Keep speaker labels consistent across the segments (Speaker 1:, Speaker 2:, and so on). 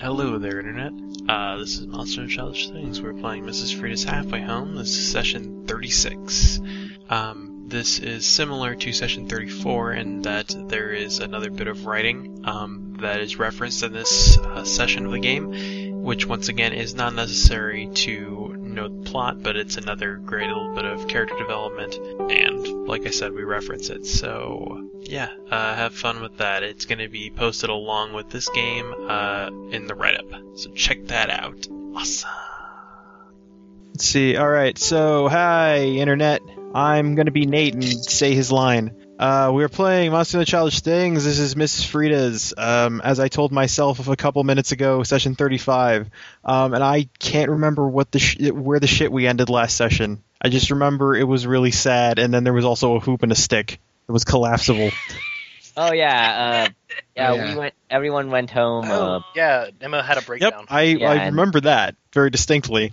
Speaker 1: Hello there, Internet. Uh, this is Monster and Childish Things. We're playing Mrs. Frida's Halfway Home. This is session 36. Um, this is similar to session 34 in that there is another bit of writing um, that is referenced in this uh, session of the game, which once again is not necessary to know the plot, but it's another great little bit of character development. And like I said, we reference it. So yeah, uh, have fun with that. It's going to be posted along with this game uh, in the write up. So check that out. Awesome.
Speaker 2: Let's see. All right. So, hi, Internet. I'm going to be Nate and say his line. Uh, we're playing Monster and the Childish Things. This is Miss Frida's, um, as I told myself a couple minutes ago, session 35. Um, and I can't remember what the sh- where the shit we ended last session. I just remember it was really sad, and then there was also a hoop and a stick. It was collapsible.
Speaker 3: Oh yeah, uh, yeah,
Speaker 4: Yeah.
Speaker 3: We went. Everyone went home,
Speaker 2: Oh.
Speaker 3: uh,
Speaker 5: Yeah, Emma had a breakdown.
Speaker 2: I,
Speaker 3: Yeah,
Speaker 2: I
Speaker 3: and-
Speaker 2: remember that very distinctly.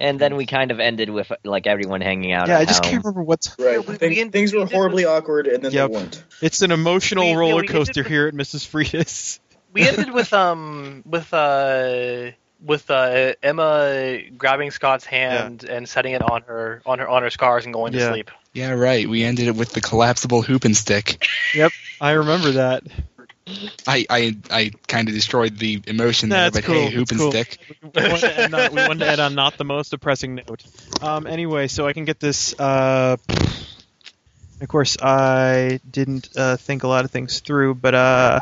Speaker 3: and then we kind of ended with like everyone hanging out.
Speaker 2: Yeah,
Speaker 3: at
Speaker 2: I just
Speaker 3: home.
Speaker 2: can't remember what's.
Speaker 5: Yeah,
Speaker 6: Right.
Speaker 5: we-
Speaker 6: Thing-
Speaker 5: we ended-
Speaker 6: things
Speaker 5: we
Speaker 6: were
Speaker 5: ended
Speaker 6: horribly awkward, and then
Speaker 2: Yep.
Speaker 6: they weren't.
Speaker 2: It's an emotional
Speaker 5: We- yeah, we
Speaker 2: roller
Speaker 5: ended
Speaker 2: coaster
Speaker 5: with-
Speaker 2: here at Mrs. Frida's.
Speaker 5: We ended with um with uh with uh Emma grabbing Scott's hand and setting it on her on her on her scars and going
Speaker 2: Yeah.
Speaker 5: to sleep.
Speaker 4: Yeah, right. We ended it with the collapsible hoop and stick.
Speaker 2: I remember that.
Speaker 4: I I, I kind of destroyed the emotion
Speaker 2: That's
Speaker 4: there, but
Speaker 2: cool.
Speaker 4: hey, hoop
Speaker 2: That's
Speaker 4: and
Speaker 2: cool.
Speaker 4: stick.
Speaker 2: we wanted to end on, we wanted to end on not the most depressing note. Um, anyway, so I can get this. Uh, of course, I didn't uh, think a lot of things through, but uh,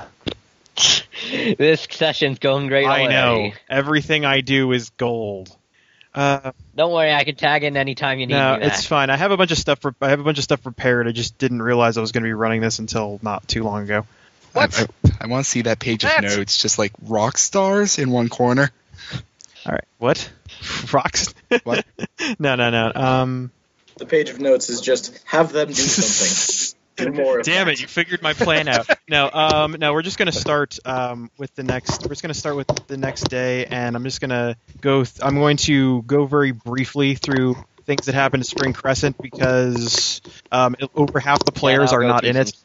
Speaker 3: this session's going great.
Speaker 2: I know
Speaker 3: already.
Speaker 2: everything I do is gold. Uh,
Speaker 3: Don't worry, I can tag in anytime you need
Speaker 2: no,
Speaker 3: me. Matt.
Speaker 2: it's fine. I have a bunch of stuff. Re- I have a bunch of stuff prepared. I just didn't realize I was going to be running this until not too long ago.
Speaker 5: What?
Speaker 4: I, want to see that page of
Speaker 5: What?
Speaker 4: notes, just like rock stars in one corner.
Speaker 2: All right, what? Rocks?
Speaker 4: What?
Speaker 2: no, no, no. Um,
Speaker 6: The page of notes is just have them do something. do more. of
Speaker 2: Damn
Speaker 6: that.
Speaker 2: it! You figured my plan out. No, um, no, we're just gonna start um, with the next. We're just gonna start with the next day, and I'm just gonna go. Th- I'm going to go very briefly through things that happened at Spring Crescent because um, it- over half the players
Speaker 3: I'll
Speaker 2: are
Speaker 3: go
Speaker 2: not
Speaker 3: through
Speaker 2: in it.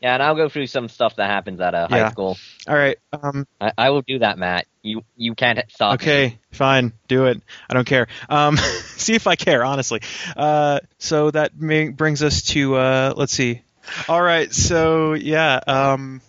Speaker 3: Yeah, and I'll go through some stuff that happens at uh,
Speaker 2: Yeah.
Speaker 3: high school.
Speaker 2: All right. Um,
Speaker 3: I, I will do that, Matt. You you can't stop. me.
Speaker 2: okay. Fine. Do it. I don't care. Um, see if I care, honestly. Uh, so that ma- brings us to uh, let's see. All right. So yeah, um,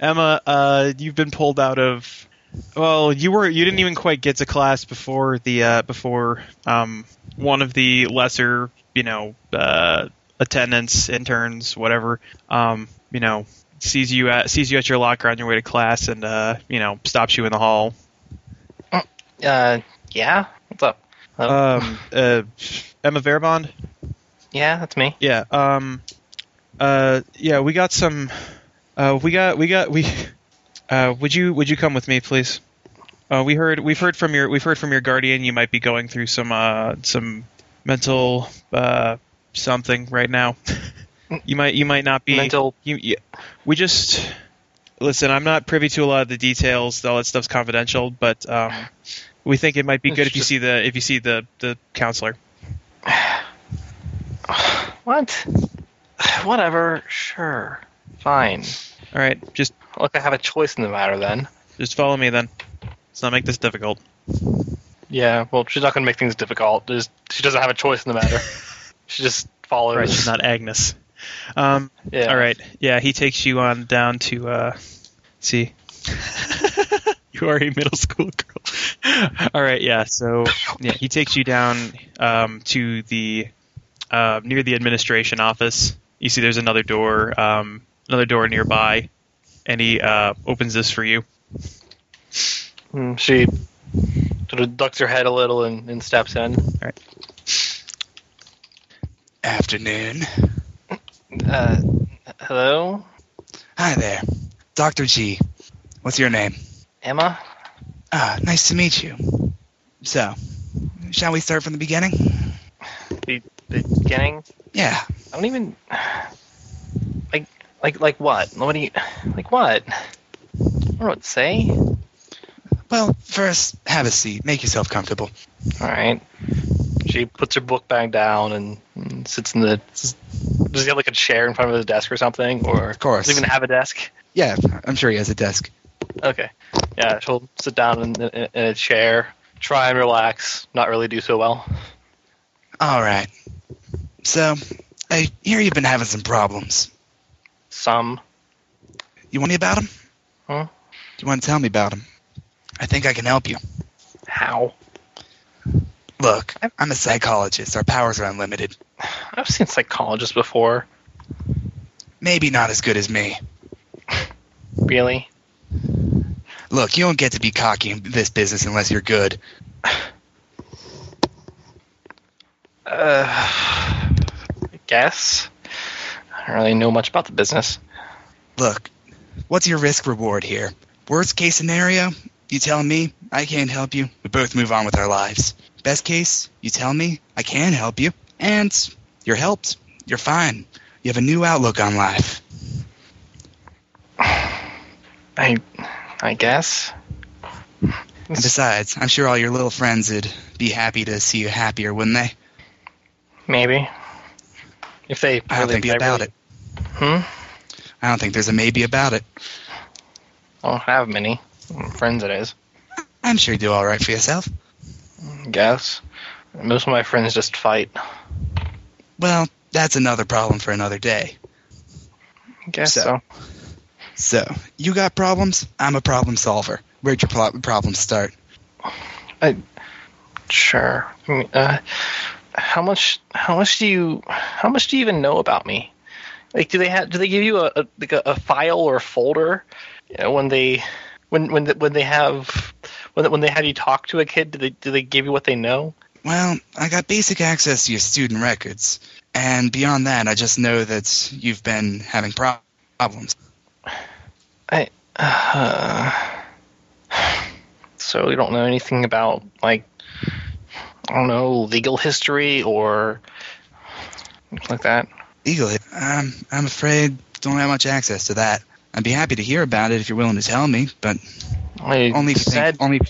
Speaker 2: Emma, uh, you've been pulled out of. Well, you were you didn't even quite get to class before the uh, before um, one of the lesser you know uh, attendants, interns, whatever um, you know sees you at sees you at your locker on your way to class and uh, you know stops you in the hall
Speaker 5: Uh, yeah. What's up?
Speaker 2: um, uh, Emma Verabond.
Speaker 5: Yeah, that's me.
Speaker 2: Yeah. Um, uh, yeah. We got some. Uh, we got. We got. We. Uh, would you Would you come with me, please? Uh, we heard. We've heard from your. We've heard from your guardian. You might be going through some. Uh, some mental. Uh, something right now. you might. You might not be.
Speaker 5: Mental.
Speaker 2: You, you, we just listen. I'm not privy to a lot of the details. All that stuff's confidential, but um, we think it might be good if you see the if you see the the counselor.
Speaker 5: What? Whatever. Sure. Fine.
Speaker 2: All right, just
Speaker 5: Look, I have a choice in the matter then.
Speaker 2: just follow me then. Let's not make this difficult.
Speaker 5: Yeah. Well, she's not gonna make things difficult. There's, she doesn't have a choice in the matter. she just follows.
Speaker 2: Right, she's not Agnes. Um,
Speaker 5: Yeah.
Speaker 2: All right, yeah, he takes you on down to uh, see. you are a middle school girl. all right, yeah. So yeah, he takes you down um, to the uh, near the administration office. You see, there's another door, um, another door nearby, and he uh, opens this for you.
Speaker 5: Mm, She sort of ducks her head a little and, and steps in.
Speaker 4: Afternoon.
Speaker 5: Uh, hello,
Speaker 4: Hi there, Doctor G. What's your name?
Speaker 5: Emma.
Speaker 4: Ah, nice to meet you. So, shall we start from the beginning?
Speaker 5: Beginning.
Speaker 4: Yeah.
Speaker 5: I don't even like like like what? What do you like? What? I don't know what to say. All
Speaker 4: Well, first, have a seat. Make yourself comfortable.
Speaker 5: right. She puts her book bag down and, and sits in the. Does he have like a chair in front of his desk or something? Or
Speaker 4: Of course.
Speaker 5: does he even have a desk?
Speaker 4: Yeah, I'm sure he has a desk.
Speaker 5: Okay. Yeah, she'll sit down in, in, in a chair, try and relax, not really do so well.
Speaker 4: All right. So, I hear you've been having some problems.
Speaker 5: Some.
Speaker 4: You want me about them?
Speaker 5: Huh?
Speaker 4: You want to tell me about them? I think I can help you.
Speaker 5: How?
Speaker 4: Look, I'm a psychologist. Our powers are unlimited.
Speaker 5: I've seen psychologists before.
Speaker 4: Maybe not as good as me.
Speaker 5: Really?
Speaker 4: Look, you don't get to be cocky in this business unless you're good.
Speaker 5: Uh, I guess. I don't really know much about the business.
Speaker 4: Look, what's your risk reward here? Worst case scenario, you tell me I can't help you. We both move on with our lives. Best case, you tell me I can help you, and you're helped. You're fine. You have a new outlook on life.
Speaker 5: I, I guess.
Speaker 4: And besides, I'm sure all your little friends would be happy to see you happier, wouldn't they?
Speaker 5: Maybe. If they
Speaker 4: I don't
Speaker 5: really
Speaker 4: think be about it.
Speaker 5: Hmm?
Speaker 4: I don't think there's a maybe about it.
Speaker 5: I don't have many friends. It is.
Speaker 4: I'm sure you do all right for yourself.
Speaker 5: I guess. Most of my friends just fight.
Speaker 4: Well, that's another problem for another day.
Speaker 5: I guess
Speaker 4: So-
Speaker 5: so.
Speaker 4: So, you got problems? I'm a problem solver. Where'd your pro- problems start?
Speaker 5: Sure. I mean, Uh, how much? How much do you? How much do you even know about me? Like, do they have? Do they give you a, a like a, a file or a folder you know, when they when when the, when they have when when they have you talk to a kid? Do they do they give you what they know?
Speaker 4: Well, I got basic access to your student records, and beyond that, I just know that you've been having pro- problems.
Speaker 5: Uh, so you don't know anything about like I don't know legal history or anything like that.
Speaker 4: Eagle, um, I'm afraid don't have much access to that. I'd be happy to hear about it if you're willing to tell me, but
Speaker 5: I
Speaker 4: only if you
Speaker 5: said
Speaker 4: think, only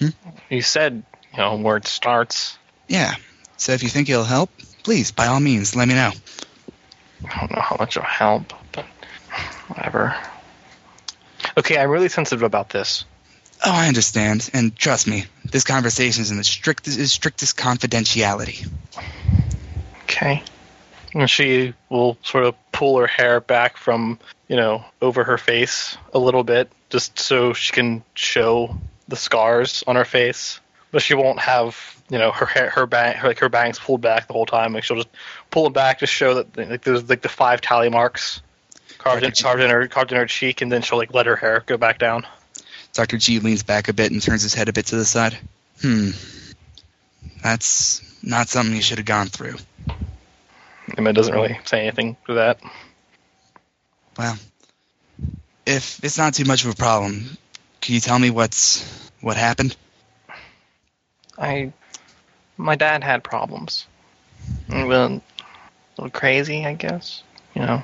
Speaker 4: if,
Speaker 5: you said you know where it starts.
Speaker 4: yeah. So if you think it'll help, please, by all means, let me know.
Speaker 5: I don't know how much it'll help, but whatever. Okay, I'm really sensitive about this.
Speaker 4: Oh, I understand, and trust me, this conversation is in the strictest, strictest confidentiality.
Speaker 5: Okay. And she will sort of pull her hair back from, you know, over her face a little bit, just so she can show the scars on her face. But she won't have, you know, her hair, her bang, her, like her bangs pulled back the whole time. Like she'll just pull them back to show that like there's like the five tally marks carved in,
Speaker 4: Gotcha.
Speaker 5: carved in her carved in her cheek, and then she'll like let her hair go back down.
Speaker 4: Dr. G leans back a bit and turns his head a bit to the side. Hmm. That's not something you should have gone through.
Speaker 5: Emma doesn't really say anything to that.
Speaker 4: If it's not too much of a problem, can you tell me what's what happened?
Speaker 5: I, my dad had problems. A little, little crazy, I guess. You know.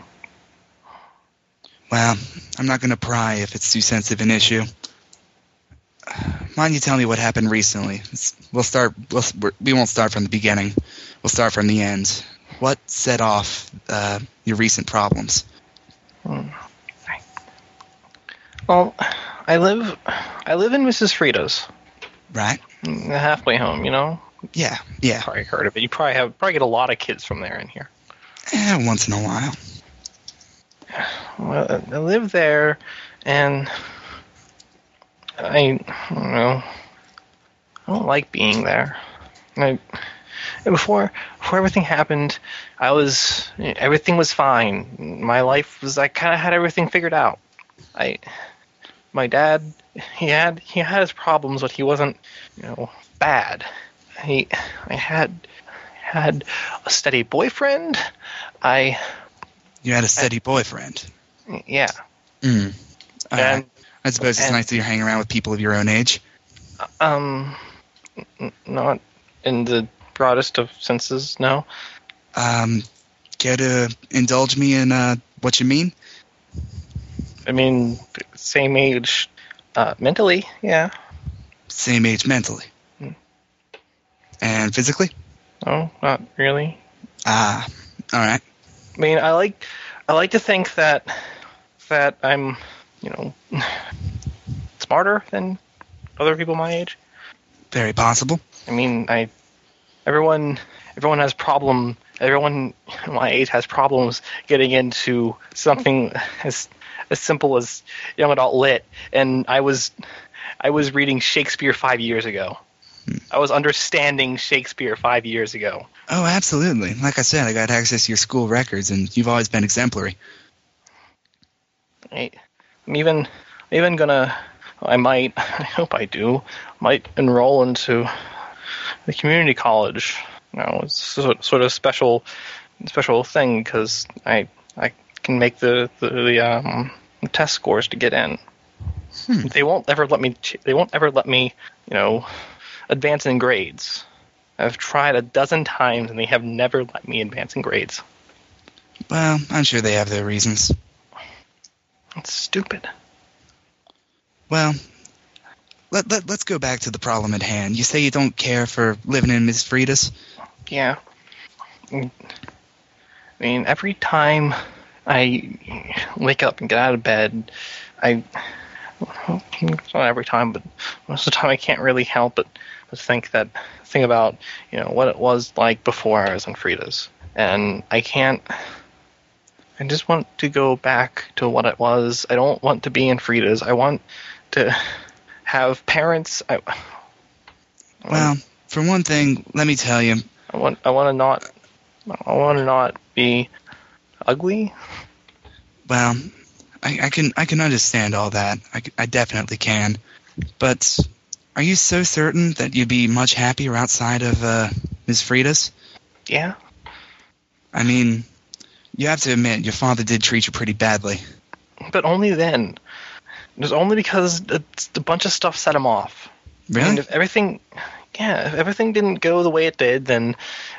Speaker 4: Well, I'm not going to pry if it's too sensitive an issue. Why don't you tell me what happened recently? It's- We'll start. We'll, we're- we won't start from the beginning. We'll start from the end. What set off uh, your recent problems?
Speaker 5: Well, I live, I live in Mrs. Frida's,
Speaker 4: Right?
Speaker 5: mm, halfway home. You know,
Speaker 4: Yeah, yeah.
Speaker 5: probably heard of it. You probably have probably get a lot of kids from there in here.
Speaker 4: Eh, once in a while.
Speaker 5: Well, I uh, live there, and I, I don't know. I don't like being there. I, and before before everything happened, I was everything was fine. My life was I kind of had everything figured out. I, my dad, he had he had his problems, but he wasn't you know bad. He I had had a steady boyfriend. I
Speaker 4: You had a steady boyfriend.
Speaker 5: yeah.
Speaker 4: Mm. All
Speaker 5: and
Speaker 4: right. I suppose it's
Speaker 5: and-
Speaker 4: nice that you're hanging around with people of your own age.
Speaker 5: Um, n- not in the broadest of senses. No.
Speaker 4: Um, care to indulge me in uh, what you mean?
Speaker 5: I mean, same age, uh, mentally. Yeah.
Speaker 4: Same age mentally.
Speaker 5: Mm.
Speaker 4: And physically?
Speaker 5: No, not really.
Speaker 4: Ah, all right.
Speaker 5: I mean, I like, I like to think that, that I'm, you know, smarter than other people my age?
Speaker 4: Very possible.
Speaker 5: I mean, I everyone everyone has problem. Everyone my age has problems getting into something as as simple as young adult lit. And I was I was reading Shakespeare five years ago. I was understanding Shakespeare five years ago.
Speaker 4: Oh, absolutely. Like I said, I got access to your school records, and you've always been exemplary.
Speaker 5: I, I'm even I'm even gonna I might I hope I do might enroll into the community college. You know, it's sort sort of special special thing because I I can make the the, the um, test scores to get in. They won't ever let me. ch- They won't ever let me. You know, advance in grades. I've tried a dozen times and they have never let me advance in grades.
Speaker 4: Well, I'm sure they have their reasons.
Speaker 5: It's stupid.
Speaker 4: Well, let, let, let's go back to the problem at hand. You say you don't care for living in Miss Frida's?
Speaker 5: Yeah. I mean, every time I wake up and get out of bed, I. well, It's not every time, but most of the time I can't really help but but think that think about you know what it was like before I was on Frida's, and I can't. I just want to go back to what it was. I don't want to be in Frida's. I want to have parents. I, I
Speaker 4: Well, for one thing, let me tell you,
Speaker 5: I want I want to not I want to not be ugly.
Speaker 4: well, I, I can I can understand all that. I, c- I definitely can. But are you so certain that you'd be much happier outside of uh, Miss Frida's?
Speaker 5: Yeah.
Speaker 4: I mean, you have to admit your father did treat you pretty badly.
Speaker 5: But only then. It was only because it's a bunch of stuff set him off.
Speaker 4: Really?
Speaker 5: And if everything yeah, if everything didn't go the way it did, then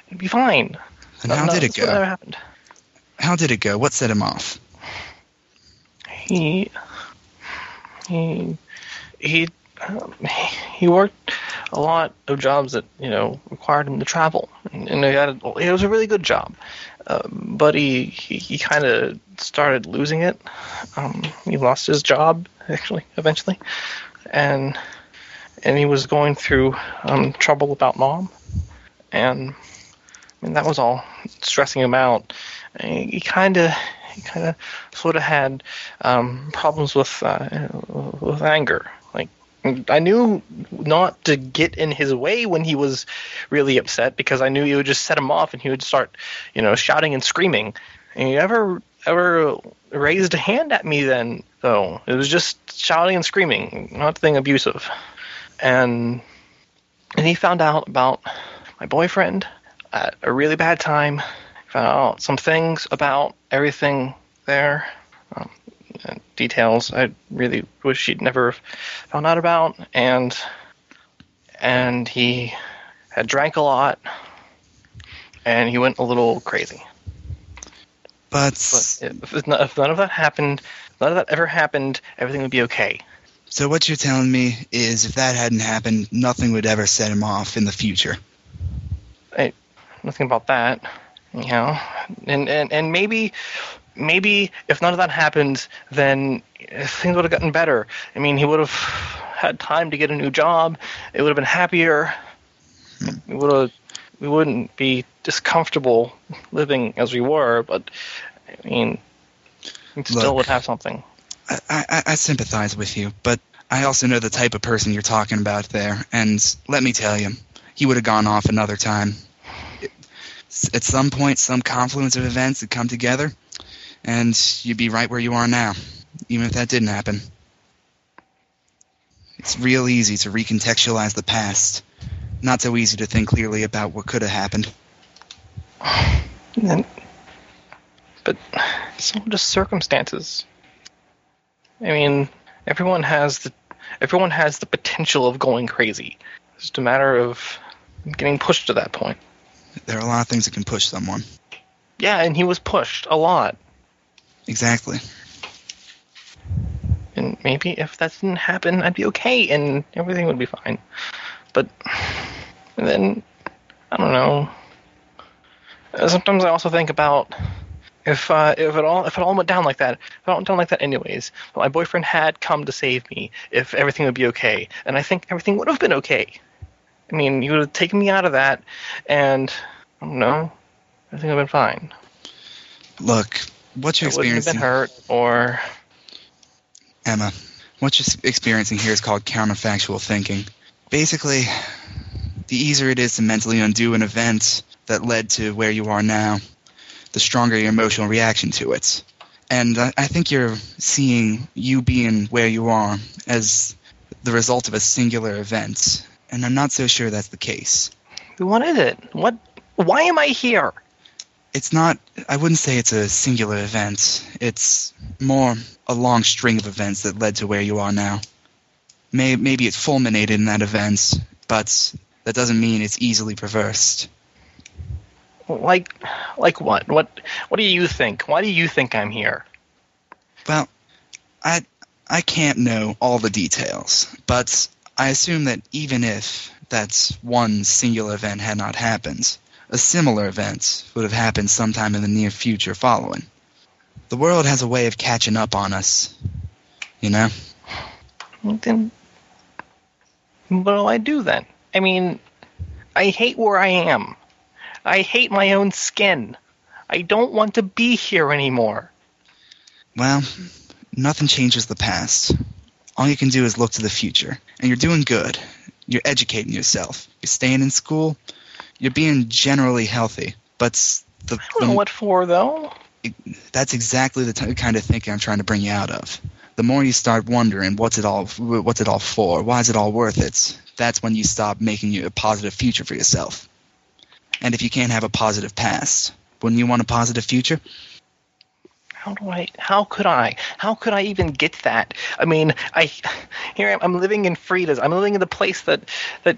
Speaker 5: it'd be fine.
Speaker 4: and how
Speaker 5: No,
Speaker 4: did it
Speaker 5: that's what
Speaker 4: go?
Speaker 5: happened.
Speaker 4: How did it go? What set him off?
Speaker 5: He he he um, he worked a lot of jobs that you know required him to travel, and, and he had a, it was a really good job, uh, but he he, he kind of started losing it. Um, he lost his job actually eventually, and and he was going through um, trouble about mom, and I mean that was all stressing him out. And he- He kind of he kind of sort of had um, problems with uh, with anger. Like I knew not to get in his way when he was really upset because I knew he would just set him off and he would start, you know, shouting and screaming. And he never ever raised a hand at me then though. It was just shouting and screaming, nothing abusive. And and he found out about my boyfriend at a really bad time. Found out some things about everything there and details I really wish he'd never found out about, and and he had drank a lot, and he went a little crazy. But
Speaker 4: But,
Speaker 5: if, if none- if none of that happened, if none of that ever happened, everything would be okay.
Speaker 4: so what you're telling me is if that hadn't happened, nothing would ever set him off in the future.
Speaker 5: Nothing about that, you know. And and and maybe maybe if none of that happened, then things would have gotten better. I mean, he would have had time to get a new job. It would have been happier. We would have. We wouldn't be as comfortable living as we were, but I mean, we still
Speaker 4: Look.
Speaker 5: would have something.
Speaker 4: I, I, I sympathize with you, but I also know the type of person you're talking about there, and let me tell you, he would have gone off another time. It- At some point, some confluence of events would come together, and you'd be right where you are now, even if that didn't happen. It's real easy to recontextualize the past, not so easy to think clearly about what could have happened.
Speaker 5: And, but it's all just circumstances. I mean, everyone has the everyone has the potential of going crazy. It's just a matter of getting pushed to that point.
Speaker 4: There are a lot of things that can push someone.
Speaker 5: Yeah, and he was pushed a lot.
Speaker 4: Exactly.
Speaker 5: And maybe if that didn't happen, I'd be okay, and everything would be fine. But then, I don't know. Uh, Sometimes I also think about if uh, if it all if it all went down like that, if it all went down like that, anyways, but my boyfriend had come to save me. If everything would be okay, and I think everything would have been okay. I mean, he would have taken me out of that, and I don't know, everything would have been fine.
Speaker 4: Look, what you're
Speaker 5: I wouldn't have been
Speaker 4: experiencing,
Speaker 5: hurt, or
Speaker 4: Emma, what you're s- experiencing here is called counterfactual thinking. Basically, the easier it is to mentally undo an event that led to where you are now, the stronger your emotional reaction to it. And I I think you're seeing you being where you are as the result of a singular event. And I'm not so sure that's the case.
Speaker 5: what is it? What? Why am I here?
Speaker 4: It's not, I wouldn't say it's a singular event. It's more a long string of events that led to where you are now. May, maybe it fulminated in that event, but that doesn't mean it's easily reversed.
Speaker 5: Like, like what? What? What do you think? Why do you think I'm here?
Speaker 4: Well, I I can't know all the details, but I assume that even if that one singular event had not happened, a similar event would have happened sometime in the near future following. The world has a way of catching up on us, you know?
Speaker 5: Then, what do I do then? I mean, I hate where I am. I hate my own skin. I don't want to be here anymore.
Speaker 4: Well, nothing changes the past. All you can do is look to the future. And you're doing good. You're educating yourself. You're staying in school. You're being generally healthy. But s- the,
Speaker 5: I don't know what for though.
Speaker 4: that's exactly the t- kind of thinking I'm trying to bring you out of. The more you start wondering what's it all what's it all for, why is it all worth it, that's when you stop making you a positive future for yourself. And if you can't have a positive past, wouldn't you want a positive future?
Speaker 5: How do I? How could I? How could I even get that? I mean, I here I'm, I'm living in Frida's. I'm living in the place that that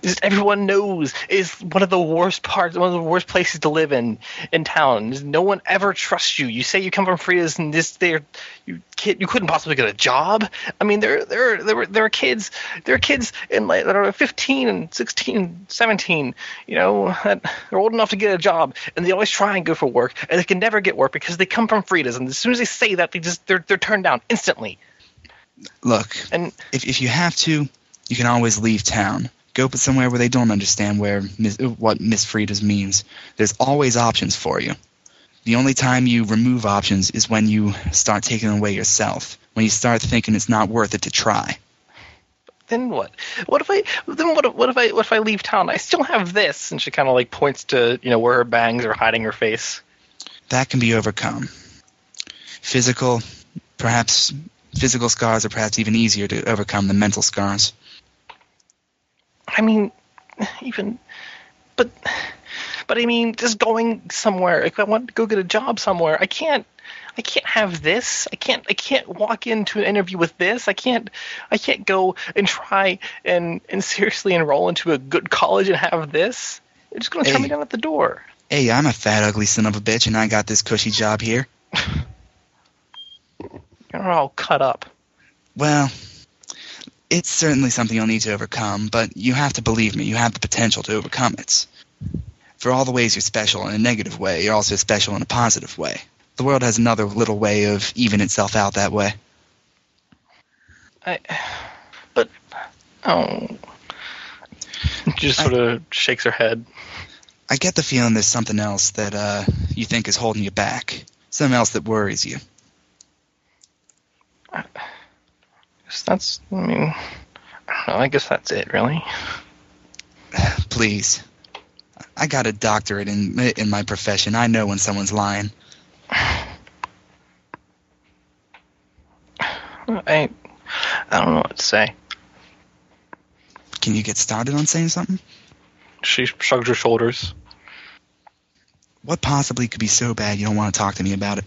Speaker 5: just everyone knows is one of the worst parts, one of the worst places to live in in town. No one ever trusts you. You say you come from Frida's, and this there you kid you couldn't possibly get a job. I mean, there there there were there are kids there are kids in like that are 15 and 16, and 17. You know, that they're old enough to get a job, and they always try and go for work, and they can never get work because they come from Frida's, and as soon as they say that, they just they're they're turned down instantly.
Speaker 4: Look,
Speaker 5: And
Speaker 4: if if you have to, you can always leave town. Go but somewhere where they don't understand where mis- what Miss Frida's means. There's always options for you. The only time you remove options is when you start taking them away yourself. When you start thinking it's not worth it to try.
Speaker 5: then what? What if I then what if, what if I what if I leave town? I still have this, and she kind of like points to you know where her bangs are hiding her face.
Speaker 4: that can be overcome. Physical, perhaps physical scars are perhaps even easier to overcome than mental scars.
Speaker 5: I mean, even, but, but I mean, just going somewhere. Like I want to go get a job somewhere. I can't, I can't have this. I can't, I can't walk into an interview with this. I can't, I can't go and try and and seriously enroll into a good college and have this. They're just gonna turn
Speaker 4: Hey.
Speaker 5: me down at the door.
Speaker 4: Hey, I'm a fat, ugly son of a bitch, and I got this cushy job here.
Speaker 5: You're all cut up.
Speaker 4: Well, it's certainly something you'll need to overcome, but you have to believe me, you have the potential to overcome it. For all the ways you're special in a negative way, you're also special in a positive way. The world has another little way of even itself out that way.
Speaker 5: I, but, oh. Just
Speaker 4: I-
Speaker 5: sort of shakes her head.
Speaker 4: I get the feeling there's something else that uh, you think is holding you back. Something else that worries you.
Speaker 5: Just That's, I mean, I don't know. I guess that's it, really.
Speaker 4: Please. I got a doctorate in in my profession. I know when someone's lying.
Speaker 5: I, I don't know what to say.
Speaker 4: Can you get started on saying something?
Speaker 5: She shrugs her shoulders.
Speaker 4: What possibly could be so bad you don't want to talk to me about it?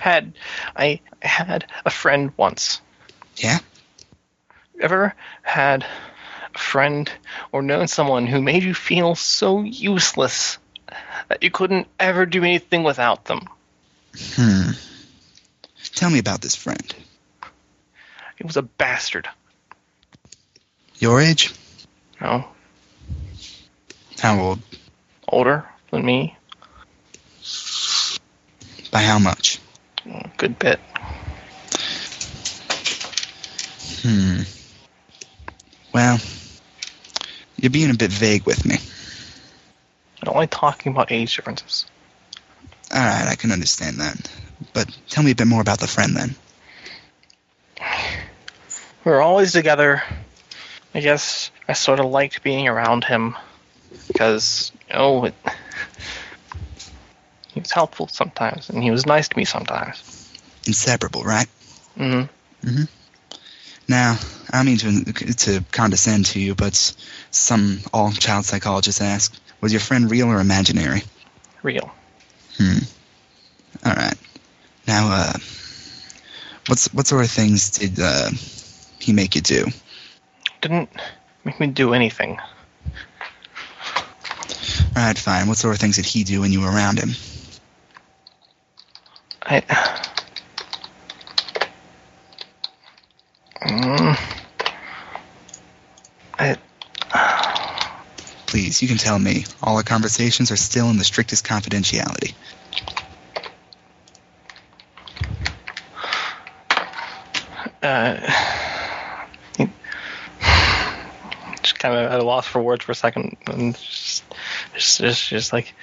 Speaker 5: Had I had a friend once?
Speaker 4: Yeah?
Speaker 5: Ever had a friend or known someone who made you feel so useless that you couldn't ever do anything without them?
Speaker 4: Hmm. Tell me about this friend.
Speaker 5: It was a bastard.
Speaker 4: Your age?
Speaker 5: No,
Speaker 4: How old?
Speaker 5: older than me.
Speaker 4: By how much?
Speaker 5: Good bit.
Speaker 4: Hmm. Well, you're being a bit vague with me.
Speaker 5: I'm only talking about age differences.
Speaker 4: All right, I can understand that. But tell me a bit more about the friend then.
Speaker 5: We were always together. I guess I sort of liked being around him because, you know, it, he was helpful sometimes and he was nice to me sometimes.
Speaker 4: Inseparable, right?
Speaker 5: hmm
Speaker 4: Now, I don't mean to, to condescend to you, but some all child psychologists ask, was your friend real or imaginary?
Speaker 5: Real.
Speaker 4: Hmm. All right. Now, uh, what's what sort of things did uh, he make you do?
Speaker 5: Didn't make me do anything.
Speaker 4: All right, fine. What sort of things did he do when you were around him?
Speaker 5: I. Mm. I,
Speaker 4: Please, you can tell me. All our conversations are still in the strictest confidentiality.
Speaker 5: uh, just kind of at a loss for words for a second, and just, just, just, just like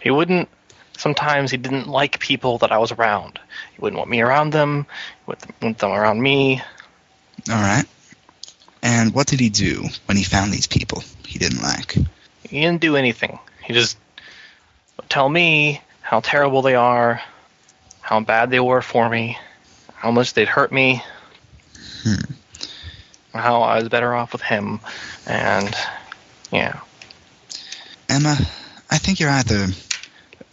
Speaker 5: he wouldn't. Sometimes he didn't like people that I was around. He wouldn't want me around them. Wouldn't want them around me.
Speaker 4: All right. And what did he do when he found these people he didn't like?
Speaker 5: He didn't do anything. He just would tell me how terrible they are, how bad they were for me, how much they'd hurt me,
Speaker 4: Hmm.
Speaker 5: how I was better off with him, and yeah,
Speaker 4: Emma, I think you're either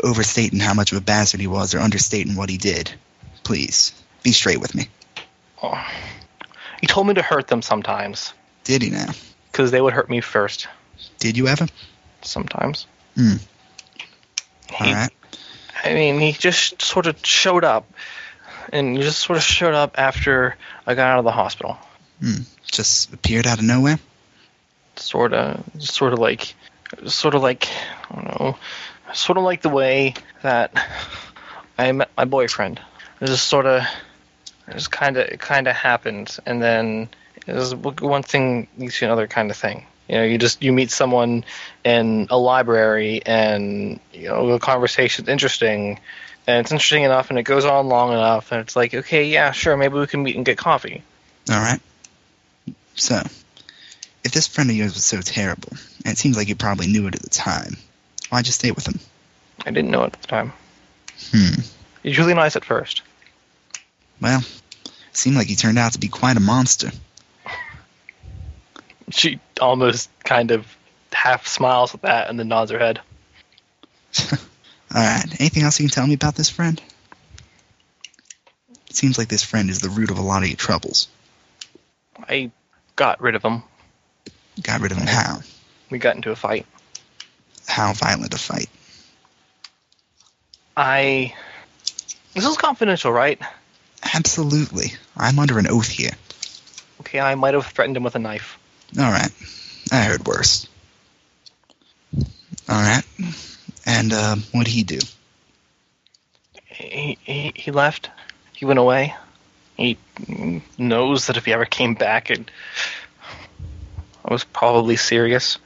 Speaker 4: overstating how much of a bastard he was or understating what he did. Please, be straight with me.
Speaker 5: he told me to hurt them sometimes
Speaker 4: Did he now?
Speaker 5: because they would hurt me first.
Speaker 4: Did you ever?
Speaker 5: Sometimes.
Speaker 4: Hmm.
Speaker 5: He,
Speaker 4: All right.
Speaker 5: I mean, he just sort of showed up, and he just sort of showed up after I got out of the hospital.
Speaker 4: Just appeared out of nowhere?
Speaker 5: sort of sort of like sort of like I don't know, sort of like the way that I met my boyfriend. It just sort of it just kind of it kind of happened, and then it was one thing leads to another kind of thing. You know, you just you meet someone in a library, and you know the conversation's interesting, and it's interesting enough, and it goes on long enough, and it's like, okay, yeah, sure, maybe we can meet and get coffee.
Speaker 4: All right. So, if this friend of yours was so terrible, and it seems like you probably knew it at the time, why'd you stay with him?
Speaker 5: I didn't know it at the time.
Speaker 4: Hmm.
Speaker 5: It's really nice at first.
Speaker 4: Well, seemed like he turned out to be quite a monster.
Speaker 5: she almost kind of half smiles at that and then nods her head.
Speaker 4: All right. Anything else you can tell me about this friend? It seems like this friend is the root of a lot of your troubles.
Speaker 5: I got rid of him.
Speaker 4: Got rid of him how?
Speaker 5: We got into a fight.
Speaker 4: How violent a fight?
Speaker 5: I. This is confidential, right?
Speaker 4: Absolutely. I'm under an oath here.
Speaker 5: Okay, I might have threatened him with a knife.
Speaker 4: All right. I heard worse. All right. And uh, what'd he do?
Speaker 5: He, he, he left. He went away. He knows that if he ever came back, it. I was probably serious.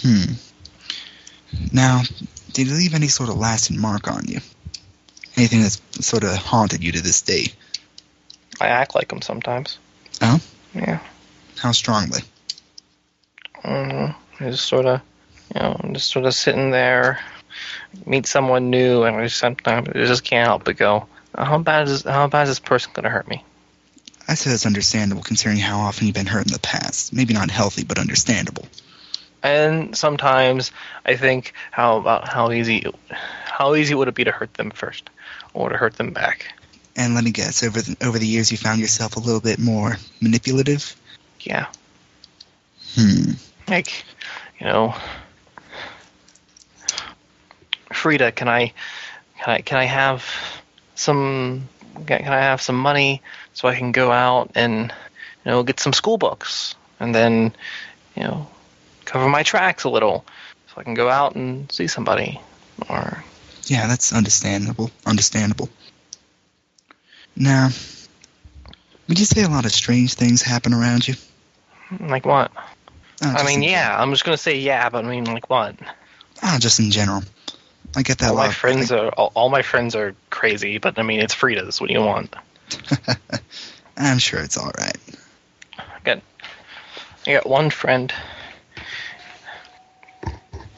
Speaker 4: Hmm. Now, did he leave any sort of lasting mark on you? Anything that's sort of haunted you to this day?
Speaker 5: I act like him sometimes.
Speaker 4: Oh?
Speaker 5: Yeah.
Speaker 4: How strongly?
Speaker 5: mm I just sort of, you know, I'm just sort of sitting there, meet someone new, and I just, sometimes I just can't help but go, how bad is how bad is this person gonna hurt me?
Speaker 4: I say that's understandable considering how often you've been hurt in the past. Maybe not healthy, but understandable.
Speaker 5: And sometimes I think how about how easy how easy would it be to hurt them first, or to hurt them back?
Speaker 4: And let me guess, over the, over the years you found yourself a little bit more manipulative?
Speaker 5: Yeah,
Speaker 4: Hmm.
Speaker 5: like, you know, Frida, can I can I can I have some can I have some money so I can go out and you know get some school books and then you know cover my tracks a little so I can go out and see somebody or
Speaker 4: Yeah, that's understandable. Understandable. Now, would you say a lot of strange things happen around you?
Speaker 5: Like what?
Speaker 4: Uh,
Speaker 5: I
Speaker 4: just
Speaker 5: mean,
Speaker 4: in-
Speaker 5: yeah. I'm just gonna say yeah, but I mean, like what?
Speaker 4: uh, just in general. I get that a
Speaker 5: all my
Speaker 4: lot.
Speaker 5: friends are all, all my friends are crazy, but I mean, it's Frida's. What do you want?
Speaker 4: I'm sure it's all right.
Speaker 5: I got one friend.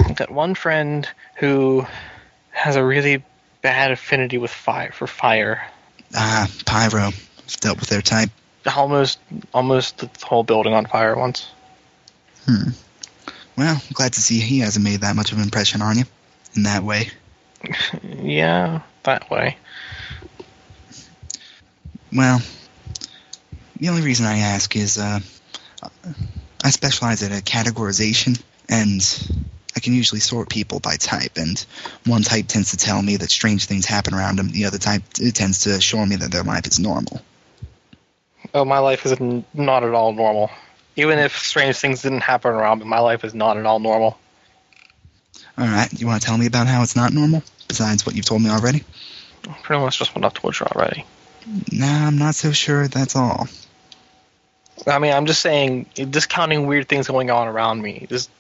Speaker 5: I got one friend who has a really bad affinity with fire for fire.
Speaker 4: Ah, Pyro. I've dealt with their type.
Speaker 5: Almost, almost the whole building on fire once.
Speaker 4: Hmm. Well, I'm glad to see he hasn't made that much of an impression on you in that way.
Speaker 5: Yeah, that way.
Speaker 4: Well, the only reason I ask is uh, I specialize in a categorization, and I can usually sort people by type. And one type tends to tell me that strange things happen around them. The other type t- tends to assure me that their life is normal.
Speaker 5: Oh, my life is n- not at all normal. Even if strange things didn't happen around, me, my life is not at all normal.
Speaker 4: All right, you want to tell me about how it's not normal? Besides what you've told me already?
Speaker 5: Pretty much just what I've told you already.
Speaker 4: Nah, I'm not so sure. That's all.
Speaker 5: I mean, I'm just saying, discounting weird things going on around me, just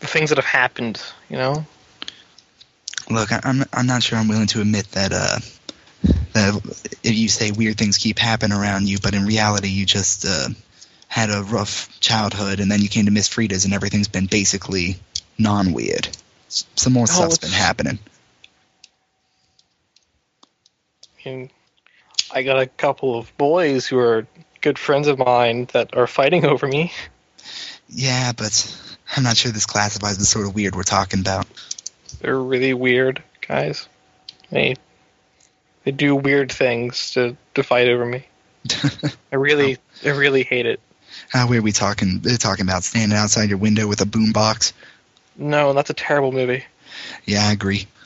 Speaker 5: the things that have happened. You know,
Speaker 4: Look, I, I'm I'm not sure I'm willing to admit that uh that if you say weird things keep happening around you, but in reality you just uh, had a rough childhood and then you came to Miss Frida's and everything's been basically non-weird. S- Some more stuff's been
Speaker 5: it's-
Speaker 4: happening.
Speaker 5: I, mean, I got a couple of boys who are good friends of mine that are fighting over me.
Speaker 4: Yeah, but I'm not sure this classifies the sort of weird we're talking about.
Speaker 5: They're really weird guys. They they do weird things to to fight over me. I really I really hate it.
Speaker 4: How weird we talking? They're talking about standing outside your window with a boombox.
Speaker 5: No, that's a terrible movie.
Speaker 4: Yeah, I agree.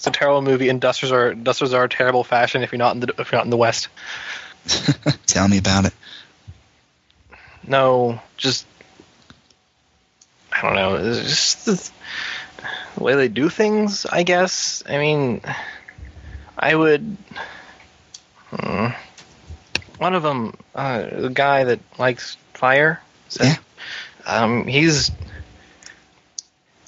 Speaker 5: It's a terrible movie. And dusters are dusters are a terrible fashion if you're not in the if you're not in the West.
Speaker 4: Tell me about it.
Speaker 5: No, just I don't know. It's just the, the way they do things, I guess. I mean, I would. Hmm. one of them, uh, the guy that likes fire. so-
Speaker 4: Yeah.
Speaker 5: Um, he's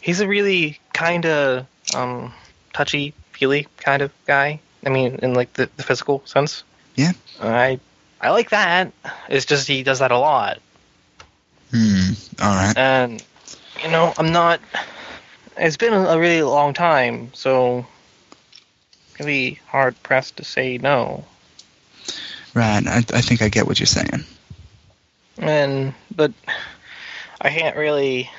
Speaker 5: he's a really kind of um touchy feely kind of guy. I mean, in like the, the physical sense.
Speaker 4: Yeah.
Speaker 5: I I like that. It's just he does that a lot
Speaker 4: Hmm. All right.
Speaker 5: and you know i'm not it's been a really long time so really hard pressed to say no
Speaker 4: Right. I, I think I get what you're saying.
Speaker 5: and but i can't really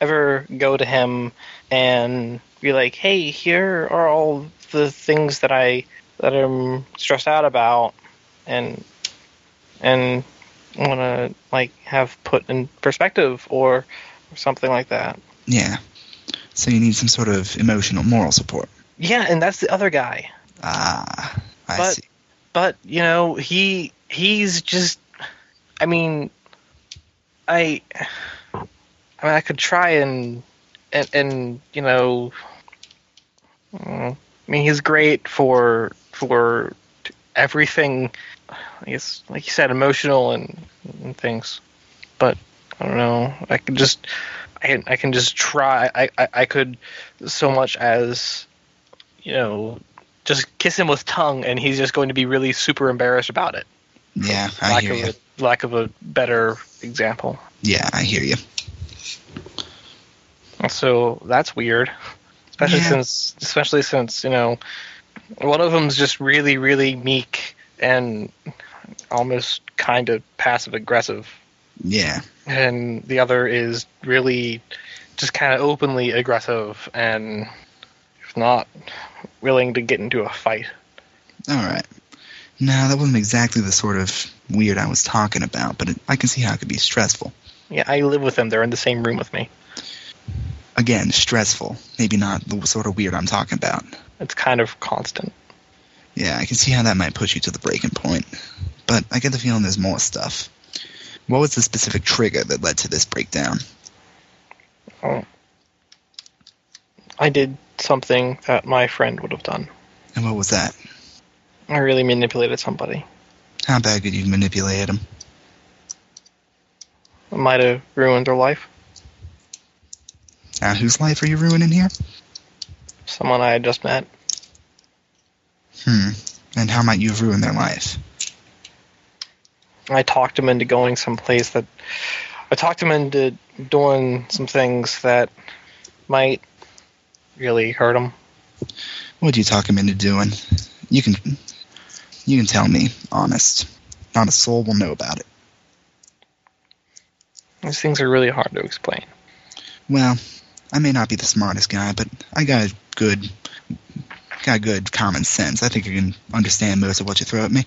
Speaker 5: ever go to him and be like hey here are all the things that i that i'm stressed out about and and want to like have put in perspective or, or something like that
Speaker 4: Yeah. So you need some sort of emotional, moral support.
Speaker 5: Yeah, and that's the other guy.
Speaker 4: Ah, I
Speaker 5: But-
Speaker 4: see.
Speaker 5: But you know, he he's just. I mean, I. I mean, I could try and and and you know. mm, I mean, he's great for for everything. I guess, like you said, emotional and, and things. But I don't know. I could just. I can, I can just try. I, I, I could so much as, you know, just kiss him with tongue, and he's just going to be really super embarrassed about it.
Speaker 4: Yeah, I
Speaker 5: lack
Speaker 4: hear
Speaker 5: of
Speaker 4: you.
Speaker 5: a lack of a better example.
Speaker 4: Yeah, I hear you.
Speaker 5: So that's weird, especially
Speaker 4: Yeah.
Speaker 5: since especially since you know, one of them's just really really meek and almost kind of passive aggressive,
Speaker 4: Yeah.
Speaker 5: and the other is really just kind of openly aggressive and not willing to get into a fight.
Speaker 4: All right. No, that wasn't exactly the sort of weird I was talking about, but it, I can see how it could be stressful.
Speaker 5: Yeah, I live with them. They're in the same room with me.
Speaker 4: Again, stressful. Maybe not the sort of weird I'm talking about.
Speaker 5: It's kind of constant.
Speaker 4: Yeah, I can see how that might push you to the breaking point. But I get the feeling there's more stuff. What was the specific trigger that led to this breakdown?
Speaker 5: I did something that my friend would have done.
Speaker 4: And what was that?
Speaker 5: I really manipulated somebody.
Speaker 4: How bad could you manipulate him?
Speaker 5: I might have ruined their life.
Speaker 4: Uh, whose life are you ruining here?
Speaker 5: Someone I had just met.
Speaker 4: Hmm. And how might you have ruined their life?
Speaker 5: I talked him into going someplace that I talked him into doing some things that might really hurt him.
Speaker 4: What do you talk him into doing? You can, you can tell me, honest. Not a soul will know about it.
Speaker 5: These things are really hard to explain.
Speaker 4: Well, I may not be the smartest guy, but I got good, got good common sense. I think I can understand most of what you throw at me.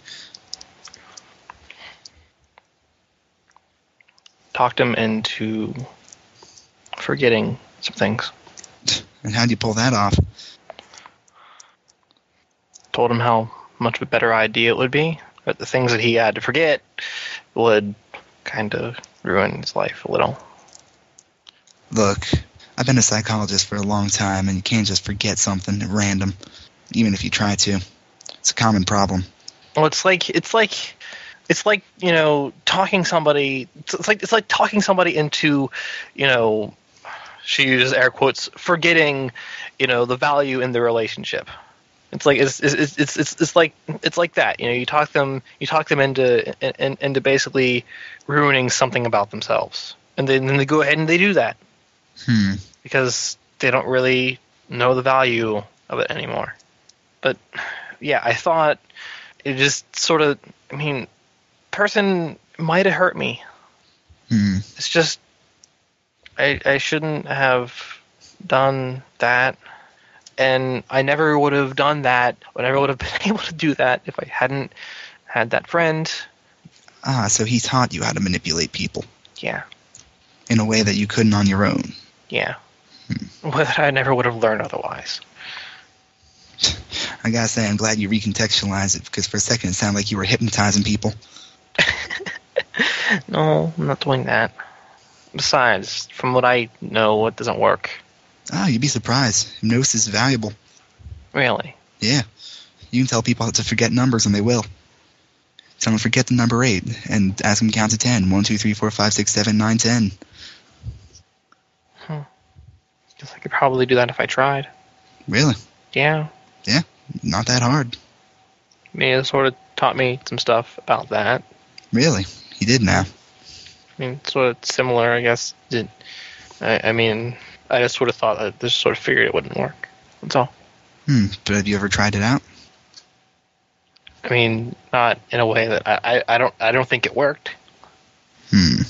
Speaker 5: Talked him into forgetting some things.
Speaker 4: And how do you pull that off?
Speaker 5: Told him how much of a better idea it would be, but the things that he had to forget would kind of ruin his life a little.
Speaker 4: Look, I've been a psychologist for a long time, and you can't just forget something at random, even if you try to. It's a common problem.
Speaker 5: Well, it's like it's like it's like you know talking somebody. It's, it's like it's like talking somebody into, you know, she uses air quotes, forgetting, you know, the value in the relationship. It's like it's it's it's it's, it's like it's like that. You know, you talk them you talk them into in, into basically ruining something about themselves, and then, then they go ahead and they do that
Speaker 4: Hmm.
Speaker 5: because they don't really know the value of it anymore. But yeah, I thought it just sort of. I mean, person might have hurt me.
Speaker 4: Hmm.
Speaker 5: It's just I I shouldn't have done that, and I never would have done that. I never would have been able to do that if I hadn't had that friend.
Speaker 4: Ah, so he taught you how to manipulate people
Speaker 5: Yeah,
Speaker 4: in a way that you couldn't on your own.
Speaker 5: yeah. But I never would have learned otherwise.
Speaker 4: I gotta say, I'm glad you recontextualized it because for a second it sounded like you were hypnotizing people.
Speaker 5: No, I'm not doing that. Besides, from what I know, it doesn't work.
Speaker 4: Ah, you'd be surprised. Hypnosis is valuable.
Speaker 5: Really.
Speaker 4: Yeah. You can tell people to forget numbers and they will. Tell them forget the number 8 and ask them to count to 10. 1, 2, 3, 4, 5, 6, 7, 9, 10.
Speaker 5: Guess I could probably do that if I tried.
Speaker 4: Really?
Speaker 5: Yeah.
Speaker 4: Not that hard.
Speaker 5: I mean, it sort of taught me some stuff about that.
Speaker 4: Really? He did now.
Speaker 5: I mean, it's sort of similar, I guess. Did I, I mean, I just sort of thought, I just sort of figured it wouldn't work. That's all.
Speaker 4: Hmm, but have you ever tried it out?
Speaker 5: I mean, not in a way that I, I, I don't I don't think it worked.
Speaker 4: Hmm.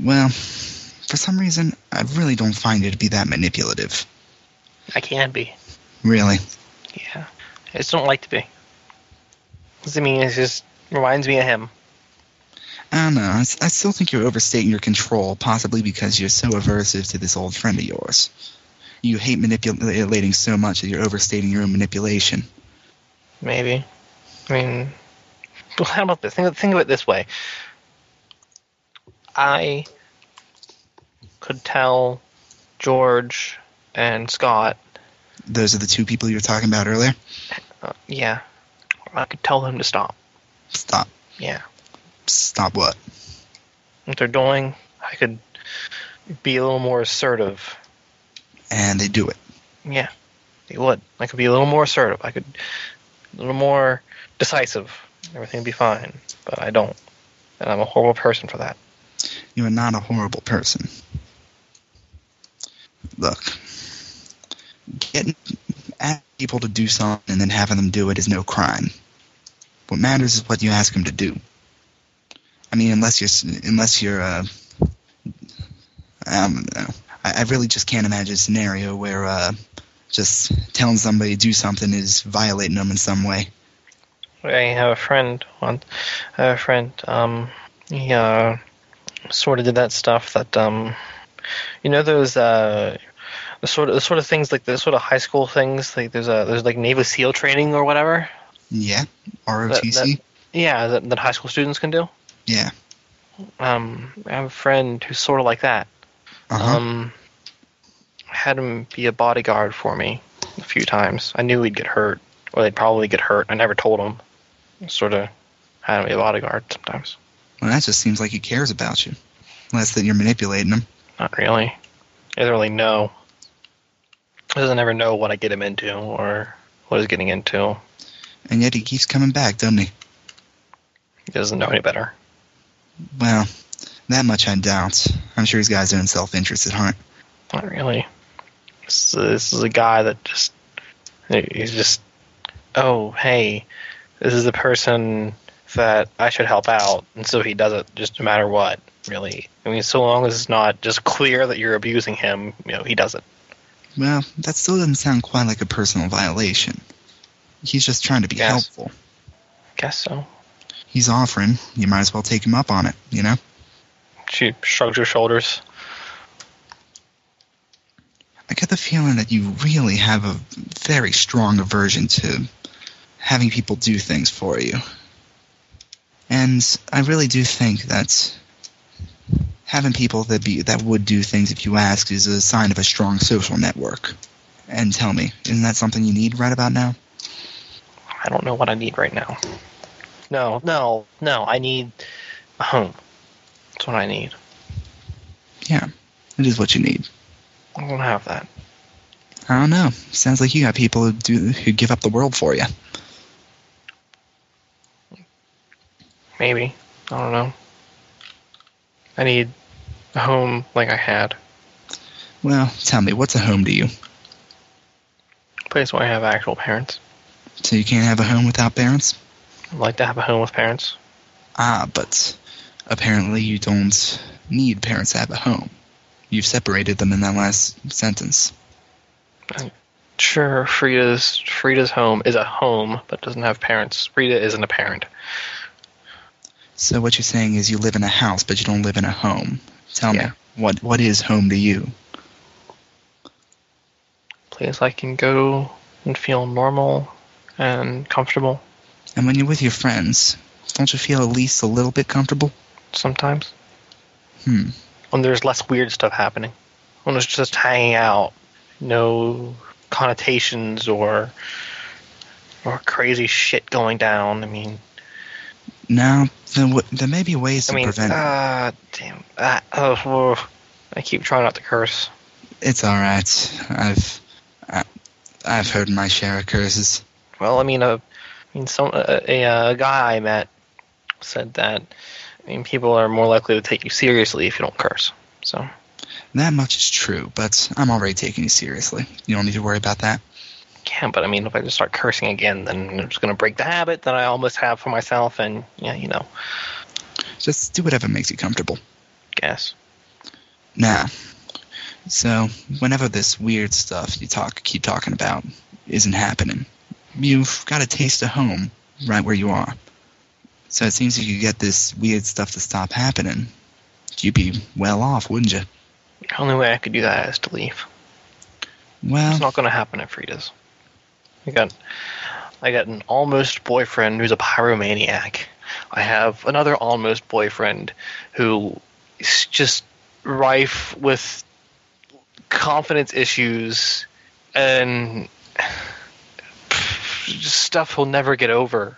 Speaker 4: Well, for some reason, I really don't find you to be that manipulative.
Speaker 5: I can be.
Speaker 4: Really?
Speaker 5: Yeah. I just don't like to be. 'Cause, I mean, it just reminds me of him.
Speaker 4: I don't know. I, s- I still think you're overstating your control, possibly because you're so aversive to this old friend of yours. You hate manipulating so much that you're overstating your own manipulation.
Speaker 5: Maybe. I mean, well, how about this? Think, think of it this way. I could tell George and Scott,
Speaker 4: Those are the two people you were talking about earlier.
Speaker 5: uh, yeah, or I could tell them to stop.
Speaker 4: Stop.
Speaker 5: Yeah.
Speaker 4: Stop what?
Speaker 5: What they're doing, I could be a little more assertive.
Speaker 4: And they do it.
Speaker 5: Yeah, they would. I could be a little more assertive. I could a little more decisive. Everything would be fine. But I don't. And I'm a horrible person for that.
Speaker 4: You are not a horrible person. Look, getting asking people to do something and then having them do it is no crime. What matters is what you ask them to do. I mean, unless you're s- unless you're uh, um, I, I really just can't imagine a scenario where uh, just telling somebody to do something is violating them in some way.
Speaker 5: I have a friend on I have a friend, um he uh sort of did that stuff that um you know those uh the sort of the sort of things like the sort of high school things like there's a there's like Navy SEAL training or whatever
Speaker 4: Yeah, ROTC.
Speaker 5: yeah that, that high school students can do
Speaker 4: yeah. Uh-huh.
Speaker 5: um I have a friend who's sort of like that
Speaker 4: Uh huh.
Speaker 5: um had him be a bodyguard for me a few times. I knew he'd get hurt, or they'd probably get hurt. I never told him. Sort of had him be a bodyguard sometimes.
Speaker 4: Well, that just seems like he cares about you. Less that you're manipulating him.
Speaker 5: Not really. He doesn't really know. He doesn't ever know what I get him into or what he's getting into.
Speaker 4: And yet he keeps coming back, doesn't he?
Speaker 5: He doesn't know any better.
Speaker 4: Well, that much I doubt. I'm sure he's got his own self interest at heart.
Speaker 5: Not really. This, this is a guy that just he's just oh hey, this is the person that I should help out, and so he does it just no matter what. Really, I mean, so long as it's not just clear that you're abusing him, you know, he does it.
Speaker 4: Well, that still doesn't sound quite like a personal violation. He's just trying to be
Speaker 5: Yes.
Speaker 4: helpful.
Speaker 5: Guess so.
Speaker 4: He's offering. You might as well take him up on it, you know?
Speaker 5: She shrugs her shoulders.
Speaker 4: I get the feeling that you really have a very strong aversion to having people do things for you. And I really do think that having people that be that would do things if you ask is a sign of a strong social network. And tell me, isn't that something you need right about now?
Speaker 5: I don't know what I need right now. No, no, no. I need a home. That's what I need.
Speaker 4: It is what you need.
Speaker 5: I don't have that.
Speaker 4: I don't know. Sounds like you got people who do who give up the world for you.
Speaker 5: Maybe. I don't know. I need a home like I had.
Speaker 4: Well, tell me, what's a home to you?
Speaker 5: A place where I have actual parents.
Speaker 4: So you can't have a home without parents?
Speaker 5: I'd like to have a home with parents.
Speaker 4: Ah, but apparently you don't need parents to have a home. You've separated them in that last sentence.
Speaker 5: Sure, Frida's Frida's home is a home, but doesn't have parents. Frida isn't a parent.
Speaker 4: So what you're saying is you live in a house, but you don't live in a home. Tell
Speaker 5: Yeah.
Speaker 4: me, what what is home to you?
Speaker 5: Place I can go and feel normal and comfortable
Speaker 4: And when you're with your friends, don't you feel at least a little bit comfortable?
Speaker 5: sometimes.
Speaker 4: Hmm.
Speaker 5: When there's less weird stuff happening. When it's just hanging out. No connotations or or crazy shit going down. I mean
Speaker 4: Now, then w- there may be ways to
Speaker 5: I mean,
Speaker 4: prevent.
Speaker 5: uh, damn. Uh, oh, oh. I keep trying not to curse.
Speaker 4: It's all right. I've I, I've heard my share of curses.
Speaker 5: Well, I mean, uh, I mean, some a, a, a guy I met said that I mean, people are more likely to take you seriously if you don't curse. So
Speaker 4: That much is true, but I'm already taking you seriously. You don't need to worry about that.
Speaker 5: yeah, but I mean, if I just start cursing again, then I'm just gonna break the habit that I almost have for myself, and yeah, you know,
Speaker 4: Just do whatever makes you comfortable.
Speaker 5: guess.
Speaker 4: Nah. So whenever this weird stuff you talk keep talking about isn't happening, you've got a taste of home right where you are. So it seems if you get this weird stuff to stop happening, you'd be well off, wouldn't you?
Speaker 5: The only way I could do that is to leave. It's
Speaker 4: Well,
Speaker 5: not gonna happen at Frida's. I got, I got an almost boyfriend who's a pyromaniac. I have another almost boyfriend who is just rife with confidence issues and just stuff he'll never get over.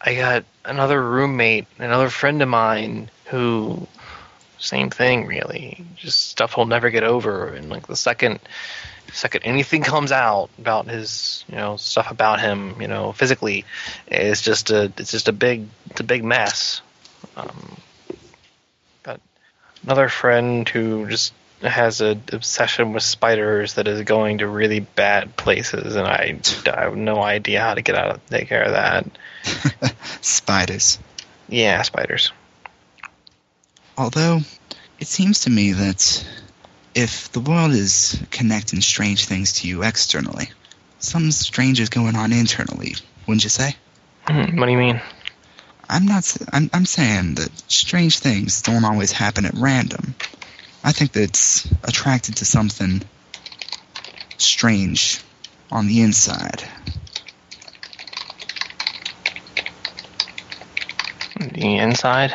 Speaker 5: I got another roommate, another friend of mine who same thing really. Just stuff he'll never get over and like the second second anything comes out about his you know stuff about him you know physically it's just a it's just a big it's a big mess um, but another friend who just has an obsession with spiders that is going to really bad places and I, I have no idea how to get out of take care of that
Speaker 4: spiders.
Speaker 5: yeah spiders
Speaker 4: Although it seems to me that if the world is connecting strange things to you externally, something strange is going on internally, wouldn't you say?
Speaker 5: Hmm, what do you mean
Speaker 4: I'm not. s- I'm, I'm saying that strange things don't always happen at random. I think that it's attracted to something strange on the inside.
Speaker 5: the inside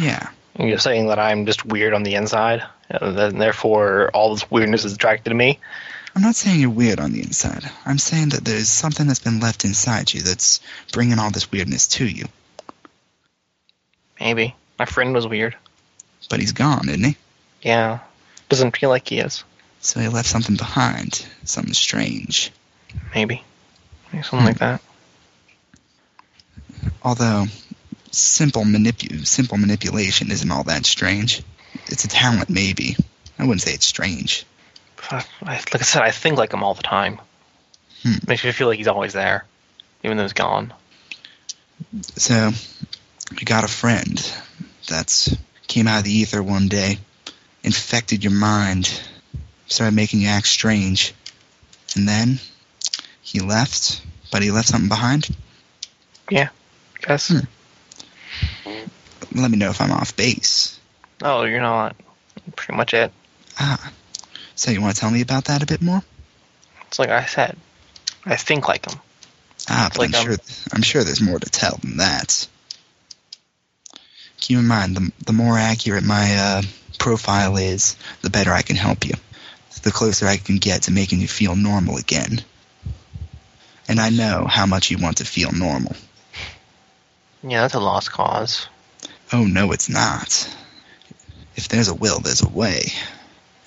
Speaker 4: Yeah.
Speaker 5: you're saying that I'm just weird on the inside and then therefore all this weirdness is attracted to me.
Speaker 4: I'm not saying you're weird on the inside. I'm saying that there's something that's been left inside you that's bringing all this weirdness to you.
Speaker 5: Maybe my friend was weird.
Speaker 4: But he's gone, isn't he?
Speaker 5: Yeah, doesn't feel like he is.
Speaker 4: So he left something behind, something strange.
Speaker 5: Maybe, Maybe something
Speaker 4: Hmm.
Speaker 5: like that.
Speaker 4: Although simple manipu- simple manipulation isn't all that strange. It's a talent, maybe. I wouldn't say it's strange.
Speaker 5: I, I- like I said, I think like him all the time.
Speaker 4: Hmm.
Speaker 5: Makes me feel like he's always there, even though he's gone.
Speaker 4: So, you got a friend that's came out of the ether one day, infected your mind, started making you act strange, and then he left. But he left something behind.
Speaker 5: Guess.
Speaker 4: Hmm. Let me know if I'm off base.
Speaker 5: Oh, you're not. Pretty much it.
Speaker 4: Ah, so you want to tell me about that a bit more?
Speaker 5: It's like I said. I think like him.
Speaker 4: Ah,
Speaker 5: It's
Speaker 4: but
Speaker 5: like,
Speaker 4: I'm
Speaker 5: um,
Speaker 4: sure I'm sure there's more to tell than that. Keep in mind, the the more accurate my uh, profile is, the better I can help you. The closer I can get to making you feel normal again. And I know how much you want to feel normal.
Speaker 5: Yeah, that's a lost cause.
Speaker 4: Oh no, it's not. If there's a will, there's a way,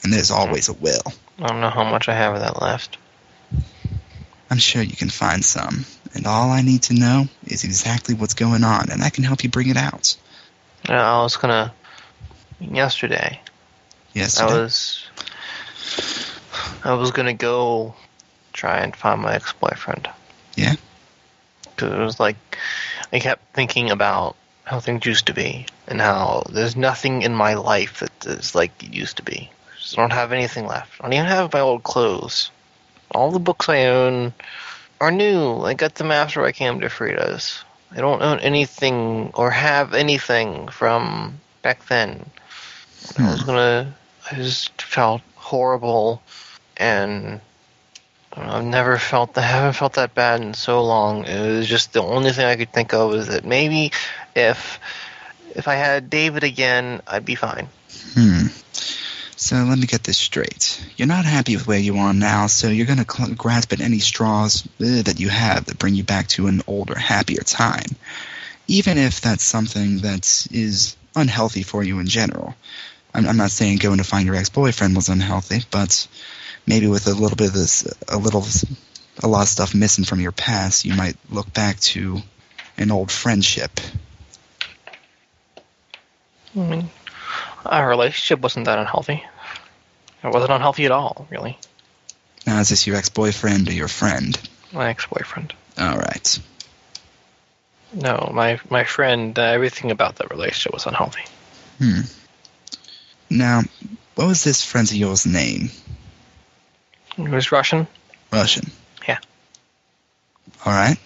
Speaker 4: and there's
Speaker 5: Mm-hmm.
Speaker 4: always a will.
Speaker 5: I don't know how much I have of that left.
Speaker 4: I'm sure you can find some. And all I need to know is exactly what's going on, and I can help you bring it out.
Speaker 5: Uh, I was gonna. Yesterday,
Speaker 4: Yes,
Speaker 5: I was. I was gonna go try and find my ex boyfriend.
Speaker 4: Yeah?
Speaker 5: Because it was like. I kept thinking about how things used to be and how there's nothing in my life that is like it used to be. Just don't have anything left. I don't even have my old clothes. All the books I own are new. I got them after I came to Frida's. I don't own anything or have anything from back then. I
Speaker 4: Hmm.
Speaker 5: was gonna. I just felt horrible, and I don't know, I've never felt. I haven't felt that bad in so long. It was just the only thing I could think of was that maybe if if I had David again, I'd be fine.
Speaker 4: Hmm. So let me get this straight. You're not happy with where you are now, so you're going to cl- grasp at any straws uh, that you have that bring you back to an older, happier time. Even if that's something that is unhealthy for you in general. I'm, I'm not saying going to find your ex-boyfriend was unhealthy, but maybe with a little bit of this, a little, a lot of stuff missing from your past, you might look back to an old friendship.
Speaker 5: I mean, our relationship wasn't that unhealthy. It wasn't unhealthy at all, really.
Speaker 4: Now, is this your ex-boyfriend or your friend?
Speaker 5: My ex-boyfriend.
Speaker 4: All right.
Speaker 5: No, my my friend. Uh, everything about that relationship was unhealthy.
Speaker 4: Hmm. Now, what was this friend of yours' name?
Speaker 5: He was Russian.
Speaker 4: Russian.
Speaker 5: Yeah.
Speaker 4: All right.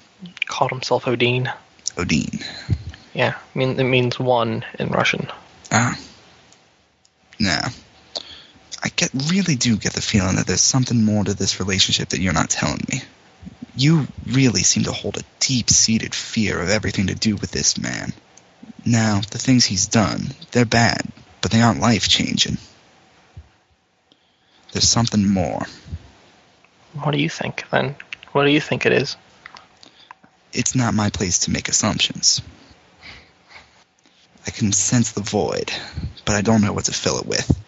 Speaker 5: Called himself Odin.
Speaker 4: Odin.
Speaker 5: Yeah, I mean it means one in Russian.
Speaker 4: Ah. Now, I get really do get the feeling that there's something more to this relationship that you're not telling me. You really seem to hold a deep-seated fear of everything to do with this man. Now, the things he's done, they're bad, but they aren't life-changing. There's something more.
Speaker 5: What do you think then? What do you think it is?
Speaker 4: it's not my place to make assumptions. I can sense the void, but I don't know what to fill it with.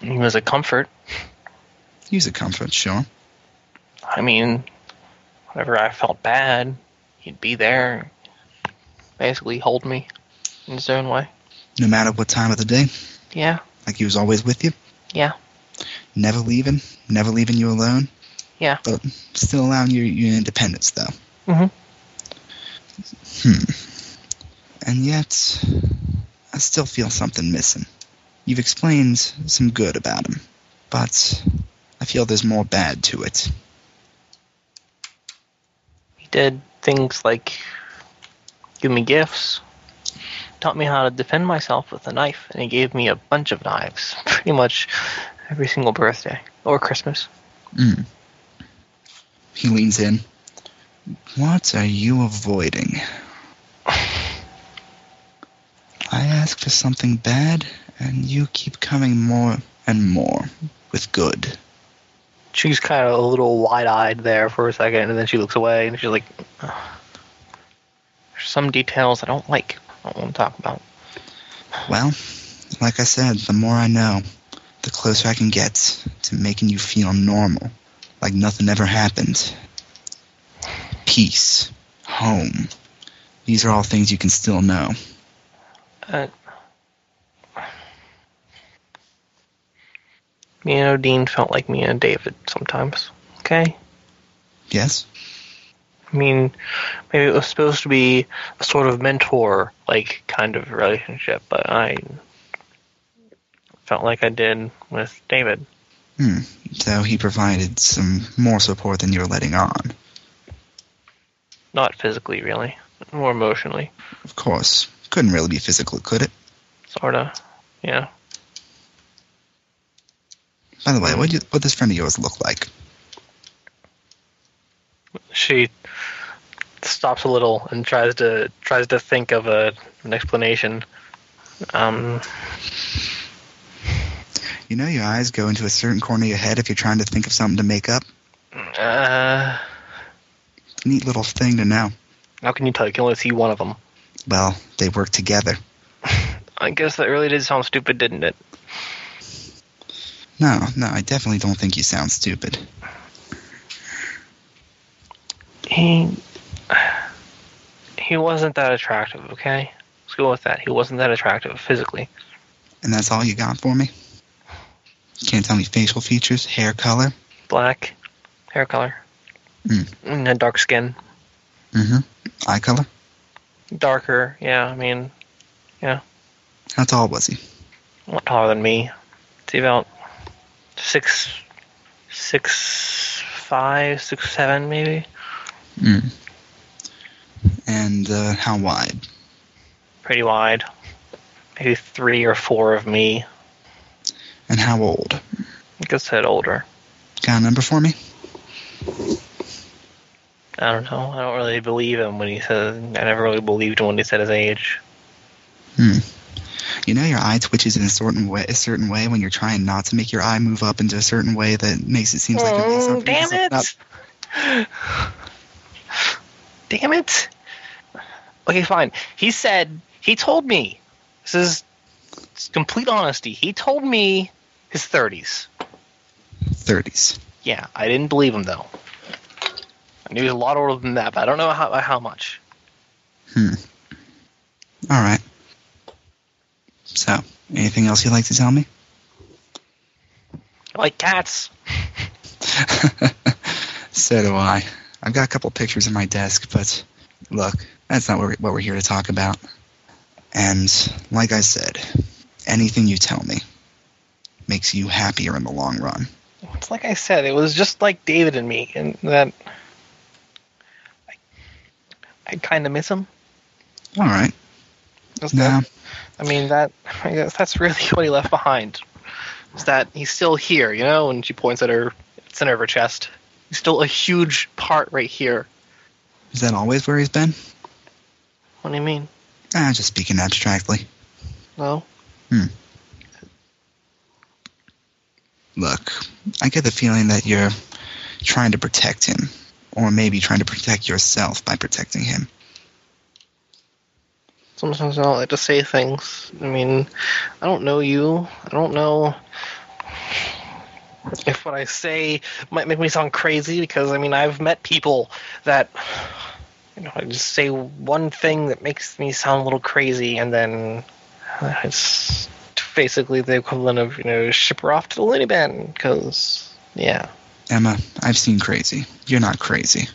Speaker 5: He was a comfort.
Speaker 4: Use a comfort, sure.
Speaker 5: I mean, whenever I felt bad, he'd be there, basically hold me in his own way.
Speaker 4: No matter what time of the day,
Speaker 5: Yeah,
Speaker 4: like he was always with you.
Speaker 5: Yeah.
Speaker 4: Never leaving, never leaving you alone.
Speaker 5: Yeah.
Speaker 4: But still allowing you your independence, though.
Speaker 5: Mhm.
Speaker 4: Hmm. And yet, I still feel something missing. You've explained some good about him, but I feel there's more bad to it.
Speaker 5: he did things like give me gifts, taught me how to defend myself with a knife, and he gave me a bunch of knives pretty much every single birthday or Christmas.
Speaker 4: Mm. He leans in. What are you avoiding? I ask for something bad, and you keep coming more and more with good.
Speaker 5: She's kind of a little wide eyed there for a second, and then she looks away and she's like, "Ugh. There's some details I don't like. I don't want to talk about.
Speaker 4: Well, like I said, the more I know, the closer I can get to making you feel normal, like nothing ever happened. Peace, home. These are all things you can still know.
Speaker 5: Uh, me and Odin felt like me and David sometimes. Okay?
Speaker 4: Yes?
Speaker 5: I mean, maybe it was supposed to be a sort of mentor like kind of relationship, but I felt like I did with David.
Speaker 4: Hmm. So he provided some more support than you were letting on.
Speaker 5: Not physically, really, more emotionally,
Speaker 4: Of course. Couldn't really be physical, could it?
Speaker 5: sort of. Yeah.
Speaker 4: By the way, what you, what this friend of yours look like?
Speaker 5: She stops a little and tries to tries to think of a, an explanation. Um,
Speaker 4: You know, your eyes go into a certain corner of your head if you're trying to think of something to make up.
Speaker 5: uh,
Speaker 4: Neat little thing to know.
Speaker 5: how can you tell? You can only see one of them.
Speaker 4: Well, they work together.
Speaker 5: I guess that really did sound stupid, didn't it?
Speaker 4: No, no, I definitely don't think you sound stupid.
Speaker 5: He he wasn't that attractive. Okay, let's go with that. He wasn't that attractive physically.
Speaker 4: And that's all you got for me? Can't tell me facial features, hair color?
Speaker 5: Black hair color,
Speaker 4: Mm.
Speaker 5: and then dark skin,
Speaker 4: Mm-hmm. Eye color?
Speaker 5: darker. Yeah, I mean,
Speaker 4: How tall was he?
Speaker 5: a lot taller than me. See about six, six, five, six, seven, maybe.
Speaker 4: Mm. And uh, how wide?
Speaker 5: Pretty wide. Maybe three or four of me.
Speaker 4: And how old?
Speaker 5: I guess said older.
Speaker 4: Got a number for me?
Speaker 5: I don't know. I don't really believe him when he says. I never really believed him when he said his age.
Speaker 4: You know your eye twitches in a certain way, a certain way when you're trying not to make your eye move up into a certain way that makes it seem like you're making
Speaker 5: Oh,
Speaker 4: something
Speaker 5: damn it!
Speaker 4: up.
Speaker 5: damn it! Okay, fine. He said he told me. This is it's complete honesty. He told me his thirties.
Speaker 4: 30s.
Speaker 5: Yeah, I didn't believe him though. I knew he was a lot older than that, but I don't know how by how much.
Speaker 4: All right. So, anything else you'd like to tell me?
Speaker 5: I like cats.
Speaker 4: so do I. I've got a couple pictures in my desk, but look, that's not what we're, what we're here to talk about. And like I said, anything you tell me makes you happier in the long run.
Speaker 5: It's like I said, it was just like David and me, and that I, I kind of miss him.
Speaker 4: All right.
Speaker 5: Just
Speaker 4: Now,
Speaker 5: that- I mean that I guess that's really what he left behind. Is that he's still here, you know? And she points at her center of her chest. He's still a huge part right here.
Speaker 4: is that always where he's been?
Speaker 5: What do you mean?
Speaker 4: Ah, just speaking abstractly.
Speaker 5: No.
Speaker 4: Look, I get the feeling that you're trying to protect him, or maybe trying to protect yourself by protecting him.
Speaker 5: Sometimes I don't like to say things. I mean, I don't know you. I don't know if what I say might make me sound crazy because I mean I've met people that you know I just say one thing that makes me sound a little crazy and then it's basically the equivalent of you know ship her off to the loony bin because yeah
Speaker 4: Emma, I've seen crazy. You're not crazy.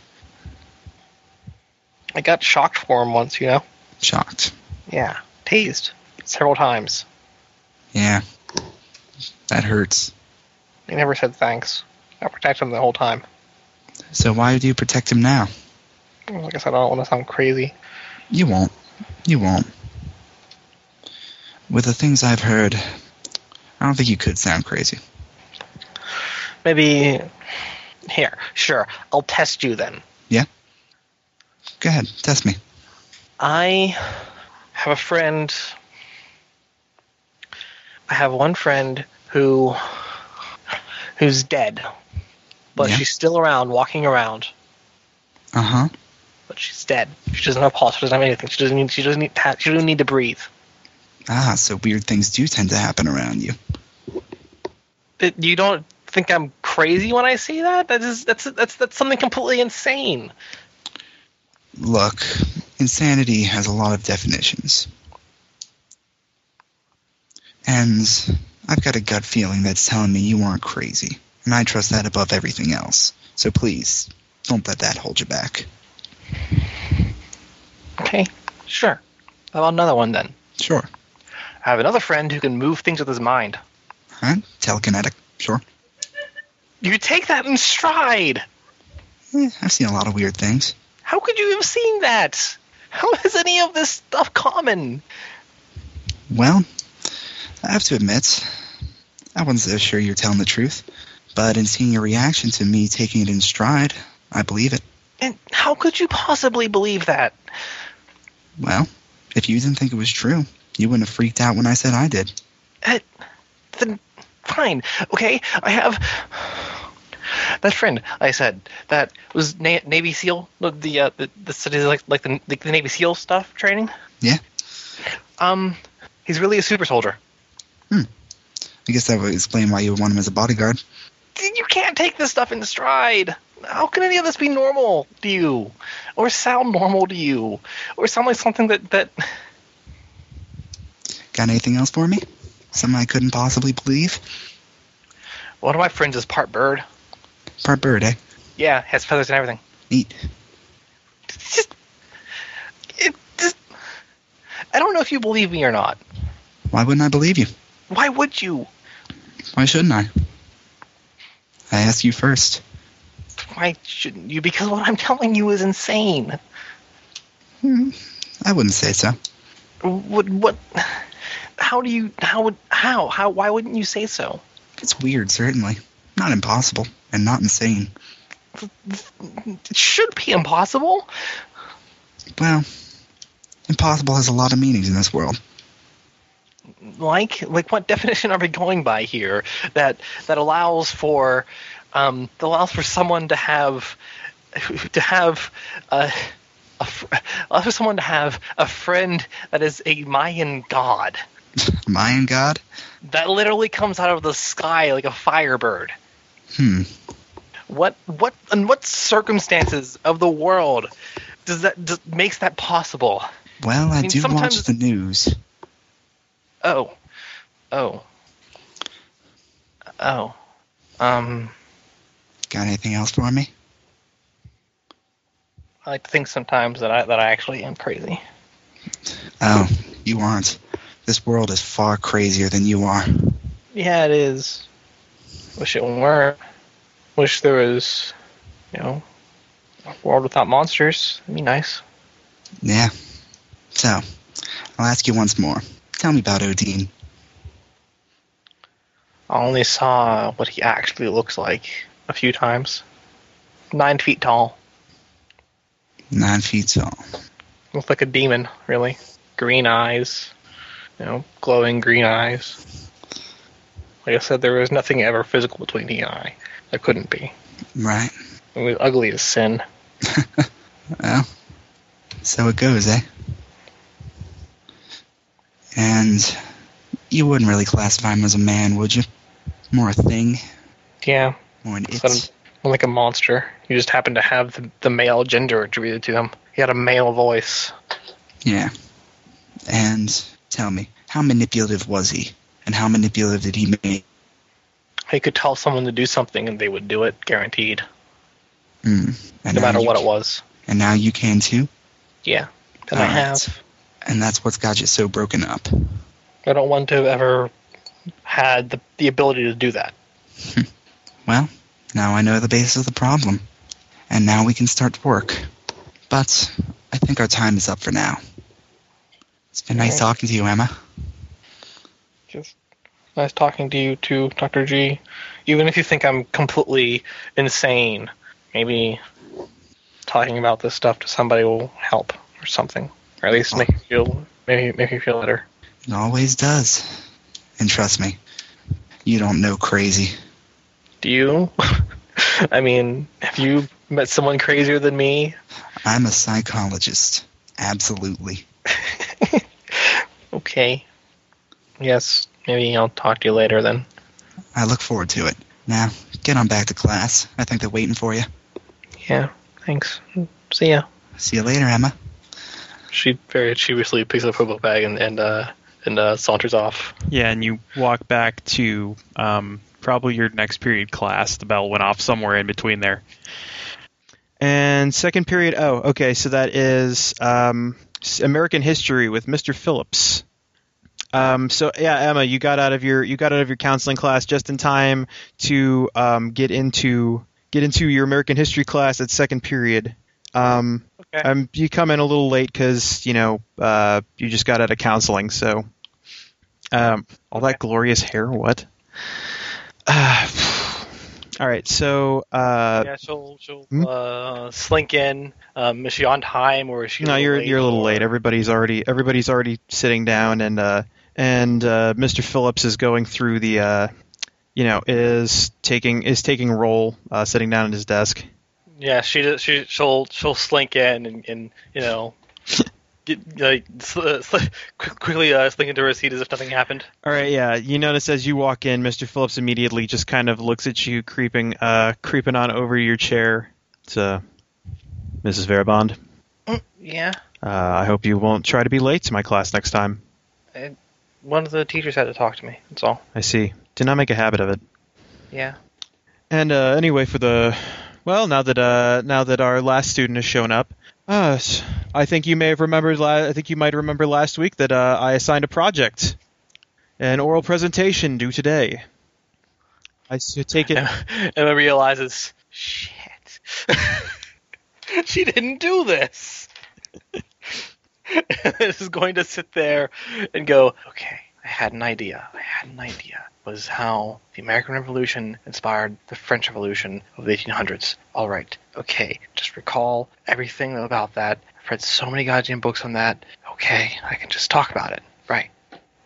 Speaker 5: I got shocked for him once you know
Speaker 4: Shocked.
Speaker 5: yeah tased several times
Speaker 4: Yeah. That hurts.
Speaker 5: he never said thanks I protected him the whole time.
Speaker 4: So why do you protect him now?
Speaker 5: Like I said, I don't want to sound crazy.
Speaker 4: You won't. You won't. With the things I've heard, I don't think you could sound crazy.
Speaker 5: Maybe here, sure. I'll test you then.
Speaker 4: Go ahead, test me.
Speaker 5: I have a friend I have one friend who who's dead, but
Speaker 4: Yeah.
Speaker 5: she's still around, walking around,
Speaker 4: Uh huh.
Speaker 5: but she's dead. She doesn't have a pulse. She doesn't have anything. She doesn't need. She doesn't need. To, she doesn't need to breathe.
Speaker 4: Ah, so weird things do tend to happen around you.
Speaker 5: It- you don't think I'm crazy when I say that? That is that's that's that's something completely insane.
Speaker 4: Look, insanity has a lot of definitions. And I've got a gut feeling that's telling me you aren't crazy. And I trust that above everything else. So please, don't let that hold you back.
Speaker 5: Okay, sure. How about another one then?
Speaker 4: Sure.
Speaker 5: I have another friend who can move things with his mind.
Speaker 4: Huh? Telekinetic. Sure.
Speaker 5: You take that in stride.
Speaker 4: Eh, I've seen a lot of weird things.
Speaker 5: How could you have seen that? How is any of this stuff common?
Speaker 4: Well, I have to admit, I wasn't so sure you're telling the truth. But in seeing your reaction to me taking it in stride, I believe it.
Speaker 5: And how could you possibly believe that?
Speaker 4: Well, if you didn't think it was true, you wouldn't have freaked out when I said I did.
Speaker 5: Then fine. Okay, I have that friend I said that was Na- Navy SEAL. The the, uh, the, the studies like like the, the Navy SEAL stuff training.
Speaker 4: Yeah.
Speaker 5: Um, he's really a super soldier.
Speaker 4: I guess that would explain why you would want him as a bodyguard.
Speaker 5: You can't take this stuff in stride. How can any of this be normal to you, or sound normal to you, or sound like something that that
Speaker 4: Got anything else for me? Something I couldn't possibly believe?
Speaker 5: one of my friends is part bird.
Speaker 4: Part bird, eh?
Speaker 5: Yeah, has feathers and everything.
Speaker 4: Neat.
Speaker 5: It's just, it just, I don't know if you believe me or not.
Speaker 4: Why wouldn't I believe you?
Speaker 5: Why would you?
Speaker 4: Why shouldn't I? I asked you first.
Speaker 5: Why shouldn't you? Because what I'm telling you is insane.
Speaker 4: Hmm. I wouldn't say so.
Speaker 5: What? What? How do you? How would? How? How? Why wouldn't you say so?
Speaker 4: It's weird, certainly. Not impossible, and not insane.
Speaker 5: It should be impossible.
Speaker 4: Well, impossible has a lot of meanings in this world.
Speaker 5: Like, like, what definition are we going by here? That that allows for, um, that allows for someone to have, to have, uh, a, fr- allows for someone to have a friend that is a Mayan god.
Speaker 4: Mayan god?
Speaker 5: that literally comes out of the sky like a firebird.
Speaker 4: Hmm.
Speaker 5: What what and what circumstances of the world does that does, makes that possible?
Speaker 4: Well, I,
Speaker 5: mean,
Speaker 4: do watch
Speaker 5: sometimes-
Speaker 4: the news.
Speaker 5: Oh, oh, oh. Um,
Speaker 4: Got anything else for me?
Speaker 5: I think sometimes that I that I actually am crazy.
Speaker 4: Oh, you aren't. This world is far crazier than you are.
Speaker 5: Yeah, it is. Wish it weren't. Wish there was, you know, a world without monsters. That'd be nice.
Speaker 4: Yeah. So, I'll ask you once more. Tell me about Odin.
Speaker 5: I only saw what he actually looks like a few times. Nine feet tall.
Speaker 4: Nine feet tall.
Speaker 5: Looks like a demon, really. Green eyes. You know, glowing green eyes. Like I said, there was nothing ever physical between he and I. There couldn't be.
Speaker 4: Right.
Speaker 5: It was ugly as sin.
Speaker 4: Well, so it goes, eh? And you wouldn't really classify him as a man, would you? More a thing,
Speaker 5: Yeah,
Speaker 4: more an it.
Speaker 5: Sort of. more like a monster. He just happened to have the, the male gender attributed to him. He had a male voice.
Speaker 4: Yeah. And tell me, how manipulative was he? And how manipulative did he make?
Speaker 5: He could tell someone to do something and they would do it, guaranteed.
Speaker 4: Mm. And
Speaker 5: No
Speaker 4: now
Speaker 5: matter
Speaker 4: you
Speaker 5: what
Speaker 4: ca-
Speaker 5: it was.
Speaker 4: And now you can too?
Speaker 5: Yeah. And I
Speaker 4: Alright.
Speaker 5: have.
Speaker 4: And that's what's got you so broken up.
Speaker 5: I don't want to have ever had the, the ability to do that.
Speaker 4: Well, now I know the basis of the problem, and now we can start work. But I think our time is up for now. It's been nice
Speaker 5: Alright.
Speaker 4: talking to you, Emma.
Speaker 5: Just nice talking to you too, Dr. G. Even if you think I'm completely insane, maybe talking about this stuff to somebody will help or something. Or at least make you feel maybe make you feel better.
Speaker 4: It always does. And trust me, you don't know crazy.
Speaker 5: Do you? I mean, have you met someone crazier than me?
Speaker 4: I'm a psychologist. Absolutely.
Speaker 5: Okay. Yes, maybe I'll talk to you later then.
Speaker 4: I look forward to it. Now, get on back to class. I think they're waiting for you.
Speaker 5: Yeah, thanks. See ya.
Speaker 4: See you later, Emma.
Speaker 5: She very sheepishly picks up her book bag and and uh, and uh, saunters off.
Speaker 2: Yeah, and you walk back to um, probably your next period class. The bell went off somewhere in between there. And second period. Oh, okay. So that is um, s- American history with Mr. Phillips. Um, so yeah, Emma, you got out of your you got out of your counseling class just in time to um, get into get into your American history class at second period. Um,
Speaker 5: Okay.
Speaker 2: um, you come in a little late because you know uh, you just got out of counseling. So um, all that glorious hair, what? all right, so uh,
Speaker 5: yeah, she'll she'll
Speaker 2: Hmm?
Speaker 5: uh, slink in. Um, is she on time or is she?
Speaker 2: no,
Speaker 5: a little
Speaker 2: you're
Speaker 5: late,
Speaker 2: you're a little
Speaker 5: or-
Speaker 2: late. Everybody's already everybody's already sitting down, and uh, and uh, Mr. Phillips is going through the, uh, you know, is taking is taking roll, uh, sitting down at his desk.
Speaker 5: Yeah, she does- she she'll she'll slink in and, and you know. Get, like sl- uh, sl- quick- quickly uh, slink into her seat as if nothing happened.
Speaker 2: All right, yeah. You notice as you walk in, Mr. Phillips immediately just kind of looks at you, creeping, uh, creeping on over your chair. It's uh, Mrs. Verabond.
Speaker 5: Yeah,
Speaker 2: Uh, I hope you won't try to be late to my class next time.
Speaker 5: one of the teachers had to talk to me. That's all.
Speaker 2: I see. Did not make a habit of it.
Speaker 5: Yeah.
Speaker 2: And uh, anyway, for the well, now that uh, now that our last student has shown up, uh, s- I think you may have remembered. La- I think you might remember last week that uh, I assigned a project, an oral presentation due today. I s- take it.
Speaker 5: Emma realizes, shit, she didn't do this. This is going to sit there and go, okay, I had an idea. I had an idea. Was how the American Revolution inspired the French Revolution of the 1800s. All right, okay, just recall everything about that. I've read so many goddamn books on that. Okay, I can just talk about it. Right,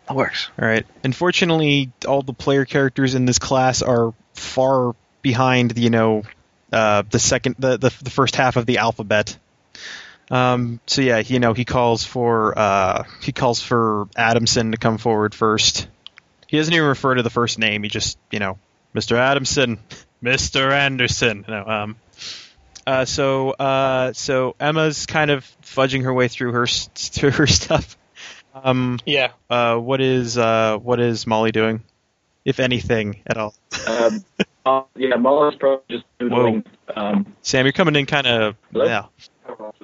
Speaker 5: that works.
Speaker 2: All right. Unfortunately, all the player characters in this class are far behind. You know, uh, the second, the, the the first half of the alphabet. Um, so yeah, you know, he calls for uh, he calls for Adamson to come forward first. He doesn't even refer to the first name. He just, you know, Mr. Adamson, Mr. Anderson. No, um, uh, so uh, so Emma's kind of fudging her way through her s- through her stuff. Um,
Speaker 5: Yeah.
Speaker 2: uh, what is uh, what is Molly doing, if anything at all?
Speaker 6: Um, uh, yeah, Molly's probably just doodling. Um,
Speaker 2: Sam, you're coming in kind of
Speaker 6: Hello?
Speaker 2: yeah.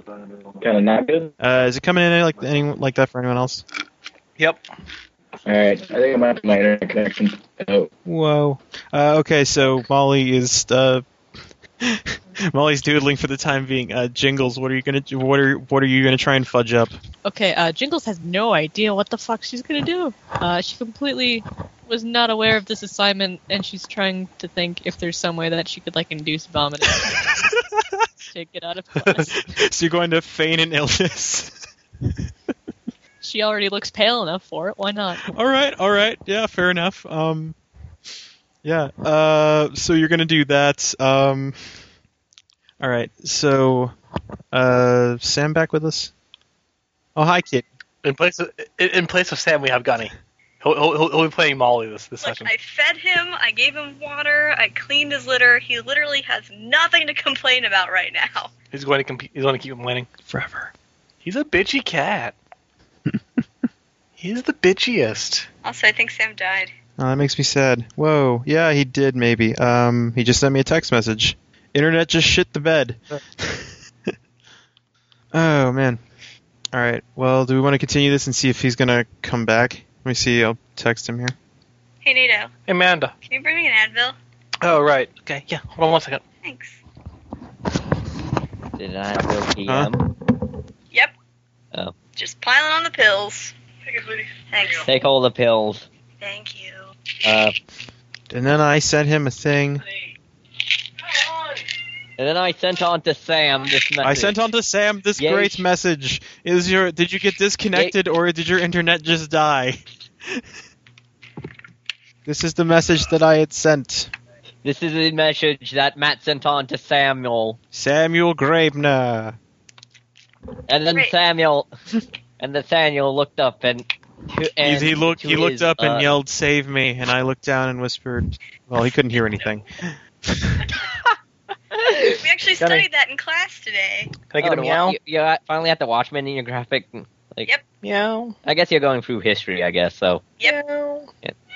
Speaker 6: kind of not good.
Speaker 2: Uh, is it coming in like any like that for anyone else?
Speaker 5: Yep.
Speaker 6: All right, I think it might be my internet connection. Oh,
Speaker 2: Whoa. Uh, okay, so Molly is uh, Molly's doodling for the time being. Uh, Jingles, what are you gonna what are what are you gonna try and fudge up?
Speaker 7: Okay, uh, Jingles has no idea what the fuck she's gonna do. Uh, she completely was not aware of this assignment, and she's trying to think if there's some way that she could like induce vomiting to get out of class.
Speaker 2: so you're going to feign an illness.
Speaker 7: She already looks pale enough for it. Why not?
Speaker 2: all right, all right, yeah, fair enough. Um, yeah. Uh, so you're gonna do that. Um, all right. So, uh, Sam back with us. Oh, hi, kid.
Speaker 5: In place of in- in place of Sam, we have Gunny. He'll, he'll, he'll- he'll be playing Molly this, this
Speaker 8: Like,
Speaker 5: session.
Speaker 8: I fed him, I gave him water, I cleaned his litter. He literally has nothing to complain about right now.
Speaker 5: He's going to compete. He's going to keep him winning forever. He's a bitchy cat. He's the bitchiest.
Speaker 8: Also, I think Sam died.
Speaker 2: Oh, that makes me sad. Whoa. Yeah, he did. Maybe. Um, he just sent me a text message. Internet just shit the bed. oh man. All right. Well, do we want to continue this and see if he's gonna come back? Let me see. I'll text him here.
Speaker 8: Hey, Nato,
Speaker 5: Amanda.
Speaker 8: can you bring me an Advil?
Speaker 5: Oh right. Okay. Yeah. Hold on one second.
Speaker 8: Thanks.
Speaker 3: Did I go PM?
Speaker 8: Yep.
Speaker 3: Oh.
Speaker 8: Just piling on the pills. Thanks.
Speaker 3: Take all the pills.
Speaker 8: Thank you.
Speaker 3: Uh,
Speaker 2: And then I sent him a thing.
Speaker 3: and then I sent on to Sam this message.
Speaker 2: I sent on to Sam this
Speaker 3: Yay.
Speaker 2: great message. Is your did you get disconnected or did your internet just die? This is the message that I had sent.
Speaker 3: This is a message that Matt sent on to Samuel,
Speaker 2: Samuel Grabner.
Speaker 3: and then
Speaker 8: Great.
Speaker 3: Samuel, and then Samuel looked up and. to-
Speaker 2: He,
Speaker 3: and
Speaker 2: he looked.
Speaker 3: to
Speaker 2: He looked
Speaker 3: his,
Speaker 2: up
Speaker 3: uh,
Speaker 2: and yelled, "Save me!" And I looked down and whispered. Well, he couldn't hear anything.
Speaker 8: We actually
Speaker 5: Got it.
Speaker 8: studied that in class today.
Speaker 5: Can I get
Speaker 3: oh,
Speaker 5: a
Speaker 3: the wa-
Speaker 5: meow?
Speaker 3: You, you're at- finally at the Watchmen in your graphic. Like,
Speaker 8: Yep.
Speaker 5: Meow.
Speaker 3: I guess you're going through history. I guess so.
Speaker 8: Yep.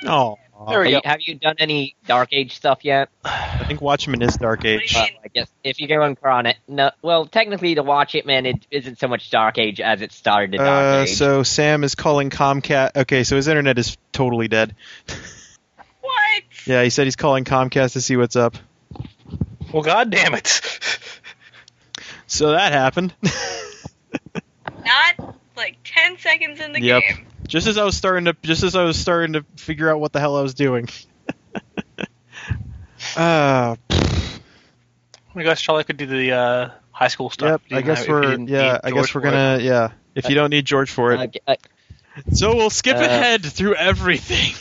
Speaker 5: Meow.
Speaker 2: Oh,
Speaker 5: There
Speaker 3: Have
Speaker 5: we go.
Speaker 3: you, have you done any Dark Age stuff yet?
Speaker 2: I think Watchmen is Dark Age.
Speaker 3: Well, I guess if you go on Chronic, no. Well, technically, to watch it, man, it isn't so much Dark Age as it started to Dark
Speaker 2: Uh,
Speaker 3: Age.
Speaker 2: so Sam is calling Comcast. Okay, so his internet is totally dead.
Speaker 8: What?
Speaker 2: Yeah, he said he's calling Comcast to see what's up.
Speaker 5: Well, god damn it.
Speaker 2: So that happened.
Speaker 8: Not like 10 seconds in the
Speaker 2: Yep.
Speaker 8: game.
Speaker 2: just as I was starting to, just as I was starting to figure out what the hell I was doing. uh,
Speaker 5: I guess Charlie could do the uh, high school
Speaker 2: yep.
Speaker 5: stuff.
Speaker 2: I guess we're yeah. I guess we're gonna yeah. If you don't need George for
Speaker 3: Uh,
Speaker 2: it,
Speaker 3: uh,
Speaker 2: so we'll skip
Speaker 3: uh,
Speaker 2: ahead through everything.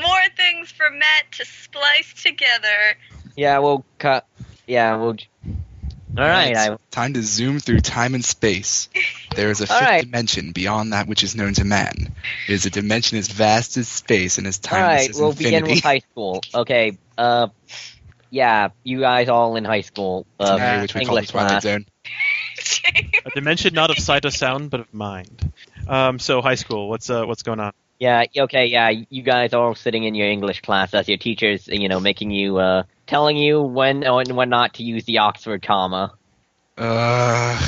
Speaker 8: More things for Matt to splice together.
Speaker 3: yeah, we'll cut. Yeah, we'll. j- All right. I,
Speaker 4: Time to zoom through time and space. There is a
Speaker 3: All
Speaker 4: fifth
Speaker 3: right.
Speaker 4: dimension beyond that which is known to man. It is a dimension as vast as space and as
Speaker 3: all
Speaker 4: timeless
Speaker 3: right.
Speaker 4: as
Speaker 3: We'll
Speaker 4: infinity.
Speaker 3: begin with high school. Okay. Uh, yeah, you guys all in high school. Uh,
Speaker 4: Scenario which we call the
Speaker 3: English
Speaker 4: Twilight
Speaker 3: class.
Speaker 4: Zone.
Speaker 2: A dimension not of sight or sound, but of mind. Um, so high school, what's uh, what's going on?
Speaker 3: Yeah, okay, yeah, you guys are all sitting in your English class as your teachers, you know, making you, uh, telling you when and when not to use the Oxford comma.
Speaker 4: Uh,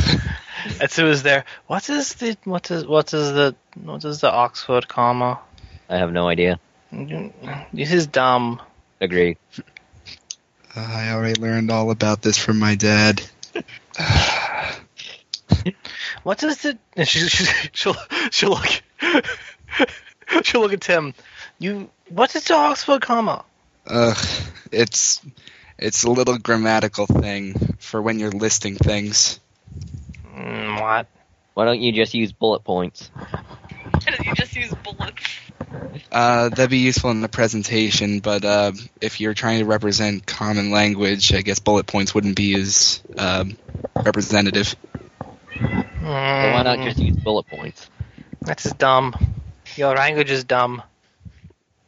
Speaker 5: And so is there. What is the what is what is the what is the Oxford comma?
Speaker 3: I have no idea.
Speaker 5: This is dumb.
Speaker 3: Agree.
Speaker 4: I already learned all about this from my dad.
Speaker 5: What is the? And she, she, she'll she'll look she'll look at Tim. You what is the Oxford comma?
Speaker 4: Ugh, it's it's a little grammatical thing for when you're listing things.
Speaker 5: Mm, what?
Speaker 3: Why don't you just use bullet points?
Speaker 8: you just use bullets.
Speaker 4: Uh, that'd be useful in the presentation, but uh, if you're trying to represent common language, I guess bullet points wouldn't be as um, representative.
Speaker 3: So why
Speaker 5: Mm,
Speaker 3: not just use bullet points?
Speaker 5: That's dumb. Your language is dumb.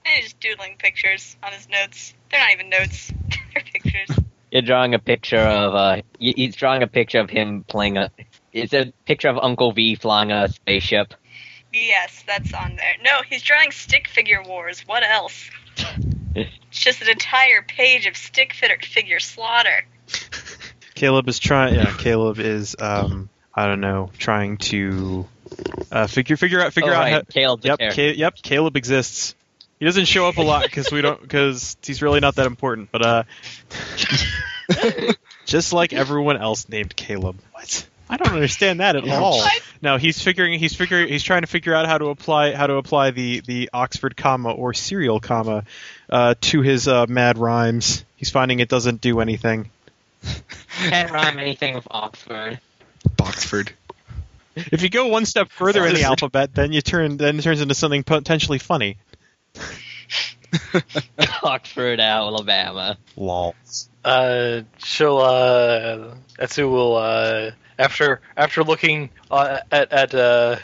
Speaker 8: And he's just doodling pictures on his notes. They're not even notes. They're pictures.
Speaker 3: You're drawing a picture of, uh, y- he's drawing a picture of him playing a, it's a picture of Uncle V flying a spaceship.
Speaker 8: Yes, that's on there. No, he's drawing stick figure wars. What else? It's just an entire page of stick fi- figure slaughter.
Speaker 2: Caleb is trying. Yeah, Caleb is. Um, I don't know, trying to uh, figure figure out figure
Speaker 3: oh,
Speaker 2: out.
Speaker 3: right,
Speaker 2: how,
Speaker 3: Caleb's
Speaker 2: yep,
Speaker 3: a terror.
Speaker 2: Ca- yep. Caleb exists. He doesn't show up a lot because we don't because he's really not that important. But uh, just like everyone else named Caleb. What? I don't understand that at all. No, he's figuring. He's figuring. He's trying to figure out how to apply how to apply the the Oxford comma or serial comma uh, to his uh, mad rhymes. He's finding it doesn't do anything.
Speaker 3: Can't rhyme anything with Oxford.
Speaker 4: Boxford.
Speaker 2: If you go one step further in the alphabet, then you turn then it turns into something potentially funny.
Speaker 3: Oxford, Alabama.
Speaker 2: Lol.
Speaker 5: Uh, she'll uh, Etsu will uh, after after looking uh, at at uh,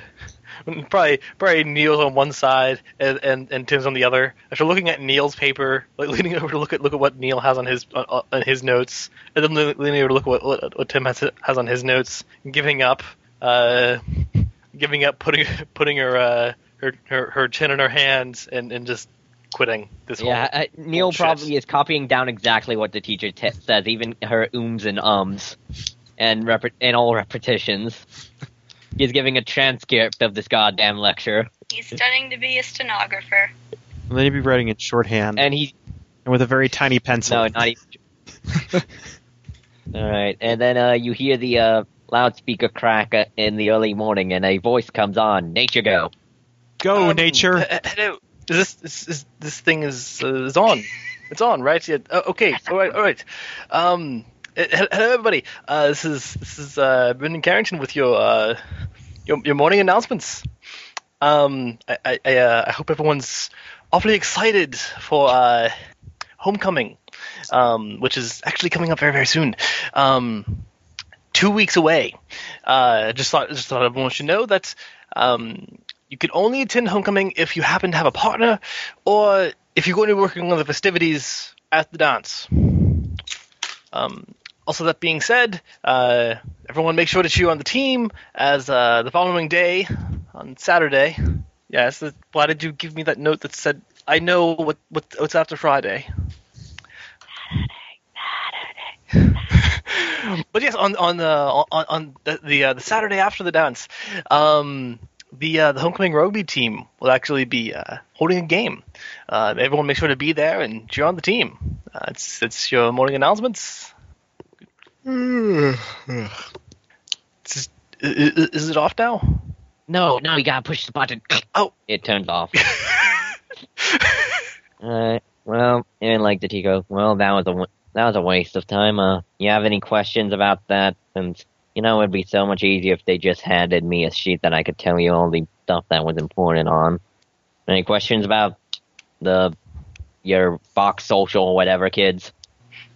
Speaker 5: probably probably Neil's on one side and, and and Tim's on the other. After looking at Neil's paper, like leaning over to look at look at what Neil has on his on, on his notes, and then le- leaning over to look at what, what, what Tim has has on his notes, giving up, uh, giving up, putting putting her uh, her, her her chin in her hands and and just quitting this
Speaker 3: Yeah,
Speaker 5: whole.
Speaker 3: uh, Neil
Speaker 5: bullshit.
Speaker 3: probably is copying down exactly what the teacher t- says, even her ooms and ums, and rep- and all repetitions. He's giving a transcript of this goddamn lecture,
Speaker 8: He's studying to be a stenographer.
Speaker 2: And then you'd be writing in shorthand and,
Speaker 3: and he
Speaker 2: with a very tiny pencil.
Speaker 3: no, not even. all right, and then uh, you hear the uh, loudspeaker crack uh, in the early morning, and a voice comes on. Nature go.
Speaker 2: Go
Speaker 5: Um,
Speaker 2: nature.
Speaker 5: he- he- Hello. Is this is, is, this thing is uh, is on? It's on, right? Yeah. Oh, okay. All right. All right. Um. he- he- Hello, everybody. Uh, this is this is uh, Brendan Carrington with your uh, your your morning announcements. Um. I I, I, uh, I hope everyone's awfully excited for uh, Homecoming, um, which is actually coming up very very soon. Um, two weeks away. Uh, I just thought just thought everyone should know that um, you can only attend Homecoming if you happen to have a partner, or if you're going to be working on the festivities at the dance. Um, also, that being said, uh, everyone make sure that you're on the team as uh, the following day, on Saturday. Yes, that- why did you give me that note that said, I know what, what what's after Friday? but yes, on on the on, on the the, uh, the Saturday after the dance, um, the uh, the homecoming rugby team will actually be uh, holding a game. Uh, everyone, make sure to be there and cheer on the team. Uh, it's it's your morning announcements. Is, is, is it off now?
Speaker 3: No, no, you gotta push the button.
Speaker 5: Oh.
Speaker 3: It turns off. Alright, well, and like the Tico, well, that was a wa- that was a waste of time. Uh, you have any questions about that? And you know, it'd be so much easier if they just handed me a sheet that I could tell you all the stuff that was important on. Any questions about the your Fox Social or whatever, kids?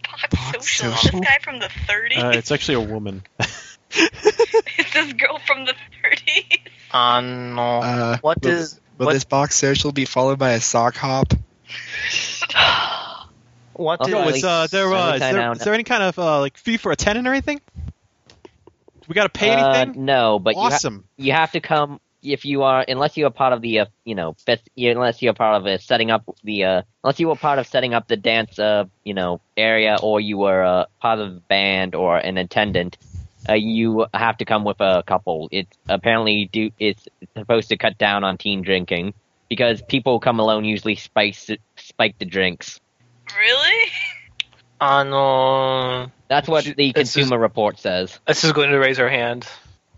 Speaker 8: Fox Social.
Speaker 4: Social?
Speaker 8: This guy from the 30s.
Speaker 2: Uh, it's actually a woman.
Speaker 8: it's this girl from the 30s.
Speaker 5: Uh, no.
Speaker 4: Uh,
Speaker 5: what
Speaker 4: will-
Speaker 5: is
Speaker 4: Will
Speaker 5: what,
Speaker 4: this box social be followed by a sock hop?
Speaker 5: what
Speaker 3: Also,
Speaker 5: is-
Speaker 2: Yo,
Speaker 3: at
Speaker 2: is uh,
Speaker 3: least-
Speaker 2: there,
Speaker 3: at
Speaker 2: uh,
Speaker 3: least
Speaker 2: is,
Speaker 3: I
Speaker 2: there,
Speaker 3: know
Speaker 2: is there any kind of uh, like fee for a tenant or anything? We gotta pay
Speaker 3: Uh,
Speaker 2: anything?
Speaker 3: no, but you, ha-
Speaker 2: awesome.
Speaker 3: you have to come if you are unless you are part of the uh, you know fest, unless you're part of uh, setting up the uh, unless you were part of setting up the dance uh you know area or you were uh, part of the band or an attendant uh, you have to come with a couple it's apparently do it's supposed to cut down on teen drinking because people who come alone usually spice spike the drinks
Speaker 8: Really?
Speaker 5: Uh, no.
Speaker 3: that's what the
Speaker 5: It's just-
Speaker 3: consumer report says
Speaker 5: This is going to raise her hand.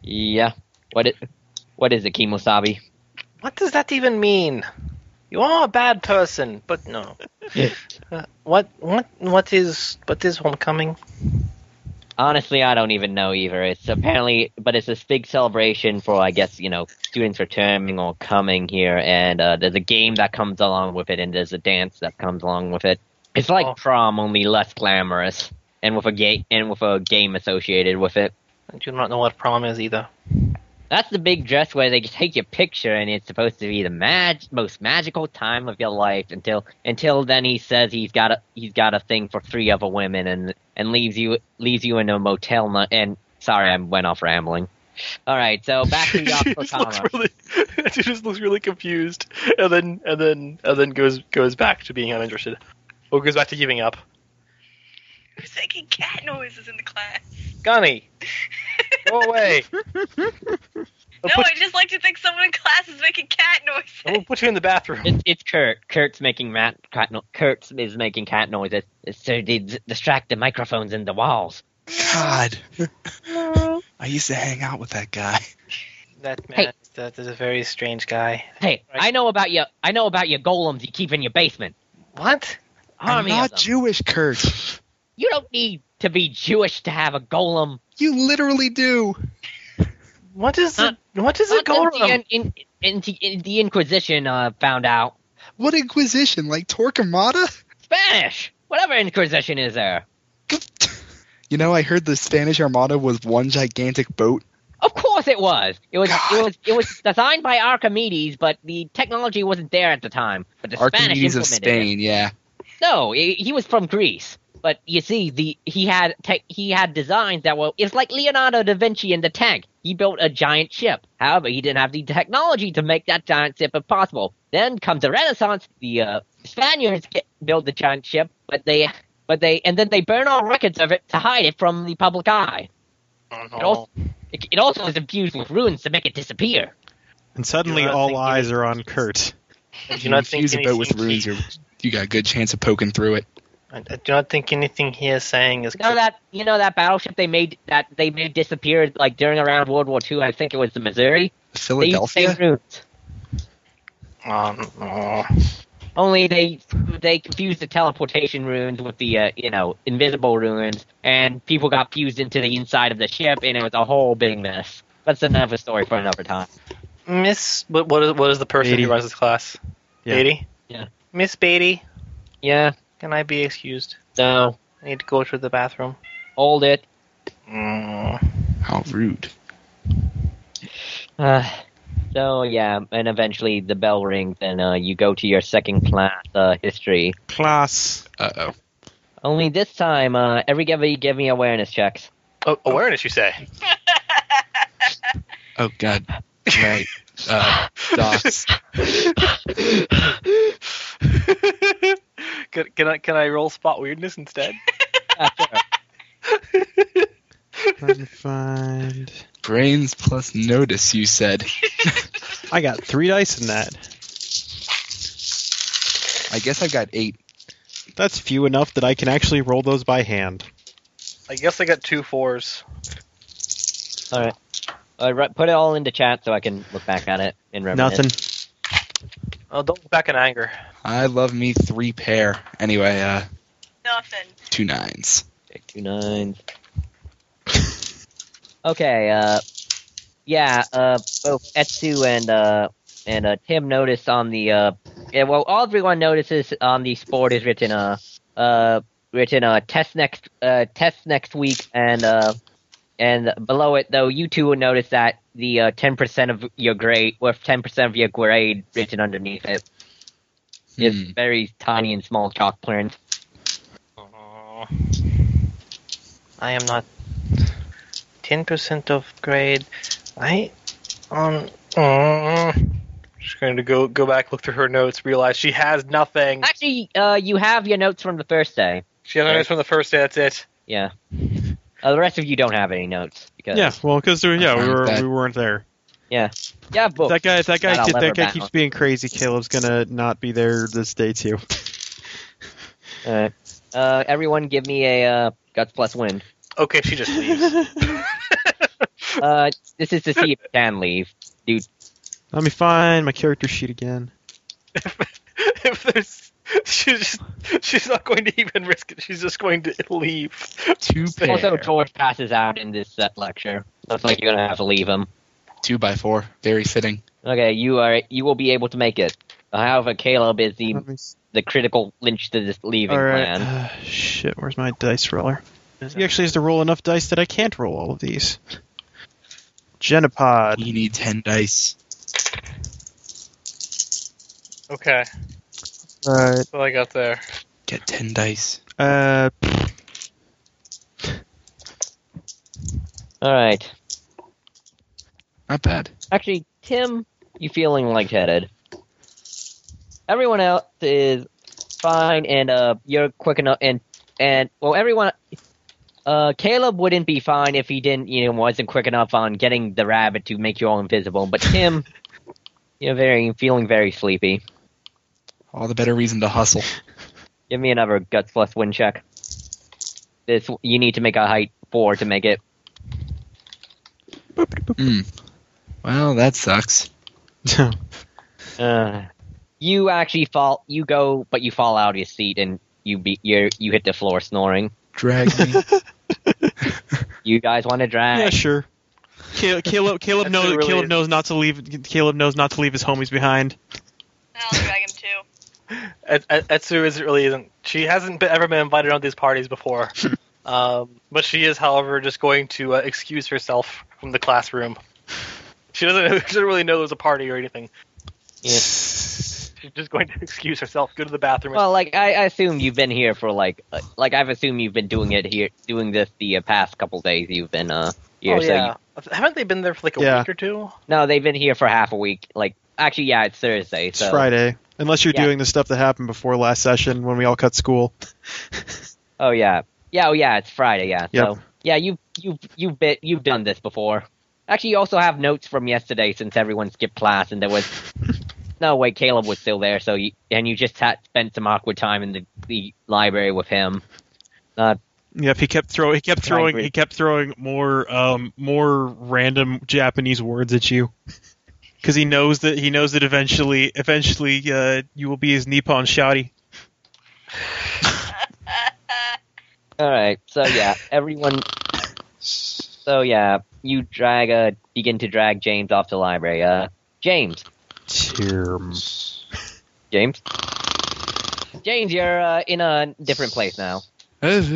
Speaker 3: yeah what it what is it kimosabi
Speaker 5: What does that even mean? You are a bad person, but no. Uh, what what what is what is homecoming?
Speaker 3: Honestly, I don't even know either. It's apparently, but it's this big celebration for, I guess, you know, students returning or coming here, and uh, there's a game that comes along with it, and there's a dance that comes along with it. It's like
Speaker 5: Oh.
Speaker 3: prom, only less glamorous, and with a game and with a game associated with it.
Speaker 5: I do not know what prom is either.
Speaker 3: That's the big dress where they take your picture, and it's supposed to be the mag- most magical time of your life until until then he says he's got a he's got a thing for three other women and and leaves you leaves you in a motel. nu- and sorry, I went off rambling. All right, so back to Yakutama.
Speaker 5: really, she just looks really confused, and then and then and then goes goes back to being uninterested, or goes back to giving up.
Speaker 8: Who's making cat noises in the class?
Speaker 5: Gani, go away. I'll
Speaker 8: No,
Speaker 5: put,
Speaker 8: I just like to think someone in class is making cat noises.
Speaker 5: I'll put you in the bathroom.
Speaker 3: It's, it's Kurt. Kurt's making mat, cat no- Kurt's is making cat noises so they d- distract the microphones and the walls.
Speaker 4: God, I used to hang out with that guy.
Speaker 5: That
Speaker 3: Hey.
Speaker 5: that is a very strange guy.
Speaker 3: Hey,
Speaker 5: Right.
Speaker 3: I know about your I know about your golems you keep in your basement.
Speaker 5: What?
Speaker 3: Army
Speaker 4: I'm
Speaker 3: of
Speaker 4: not
Speaker 3: them.
Speaker 4: Jewish, Kurt.
Speaker 3: You don't need to be Jewish to have a golem.
Speaker 4: You literally do.
Speaker 5: What is
Speaker 3: Huh?
Speaker 5: it? What is it
Speaker 3: Not
Speaker 5: going
Speaker 3: since the, in, in, in, the, in the Inquisition uh, found out.
Speaker 4: What Inquisition? Like Torquemada?
Speaker 3: Spanish! Whatever Inquisition is there.
Speaker 4: You know, I heard the Spanish Armada was one gigantic boat.
Speaker 3: Of course it was. It was
Speaker 4: God.
Speaker 3: it was it was designed by Archimedes, but the technology wasn't there at the time. But the
Speaker 4: Archimedes of
Speaker 3: Spanish implemented it.
Speaker 4: Spain, yeah.
Speaker 3: No, he, he was from Greece. But you see, the he had tech he had designs that were it's like Leonardo da Vinci in the tank. He built a giant ship. However, he didn't have the technology to make that giant ship impossible. Then comes the Renaissance. The uh, Spaniards get, build the giant ship, but they but they and then they burn all records of it to hide it from the public eye.
Speaker 5: on?
Speaker 3: It also it, it also is infused with ruins to make it disappear.
Speaker 2: And suddenly
Speaker 5: You're not
Speaker 2: all
Speaker 5: thinking
Speaker 2: eyes
Speaker 5: of-
Speaker 2: are on Kurt.
Speaker 5: I
Speaker 4: If
Speaker 5: do
Speaker 4: you
Speaker 5: not think
Speaker 4: use a boat with
Speaker 5: anything
Speaker 4: ruins,
Speaker 5: he-
Speaker 4: you you got a good chance of poking through it.
Speaker 5: I, I do not think anything he is saying is.
Speaker 3: You know that you know that battleship they made that they made disappear like during around World War II. I think it was the Missouri. They used the
Speaker 4: Philadelphia?
Speaker 3: same routes.
Speaker 5: Um, oh.
Speaker 3: Only they they confused the teleportation runes with the uh, you know invisible runes, and people got fused into the inside of the ship, and it was a whole big mess. That's another story for another time.
Speaker 5: Miss, what what is, what is the person
Speaker 2: Eighty.
Speaker 5: who runs this class?
Speaker 2: Yeah.
Speaker 5: Eighty.
Speaker 3: Yeah.
Speaker 5: Miss Beatty,
Speaker 3: Yeah,
Speaker 5: can I be excused?
Speaker 3: no,
Speaker 5: I need to go to the bathroom.
Speaker 3: hold it.
Speaker 5: Mm.
Speaker 4: How rude.
Speaker 3: Uh, so yeah, and eventually the bell rings, and uh, you go to your second class uh, history.
Speaker 2: Class.
Speaker 4: Uh oh.
Speaker 3: Only this time, uh, everybody give me awareness checks.
Speaker 5: Oh, awareness, you say?
Speaker 4: Oh god. Right. Uh, docs.
Speaker 5: can, can I can I roll spot weirdness instead?
Speaker 2: Oh.
Speaker 3: Yeah, sure.
Speaker 2: Trying to find.
Speaker 4: Brains plus notice, you said.
Speaker 2: I got three dice in that.
Speaker 4: I guess I've got eight.
Speaker 2: That's few enough that I can actually roll those by hand.
Speaker 5: I guess I got two fours.
Speaker 3: all right. All right, Uh, put it all into chat so I can look back at it in reminisce.
Speaker 2: Nothing.
Speaker 5: Oh, don't look back in anger.
Speaker 4: I love me three pair. Anyway, uh,
Speaker 8: Nothing.
Speaker 4: two nines.
Speaker 3: Take two nines. okay, uh, yeah, uh, both Etsu and, uh, and, uh, Tim notice on the, uh, yeah, well, all everyone notices on the sport is written, uh, uh, written, uh, test next, uh, test next week, and, uh, and below it, though, you two will notice that the, uh, 10% of your grade, or 10% of your grade written underneath it is
Speaker 4: Hmm.
Speaker 3: very tiny and small chalk print.
Speaker 5: I am not ten percent of grade. I um. mm. She's going to go go back, look through her notes, realize she has nothing.
Speaker 3: Actually, uh, you have your notes from the first day.
Speaker 5: She has her notes from the first day. That's it.
Speaker 3: Yeah. Uh, the rest of you don't have any notes because
Speaker 2: Yeah, well, because yeah,
Speaker 4: I
Speaker 2: we
Speaker 4: found
Speaker 2: were
Speaker 4: that-
Speaker 2: we weren't there.
Speaker 3: you have books.
Speaker 2: That guy, that guy,
Speaker 3: That I'll
Speaker 2: that,
Speaker 3: never
Speaker 2: guy
Speaker 3: back
Speaker 2: keeps
Speaker 3: off.
Speaker 2: being crazy. Caleb's gonna not be there this day too.
Speaker 3: Alright. Uh, everyone, give me a uh, guts plus win.
Speaker 5: Okay, she just leaves.
Speaker 3: Uh, this is to see if you can leave.
Speaker 2: Let me find my character sheet again.
Speaker 5: if there's, she's just, she's not going to even risk it. She's just going to leave.
Speaker 4: Two pair.
Speaker 3: Also, George passes out in this set lecture. Looks like you're gonna have to leave him.
Speaker 4: Two by four. Very fitting.
Speaker 3: Okay, you are. You will be able to make it. However, Caleb is the
Speaker 2: Let me s-
Speaker 3: the critical lynch to this leaving
Speaker 2: All right.
Speaker 3: plan.
Speaker 2: Uh, shit, where's my dice roller? He actually has to roll enough dice that I can't roll all of these. Genopod.
Speaker 4: You need ten dice.
Speaker 5: Okay,
Speaker 2: Right.
Speaker 5: so I got there.
Speaker 4: Get ten dice.
Speaker 2: Uh,
Speaker 3: All right.
Speaker 4: Not bad.
Speaker 3: Actually, Tim, you feeling lightheaded. Everyone else is fine, and uh, you're quick enough, and and well, everyone. Uh, Caleb wouldn't be fine if he didn't, you know, wasn't quick enough on getting the rabbit to make you all invisible. But Tim, you're very feeling very sleepy.
Speaker 4: All the better reason to hustle.
Speaker 3: Give me another guts plus win check. This you need to make a height four to make it.
Speaker 4: Hmm. Well, that sucks.
Speaker 3: Uh, you actually fall. You go, but you fall out of your seat and you be you you hit the floor snoring.
Speaker 4: Drag me.
Speaker 3: You guys want to drag?
Speaker 2: yeah, sure. Caleb, Caleb, Caleb
Speaker 5: That's
Speaker 2: knows.
Speaker 5: really-
Speaker 2: Caleb knows not to leave. Caleb knows not to leave his homies behind.
Speaker 8: I'll drag him too.
Speaker 5: Et- Et- Etsu isn't really isn't. She hasn't been, ever been invited on these parties before. um, but she is, however, just going to uh, excuse herself from the classroom. She doesn't, she doesn't really know there's a party or anything.
Speaker 3: Yeah.
Speaker 5: She's just going to excuse herself, go to the bathroom.
Speaker 3: Well, like I, I assume you've been here for like uh, like I've assumed you've been doing it here, doing this the uh, past couple days. You've been uh here.
Speaker 5: oh,
Speaker 3: so
Speaker 5: yeah.
Speaker 3: you,
Speaker 5: Haven't they been there for like a
Speaker 2: Yeah.
Speaker 5: week or two?
Speaker 3: no, they've been here for half a week. Like actually, yeah, it's Thursday.
Speaker 2: It's
Speaker 3: So
Speaker 2: Friday, unless you're
Speaker 3: Yeah.
Speaker 2: doing the stuff that happened before last session when we all cut school.
Speaker 3: oh yeah, yeah, oh yeah, it's Friday. Yeah.
Speaker 2: Yep.
Speaker 3: So yeah, you you you've been you've done this before. Actually, you also have notes from yesterday since everyone skipped class and there was no way Caleb was still there. So you, and you just had spent some awkward time in the, the library with him.
Speaker 2: Yep, he kept throwing. He kept
Speaker 3: I
Speaker 2: throwing.
Speaker 3: agree.
Speaker 2: He kept throwing more, um, more random Japanese words at you, because he knows that he knows that eventually, eventually, uh, you will be his Nippon shouty.
Speaker 8: Uh,
Speaker 3: All right. So yeah, everyone. So yeah, you drag uh begin to drag James off to the library. Uh, James, James, James, you're uh, in a different place now.
Speaker 2: You're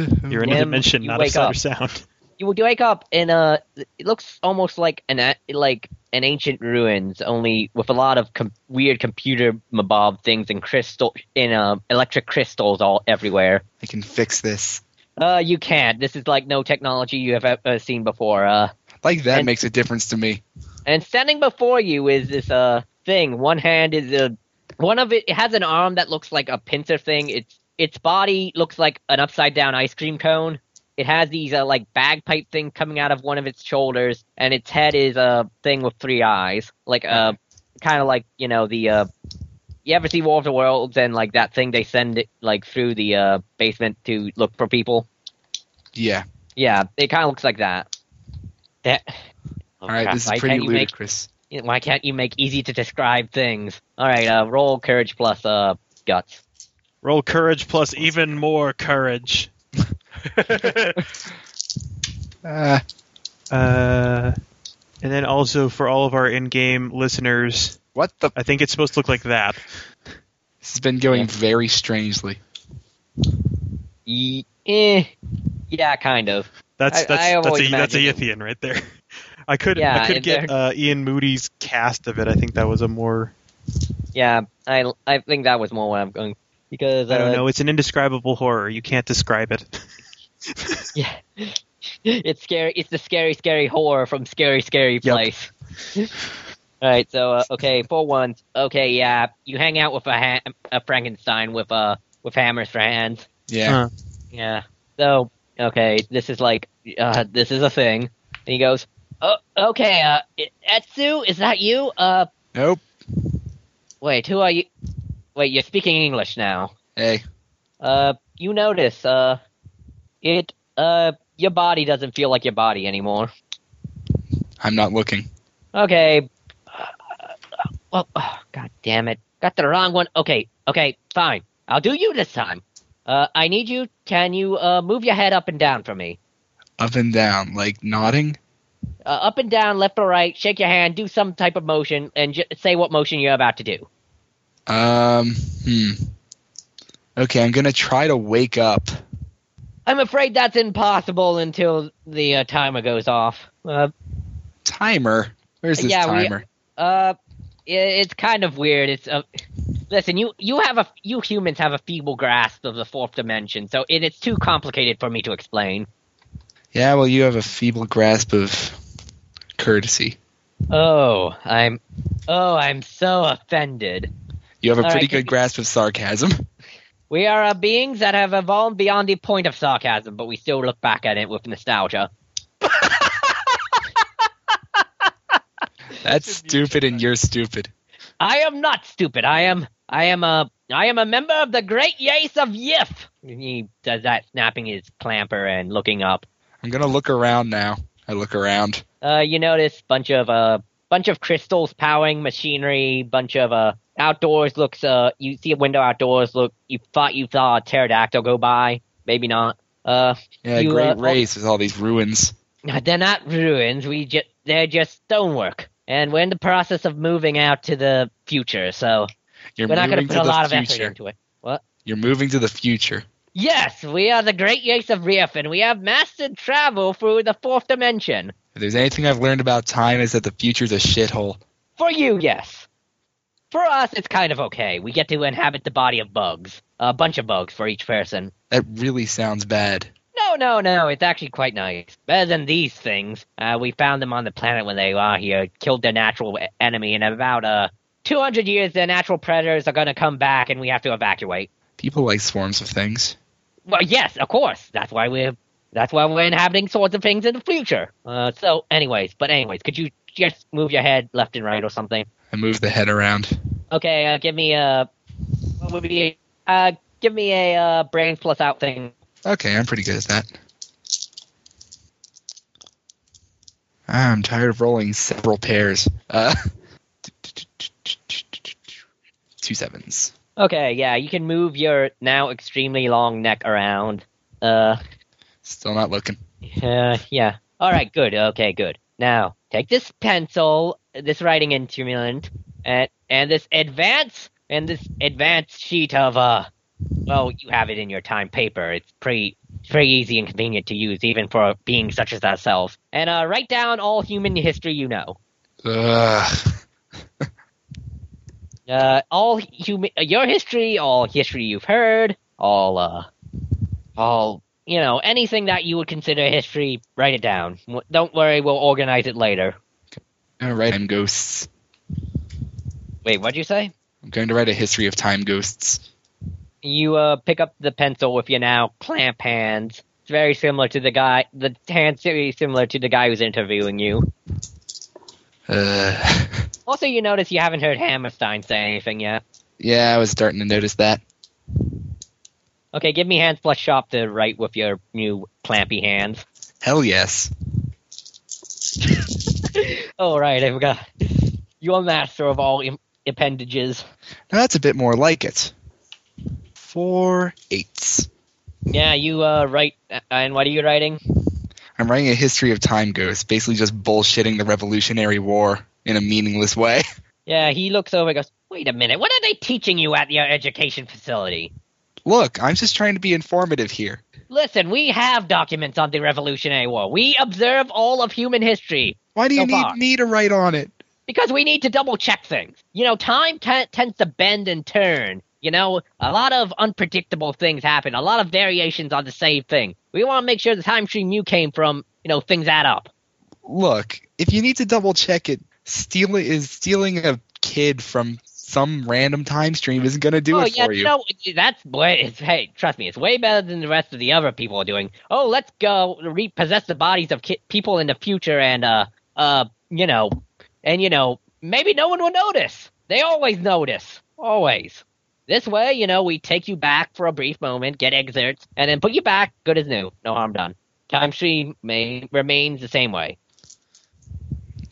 Speaker 2: in
Speaker 3: Yeah,
Speaker 2: a dimension,
Speaker 3: you
Speaker 2: not a
Speaker 3: wake
Speaker 2: sight or
Speaker 3: up.
Speaker 2: sound.
Speaker 3: You wake up in a. It looks almost like an a- like an ancient ruins, only with a lot of com- weird computer mabob things and crystal in uh, electric crystals all everywhere.
Speaker 4: I can fix this.
Speaker 3: Uh, you can't. This is like no technology you have ever seen before. Uh,
Speaker 4: Like that
Speaker 3: And-
Speaker 4: makes a difference to me.
Speaker 3: And standing before you is this uh thing. One hand is a one of it, it has an arm that looks like a pincer thing. Its its body looks like an upside down ice cream cone. It has these uh, like bagpipe thing coming out of one of its shoulders, and its head is a thing with three eyes, like uh kind of like you know the uh you ever see War of the Worlds and like that thing they send it like through the uh basement to look for people.
Speaker 4: Yeah.
Speaker 3: Yeah, it kind of looks like that. That.
Speaker 4: Eh. All right, this is
Speaker 3: Oh, Why
Speaker 4: pretty
Speaker 3: can't you make
Speaker 4: ludicrous.
Speaker 3: you know, Why can't you make easy to describe things? All right, uh, roll courage plus uh guts.
Speaker 2: Roll courage plus even more courage.
Speaker 4: Uh,
Speaker 2: Uh, and then also for all of our in-game listeners,
Speaker 4: what the?
Speaker 2: I think it's supposed to look like that.
Speaker 4: This has been going very strangely.
Speaker 3: Ye- eh, yeah, kind of.
Speaker 2: That's
Speaker 3: I-
Speaker 2: that's
Speaker 3: I
Speaker 2: that's,
Speaker 3: always
Speaker 2: a, that's a
Speaker 3: imagined
Speaker 2: Yithian right there. I could
Speaker 3: Yeah,
Speaker 2: I could
Speaker 3: and
Speaker 2: get
Speaker 3: they're-
Speaker 2: uh, Ian Moody's cast of it. I think that was a more
Speaker 3: Yeah, I I think that was more what I'm going because uh,
Speaker 2: I don't know. It's an indescribable horror. You can't describe it.
Speaker 3: Yeah, it's scary. It's the scary, scary horror from Scary, Scary
Speaker 2: Yep.
Speaker 3: Place. All right, so uh, okay, for one, okay, yeah, you hang out with a, ha- a Frankenstein with uh with hammers for hands.
Speaker 4: Yeah.
Speaker 2: Huh.
Speaker 3: Yeah. So okay, this is like uh, this is a thing. And he goes, oh, okay, uh, Etsu, is that you? Uh,
Speaker 4: Nope.
Speaker 3: wait, who are you? Wait, you're speaking English now.
Speaker 4: Hey.
Speaker 3: Uh, you notice, uh, it, uh, your body doesn't feel like your body anymore.
Speaker 4: I'm not looking.
Speaker 3: Okay. Uh, Well, oh, god damn it. Got the wrong one. Okay, okay, fine. I'll do you this time. Uh, I need you. Can you, uh, move your head up and down for me?
Speaker 4: Up and down, like nodding.
Speaker 3: Uh, up and down, left or right, shake your hand, do some type of motion, and ju- say what motion you're about to do.
Speaker 4: Um. Hmm. Okay, I'm gonna try to wake up.
Speaker 3: I'm afraid that's impossible until the uh, timer goes off. Uh,
Speaker 4: Timer. Where's this
Speaker 3: Yeah, we-
Speaker 4: timer?
Speaker 3: Uh, i- it's kind of weird. It's uh, listen, you you have a you humans have a feeble grasp of the fourth dimension, so it, it's too complicated for me to explain.
Speaker 4: Yeah. Well, you have a feeble grasp of courtesy.
Speaker 3: Oh, I'm oh I'm so offended.
Speaker 4: You have a
Speaker 3: All right,
Speaker 4: pretty
Speaker 3: can
Speaker 4: good
Speaker 3: you-
Speaker 4: grasp of sarcasm.
Speaker 3: We are uh, beings that have evolved beyond the point of sarcasm, but we still look back at it with nostalgia.
Speaker 4: That's stupid, and you're stupid.
Speaker 3: I am not stupid. I am I am a I am a member of the Great Yace of Yif. He does that, snapping his clamper and looking up.
Speaker 4: I'm gonna look around now. I look around.
Speaker 3: Uh, you notice bunch of uh bunch of crystals powering machinery, bunch of uh outdoors looks uh you see a window outdoors look you thought you saw a pterodactyl go by, maybe not. Uh,
Speaker 4: Yeah,
Speaker 3: You,
Speaker 4: great
Speaker 3: uh,
Speaker 4: race with all these ruins.
Speaker 3: they're not ruins. We just they're just stonework, and we're in the process of moving out to the future, so
Speaker 4: You're
Speaker 3: we're not going
Speaker 4: moving
Speaker 3: to put
Speaker 4: to
Speaker 3: a lot
Speaker 4: the
Speaker 3: of effort
Speaker 4: future.
Speaker 3: into it.
Speaker 4: You're moving to the future.
Speaker 3: Yes, we are the great yates of Rief, and we have mastered travel through the fourth dimension.
Speaker 4: If there's anything I've learned about time is that the future's a shithole.
Speaker 3: For you, yes. For us, it's kind of okay. We get to inhabit the body of bugs. A bunch of bugs for each person.
Speaker 4: That really sounds bad.
Speaker 3: No, no, no. It's actually quite nice. Better than these things. Uh, we found them on the planet when they were here. Killed their natural e- enemy. In about uh, 200 years, their natural predators are going to come back and we have to evacuate.
Speaker 4: People like swarms of things.
Speaker 3: Well, yes, of course. That's why we're. That's why we're inhabiting sorts of things in the future. Uh, so, anyways, but anyways, could you just move your head left and right or something?
Speaker 4: I move the head around.
Speaker 3: Okay, uh, give me a. What would be? Uh, give me a uh, brains plus out thing.
Speaker 4: Okay, I'm pretty good at that. Ah, I'm tired of rolling several pairs. Uh, two sevens.
Speaker 3: Okay, yeah, you can move your now extremely long neck around. Uh,
Speaker 4: Still not looking.
Speaker 3: uh yeah. All right, good. Okay, good. Now take this pencil, this writing instrument, and and this advance and this advanced sheet of uh Well, you have it in your time paper. It's pretty pretty easy and convenient to use, even for being such as ourselves. And uh, write down all human history you know.
Speaker 4: Ugh.
Speaker 3: Uh, all human, your history, all history you've heard, all uh, all you know, anything that you would consider history, write it down. W- Don't worry, we'll organize it later.
Speaker 4: All right, I'm ghosts.
Speaker 3: Wait, what'd you say?
Speaker 4: I'm going to write a history of time ghosts.
Speaker 3: You uh, pick up the pencil with your now clamp hands. It's very similar to the guy. The hands very similar to the guy who's interviewing you.
Speaker 4: Uh,
Speaker 3: Also, you notice you haven't heard Hammerstein say anything yet.
Speaker 4: yeah, I was starting to notice that.
Speaker 3: Okay, give me hands plus shop to write with your new clampy hands.
Speaker 4: Hell yes.
Speaker 3: Oh, right, I forgot. You're master of all im- appendages.
Speaker 4: Now that's a bit more like it. Four eights.
Speaker 3: Yeah, you uh, write. uh, And what are you writing?
Speaker 4: I'm writing a history of time ghosts, basically just bullshitting the Revolutionary War in a meaningless way.
Speaker 3: Yeah, he looks over and goes, Wait a minute, what are they teaching you at your education facility?
Speaker 4: Look, I'm just trying to be informative here.
Speaker 3: Listen, we have documents on the Revolutionary War. We observe all of human history.
Speaker 4: Why do you
Speaker 3: So
Speaker 4: need
Speaker 3: far.
Speaker 4: me to write on it?
Speaker 3: because we need to double check things. You know, time t- tends to bend and turn. You know, a lot of unpredictable things happen, a lot of variations on the same thing. We want to make sure the time stream you came from, you know, things add up.
Speaker 4: Look, if you need to double check it, stealing is stealing a kid from some random time stream isn't going to do
Speaker 3: oh,
Speaker 4: it
Speaker 3: yeah,
Speaker 4: for you.
Speaker 3: no, that's way, it's, hey, trust me, it's way better than the rest of the other people are doing. Oh, let's go repossess the bodies of ki- people in the future and, uh, uh, you know, and, you know, maybe no one will notice. They always notice. Always. This way, you know, we take you back for a brief moment, get excerpts, and then put you back, good as new. No harm done. Time stream may, remains the same way.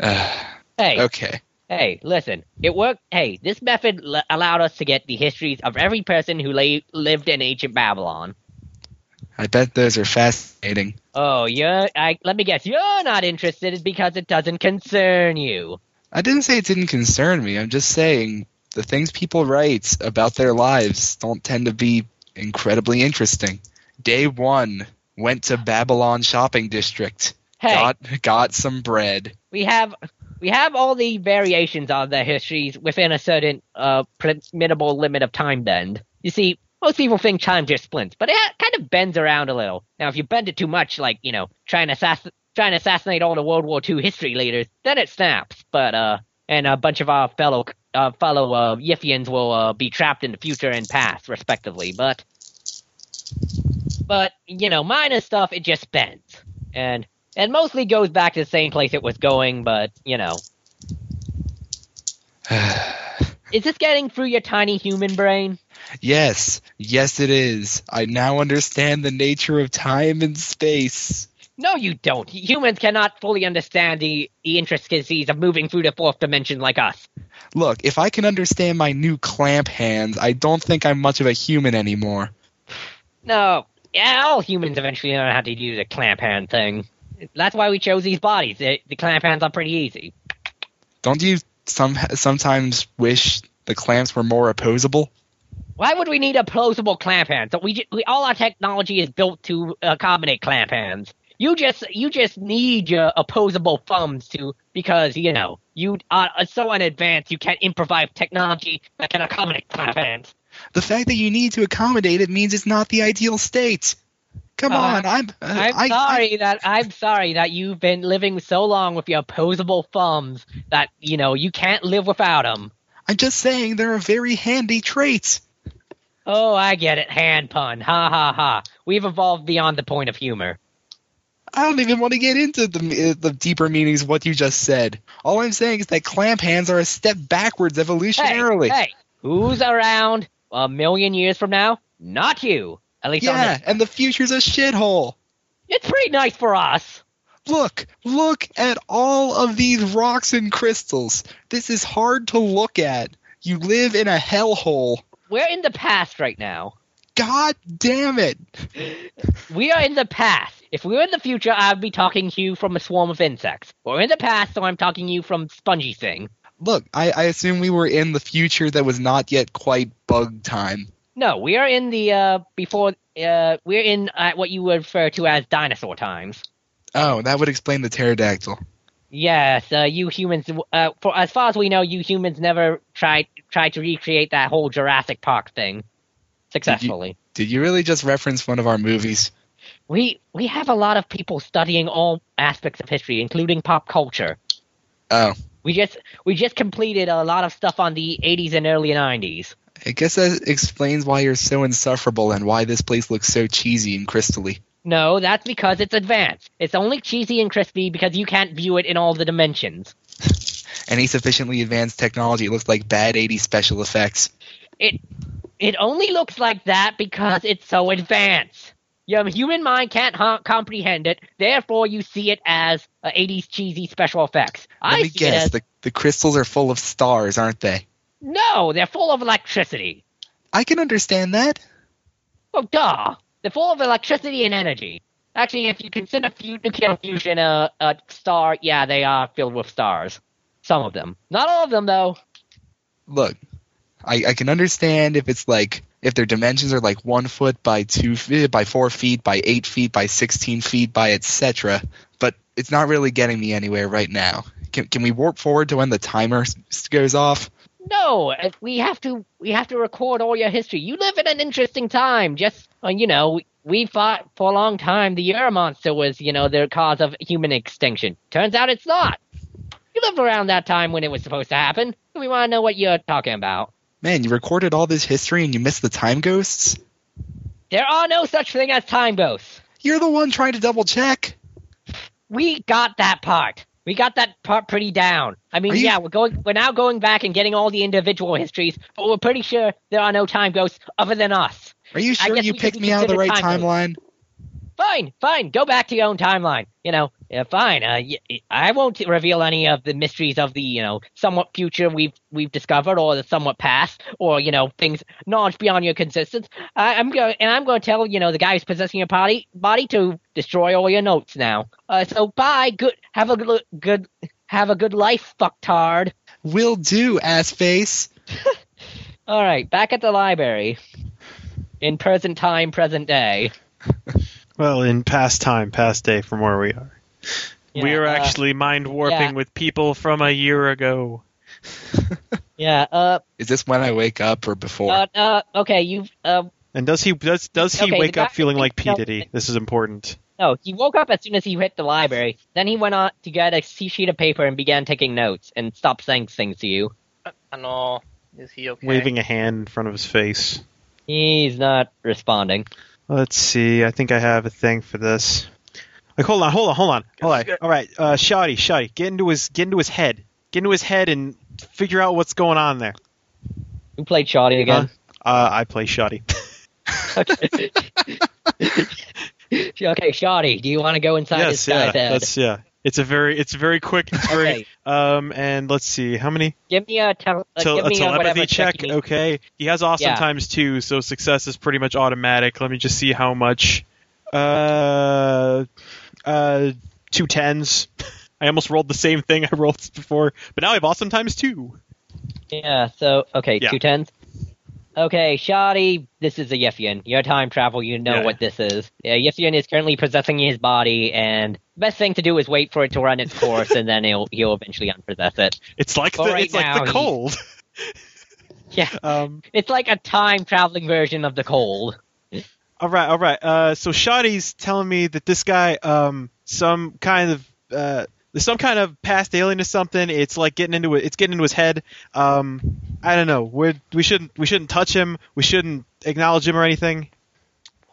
Speaker 4: Ugh,
Speaker 3: Hey,
Speaker 4: okay.
Speaker 3: Hey, listen, it worked. Hey, this method l- allowed us to get the histories of every person who la- lived in ancient Babylon.
Speaker 4: I bet those are fascinating.
Speaker 3: Oh, you're. I, let me guess, you're not interested because it doesn't concern you.
Speaker 4: I didn't say it didn't concern me. I'm just saying the things people write about their lives don't tend to be incredibly interesting. Day one went to Babylon shopping district.
Speaker 3: Hey,
Speaker 4: Got got some bread.
Speaker 3: we have we have all the variations on the histories within a certain uh minimal limit of time bend. You see, most people think time just splints, but it ha- kind of bends around a little. Now, if you bend it too much, like you know, trying to assass- trying to assassinate all the World War II history leaders, then it snaps. But uh, and a bunch of our fellow uh, fellow uh, Yiffians will uh, be trapped in the future and past, respectively. But but you know, minor stuff it just bends and and mostly goes back to the same place it was going, but you know. Is this getting through your tiny human brain?
Speaker 4: Yes, yes it is. I now understand the nature of time and space.
Speaker 3: No, you don't. Humans cannot fully understand the, the intricacies of moving through the fourth dimension like us.
Speaker 4: Look, if I can understand my new clamp hands, I don't think I'm much of a human anymore.
Speaker 3: No. Yeah, all humans eventually learn how to do the clamp hand thing. That's why we chose these bodies. The, the clamp hands are pretty easy.
Speaker 4: Don't you some sometimes wish the clamps were more opposable?
Speaker 3: Why would we need a plausible clamp hand? So we, ju- we all our technology is built to accommodate clamp hands. You just you just need your opposable thumbs to because you know you are uh, so unadvanced you can't improvise technology that can accommodate clamp hands.
Speaker 4: The fact that you need to accommodate it means it's not the ideal state. Come
Speaker 3: Uh,
Speaker 4: on, I'm. Uh,
Speaker 3: I'm
Speaker 4: I- I-
Speaker 3: sorry that I'm sorry that you've been living so long with your opposable thumbs that you know you can't live without them.
Speaker 4: I'm just saying they're a very handy trait.
Speaker 3: Oh, I get it, hand pun. Ha ha ha. We've evolved beyond the point of humor.
Speaker 4: I don't even want to get into the uh, the deeper meanings of what you just said. All I'm saying is that clamp hands are a step backwards evolutionarily.
Speaker 3: Hey, hey, who's around a million years from now? Not you. At least on
Speaker 4: yeah,
Speaker 3: this.
Speaker 4: and the future's a shithole.
Speaker 3: It's pretty nice for us.
Speaker 4: Look, look at all of these rocks and crystals. This is hard to look at. You live in a hellhole.
Speaker 3: We're in the past right now.
Speaker 4: God damn it.
Speaker 3: We are in the past. If we were in the future, I'd be talking to you from a swarm of insects. We're in the past, so I'm talking to you from spongy thing.
Speaker 4: Look, I, I assume we were in the future that was not yet quite bug time.
Speaker 3: No, we are in the uh before uh we're in uh, what you would refer to as dinosaur times.
Speaker 4: Oh, that would explain the pterodactyl.
Speaker 3: Yes, uh, you humans. Uh, for as far as we know, you humans never tried tried to recreate that whole Jurassic Park thing successfully.
Speaker 4: Did you really just reference one of our movies?
Speaker 3: We we have a lot of people studying all aspects of history, including pop culture.
Speaker 4: Oh,
Speaker 3: We just we just completed a lot of stuff on the 80s and early 90s.
Speaker 4: I guess that explains why you're so insufferable and why this place looks so cheesy and crystally.
Speaker 3: No, that's because it's advanced. It's only cheesy and crispy because you can't view it in all the dimensions.
Speaker 4: Any sufficiently advanced technology looks like bad 80s special effects.
Speaker 3: It it only looks like that because it's so advanced. Your human mind can't ha- comprehend it, therefore you see it as uh, 80s cheesy special effects.
Speaker 4: Let
Speaker 3: I
Speaker 4: me
Speaker 3: see it as
Speaker 4: guess, the, the crystals are full of stars, aren't they?
Speaker 3: no, they're full of electricity.
Speaker 4: I can understand that.
Speaker 3: Oh, duh. They're full of electricity and energy. Actually, if you consider fu- nuclear fusion a, a star, yeah, they are filled with stars. Some of them. Not all of them, though.
Speaker 4: Look, I, I can understand if it's like if their dimensions are like one foot by two feet by four feet by eight feet by sixteen feet by etc. But it's not really getting me anywhere right now. Can, can we warp forward to when the timer s- goes off?
Speaker 3: No, if we have to. We have to record all your history. You live in an interesting time. Just uh, you know, we thought for a long time the Ur monster was you know the cause of human extinction. Turns out it's not. You lived around that time when it was supposed to happen. We want to know what you're talking about.
Speaker 4: Man, you recorded all this history and you missed the time ghosts?
Speaker 3: There are no such thing as time ghosts.
Speaker 4: You're the one trying to double check.
Speaker 3: we got that part. We got that part pretty down. I mean,
Speaker 4: Are you-
Speaker 3: yeah, we're going. We're now going back and getting all the individual histories, but we're pretty sure there are no time ghosts other than us.
Speaker 4: Are you
Speaker 3: I
Speaker 4: sure
Speaker 3: guess
Speaker 4: you
Speaker 3: we
Speaker 4: picked
Speaker 3: could
Speaker 4: me out of the right
Speaker 3: consider time
Speaker 4: timeline?
Speaker 3: Fine, fine. Go back to your own timeline. You know, yeah, fine. Uh, y- I won't reveal any of the mysteries of the you know somewhat future we've we've discovered, or the somewhat past, or you know things knowledge beyond your consistence. I, I'm going and I'm going to tell you know the guy who's possessing your body body to destroy all your notes now. Uh, so bye. Good. Have a good good. Have a good life, fucktard.
Speaker 4: Will do, ass face.
Speaker 3: All right, back at the library. In present time, present day.
Speaker 2: Well, in past time, past day from where we are. we
Speaker 3: Yeah,
Speaker 2: are
Speaker 3: uh,
Speaker 2: actually mind warping
Speaker 3: yeah.
Speaker 2: with people from a year ago.
Speaker 3: Yeah. Uh.
Speaker 4: Is this when I wake up or before?
Speaker 3: Uh. uh okay. You've. Uh,
Speaker 2: And does he does does he
Speaker 3: Okay, the
Speaker 2: wake
Speaker 3: guy
Speaker 2: up feeling
Speaker 3: who
Speaker 2: like
Speaker 3: wakes
Speaker 2: P
Speaker 3: up-
Speaker 2: Diddy? This is important.
Speaker 3: No, he woke up as soon as he hit the library. Then he went on to get a sheet of paper and began taking notes and stopped saying things to you.
Speaker 5: And all. Is he okay?
Speaker 2: Waving a hand in front of his face.
Speaker 3: He's not responding.
Speaker 2: Let's see. I think I have a thing for this. Like, hold on, hold on, hold on, hold on. All right, uh, Shoddy, Shoddy, get into his get into his head, get into his head, and figure out what's going on there.
Speaker 3: Who played Shoddy again?
Speaker 2: Uh, I play Shoddy.
Speaker 3: okay. okay, Shoddy, do you want to go inside
Speaker 2: yes,
Speaker 3: this
Speaker 2: yeah,
Speaker 3: guy's head?
Speaker 2: that's yeah. It's a very, it's very quick. It's very,
Speaker 3: Okay,
Speaker 2: um, and let's see, how many?
Speaker 3: give me a, tele- uh,
Speaker 2: Tel-
Speaker 3: give
Speaker 2: a
Speaker 3: me a whatever
Speaker 2: telepathy check.
Speaker 3: check you need.
Speaker 2: Okay, he has awesome
Speaker 3: Yeah.
Speaker 2: times two, so success is pretty much automatic. Let me just see how much. Uh, uh, two tens. I almost rolled the same thing I rolled before, but now I have awesome times two.
Speaker 3: Yeah, so, okay,
Speaker 2: Yeah.
Speaker 3: two tens. Okay, Shoddy, this is a Yeffian. Your time travel, you know
Speaker 2: Yeah.
Speaker 3: what this is. Yeah, Yeffian is currently possessing his body, and the best thing to do is wait for it to run its course, and then he'll, he'll eventually unpossess it.
Speaker 2: It's like
Speaker 3: But
Speaker 2: the,
Speaker 3: right
Speaker 2: it's like
Speaker 3: now
Speaker 2: the
Speaker 3: he-
Speaker 2: cold.
Speaker 3: Yeah,
Speaker 2: Um,
Speaker 3: it's like a time traveling version of the cold.
Speaker 2: all right, all right. Uh, so Shoddy's telling me that this guy, um, some kind of uh, there's some kind of past alien or something. It's like getting into it. It's getting into his head. Um, I don't know. We we shouldn't we shouldn't touch him. We shouldn't acknowledge him or anything.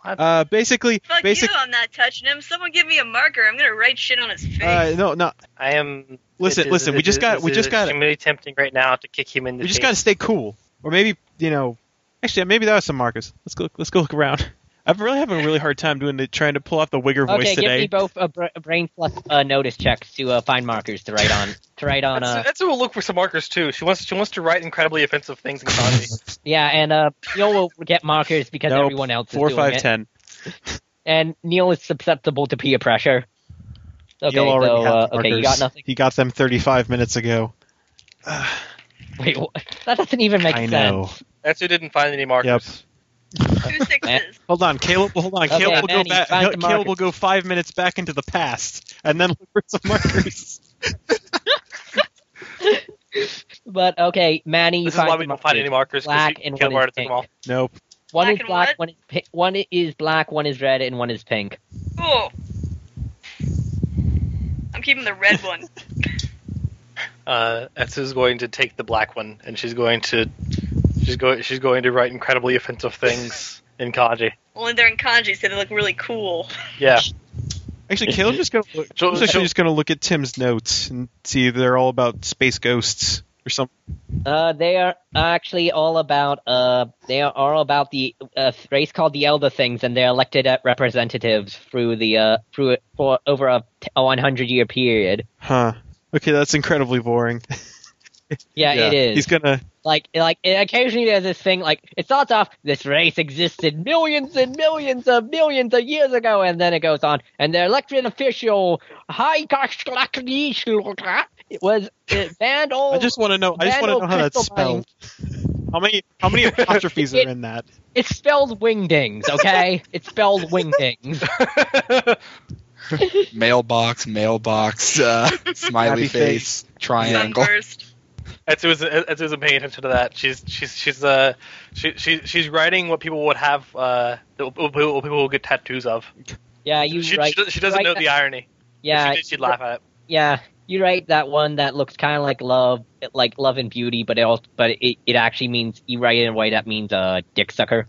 Speaker 5: What?
Speaker 2: Uh, basically,
Speaker 8: Fuck
Speaker 2: basic.
Speaker 8: you, I'm not touching him. Someone give me a marker. I'm gonna write shit on his face.
Speaker 2: Uh, no, no.
Speaker 5: I am.
Speaker 2: Listen,
Speaker 5: it is-
Speaker 2: listen. We
Speaker 5: it
Speaker 2: just
Speaker 5: is-
Speaker 2: got. We
Speaker 5: it
Speaker 2: just
Speaker 5: is
Speaker 2: got.
Speaker 5: Extremely tempting right now to kick him in the
Speaker 2: We just
Speaker 5: face.
Speaker 2: got to stay cool, or maybe you know. Actually, maybe that was some markers. Let's go. Let's go look around. I'm really having a really hard time doing the trying to pull off the wigger voice
Speaker 3: Okay, give
Speaker 2: today.
Speaker 3: me both a, br- a brain plus uh, notice checks to uh, find markers to write on. To write on,
Speaker 5: That's,
Speaker 3: uh,
Speaker 5: that's who will look for some markers too. She wants. She wants to write incredibly offensive things in comedy.
Speaker 3: yeah, and uh, Neil will get markers because
Speaker 2: Nope.
Speaker 3: everyone else is
Speaker 2: Four,
Speaker 3: doing
Speaker 2: five,
Speaker 3: it.
Speaker 2: ten.
Speaker 3: And Neil is susceptible to peer pressure. Okay,
Speaker 2: Neil already
Speaker 3: so
Speaker 2: had
Speaker 3: uh,
Speaker 2: the
Speaker 3: okay, you
Speaker 2: markers.
Speaker 3: got nothing.
Speaker 2: He got them 35 minutes ago.
Speaker 3: Wait, wha- that doesn't even make
Speaker 2: I
Speaker 3: sense.
Speaker 2: know.
Speaker 5: that's who didn't find any markers.
Speaker 8: Two sixes.
Speaker 2: Hold on, Caleb. Hold on,
Speaker 3: Okay,
Speaker 2: Caleb will
Speaker 3: Manny,
Speaker 2: go back.
Speaker 3: find the
Speaker 2: Caleb will
Speaker 3: markers.
Speaker 2: go five minutes back into the past, and then look for some markers.
Speaker 3: But okay, Manny, you
Speaker 5: This is
Speaker 3: find
Speaker 5: why we
Speaker 3: the
Speaker 5: don't find any
Speaker 3: markers.
Speaker 5: markers. 'cause
Speaker 3: Black
Speaker 5: you
Speaker 3: and
Speaker 5: can't
Speaker 3: one
Speaker 5: wear
Speaker 3: is
Speaker 5: it at the
Speaker 3: pink.
Speaker 5: mall.
Speaker 2: nope.
Speaker 3: One
Speaker 8: Black
Speaker 3: is
Speaker 8: and
Speaker 3: black,
Speaker 8: what?
Speaker 3: one is pi- one is black, one is red, and one is pink.
Speaker 8: Cool. I'm keeping the red one.
Speaker 5: Uh, Etsu's going to take the black one, and she's going to she's going she's going to write incredibly offensive things in kanji.
Speaker 8: Only they're in kanji, so they look really cool.
Speaker 5: Yeah,
Speaker 2: Actually, Caleb just gonna look,
Speaker 5: So-
Speaker 2: Caleb's actually
Speaker 5: so-
Speaker 2: just gonna look at Tim's notes and see if they're all about space ghosts or something.
Speaker 3: Uh, they are actually all about uh, they are all about the uh, race called the Elder Things, and they're elected uh, representatives through the uh through for over a, t- a 100 year period.
Speaker 2: Huh. Okay, that's incredibly boring.
Speaker 3: Yeah, Uh, it is.
Speaker 2: He's gonna.
Speaker 3: like like it, occasionally there's this thing like it starts off this race existed millions and millions of millions of years ago and then it goes on and the elected official high it was it banned all
Speaker 2: I just want to know. I just want to
Speaker 3: Vandal
Speaker 2: know how that's
Speaker 3: Oh, crystal mine.
Speaker 2: spelled. How many? How many apostrophes are in that?
Speaker 3: it's spelled wingdings okay it's spelled wingdings
Speaker 4: Mailbox, mailbox, uh,
Speaker 2: Happy
Speaker 4: smiley face, triangle.
Speaker 8: Sunburst.
Speaker 5: Etsu isn't, Etsu isn't paying attention to that. She's she's she's uh she, she she's writing what people would have uh that what people what people will get tattoos of.
Speaker 3: yeah you
Speaker 5: She,
Speaker 3: write
Speaker 5: she, does- she doesn't
Speaker 3: right
Speaker 5: know
Speaker 3: now-
Speaker 5: the irony.
Speaker 3: yeah
Speaker 5: if she did, she'd laugh at it.
Speaker 3: yeah you write that one that looks kind of like love like love and beauty but it also, but it, it actually means you write it in a way that means uh dick sucker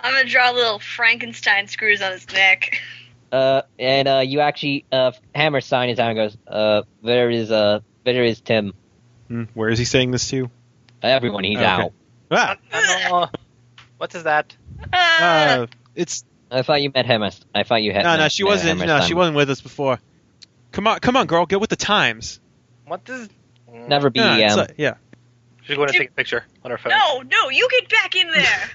Speaker 8: I'm gonna draw little Frankenstein screws on his neck.
Speaker 3: Uh, and uh, you actually uh, Hammer sign his arm and goes, uh, there is uh, there is Tim.
Speaker 2: Hmm, where is he saying this to?
Speaker 3: Everyone, he's
Speaker 2: Okay.
Speaker 3: out.
Speaker 8: Uh,
Speaker 2: Ah,
Speaker 5: Oh, what is that?
Speaker 8: Ah,
Speaker 2: uh, it's
Speaker 3: I thought you met Hammer. I thought you had.
Speaker 2: no, no.
Speaker 3: met-
Speaker 2: She
Speaker 3: met
Speaker 2: wasn't.
Speaker 3: Hammer
Speaker 2: No,
Speaker 3: Stein.
Speaker 2: she wasn't with us before. Come on, come on, girl. Get with the times.
Speaker 5: What is?
Speaker 3: Never be.
Speaker 2: No, it's
Speaker 3: um,
Speaker 2: like- yeah.
Speaker 5: She's going to take a picture on her phone.
Speaker 8: no, no, you get back in there.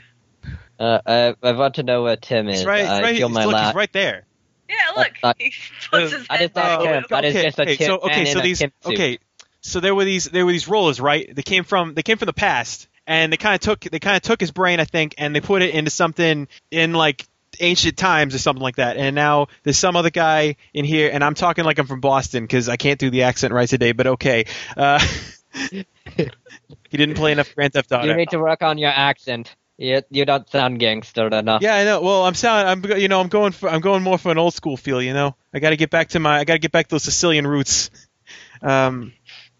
Speaker 3: uh, I, I want to know where Tim is. Uh,
Speaker 2: He's right.
Speaker 3: I
Speaker 2: he's right
Speaker 3: feel
Speaker 2: he's-
Speaker 3: my
Speaker 2: look,
Speaker 3: la-
Speaker 2: he's right there. Oh,
Speaker 8: Yeah, look.
Speaker 3: Uh,
Speaker 8: he puts his
Speaker 3: I
Speaker 8: head
Speaker 3: just
Speaker 8: back
Speaker 3: thought
Speaker 8: in.
Speaker 3: Tim. That is just a
Speaker 2: okay,
Speaker 3: Tim
Speaker 2: so okay,
Speaker 3: man
Speaker 2: so
Speaker 3: in a
Speaker 2: these
Speaker 3: Tim suit.
Speaker 2: okay, so there were these there were these rollers, right? They came from they came from the past, and they kind of took they kind of took his brain, I think, and they put it into something in like ancient times or something like that. And now there's some other guy in here, and I'm talking like I'm from Boston because I can't do the accent right today, but okay. Uh, he didn't play enough Grand Theft Auto.
Speaker 3: You need to work on your accent. You you don't sound gangster enough.
Speaker 2: Yeah, I know. Well, I'm sound. I'm you know I'm going for I'm going more for an old school feel. You know, I got to get back to my I got to get back to those Sicilian roots. Um,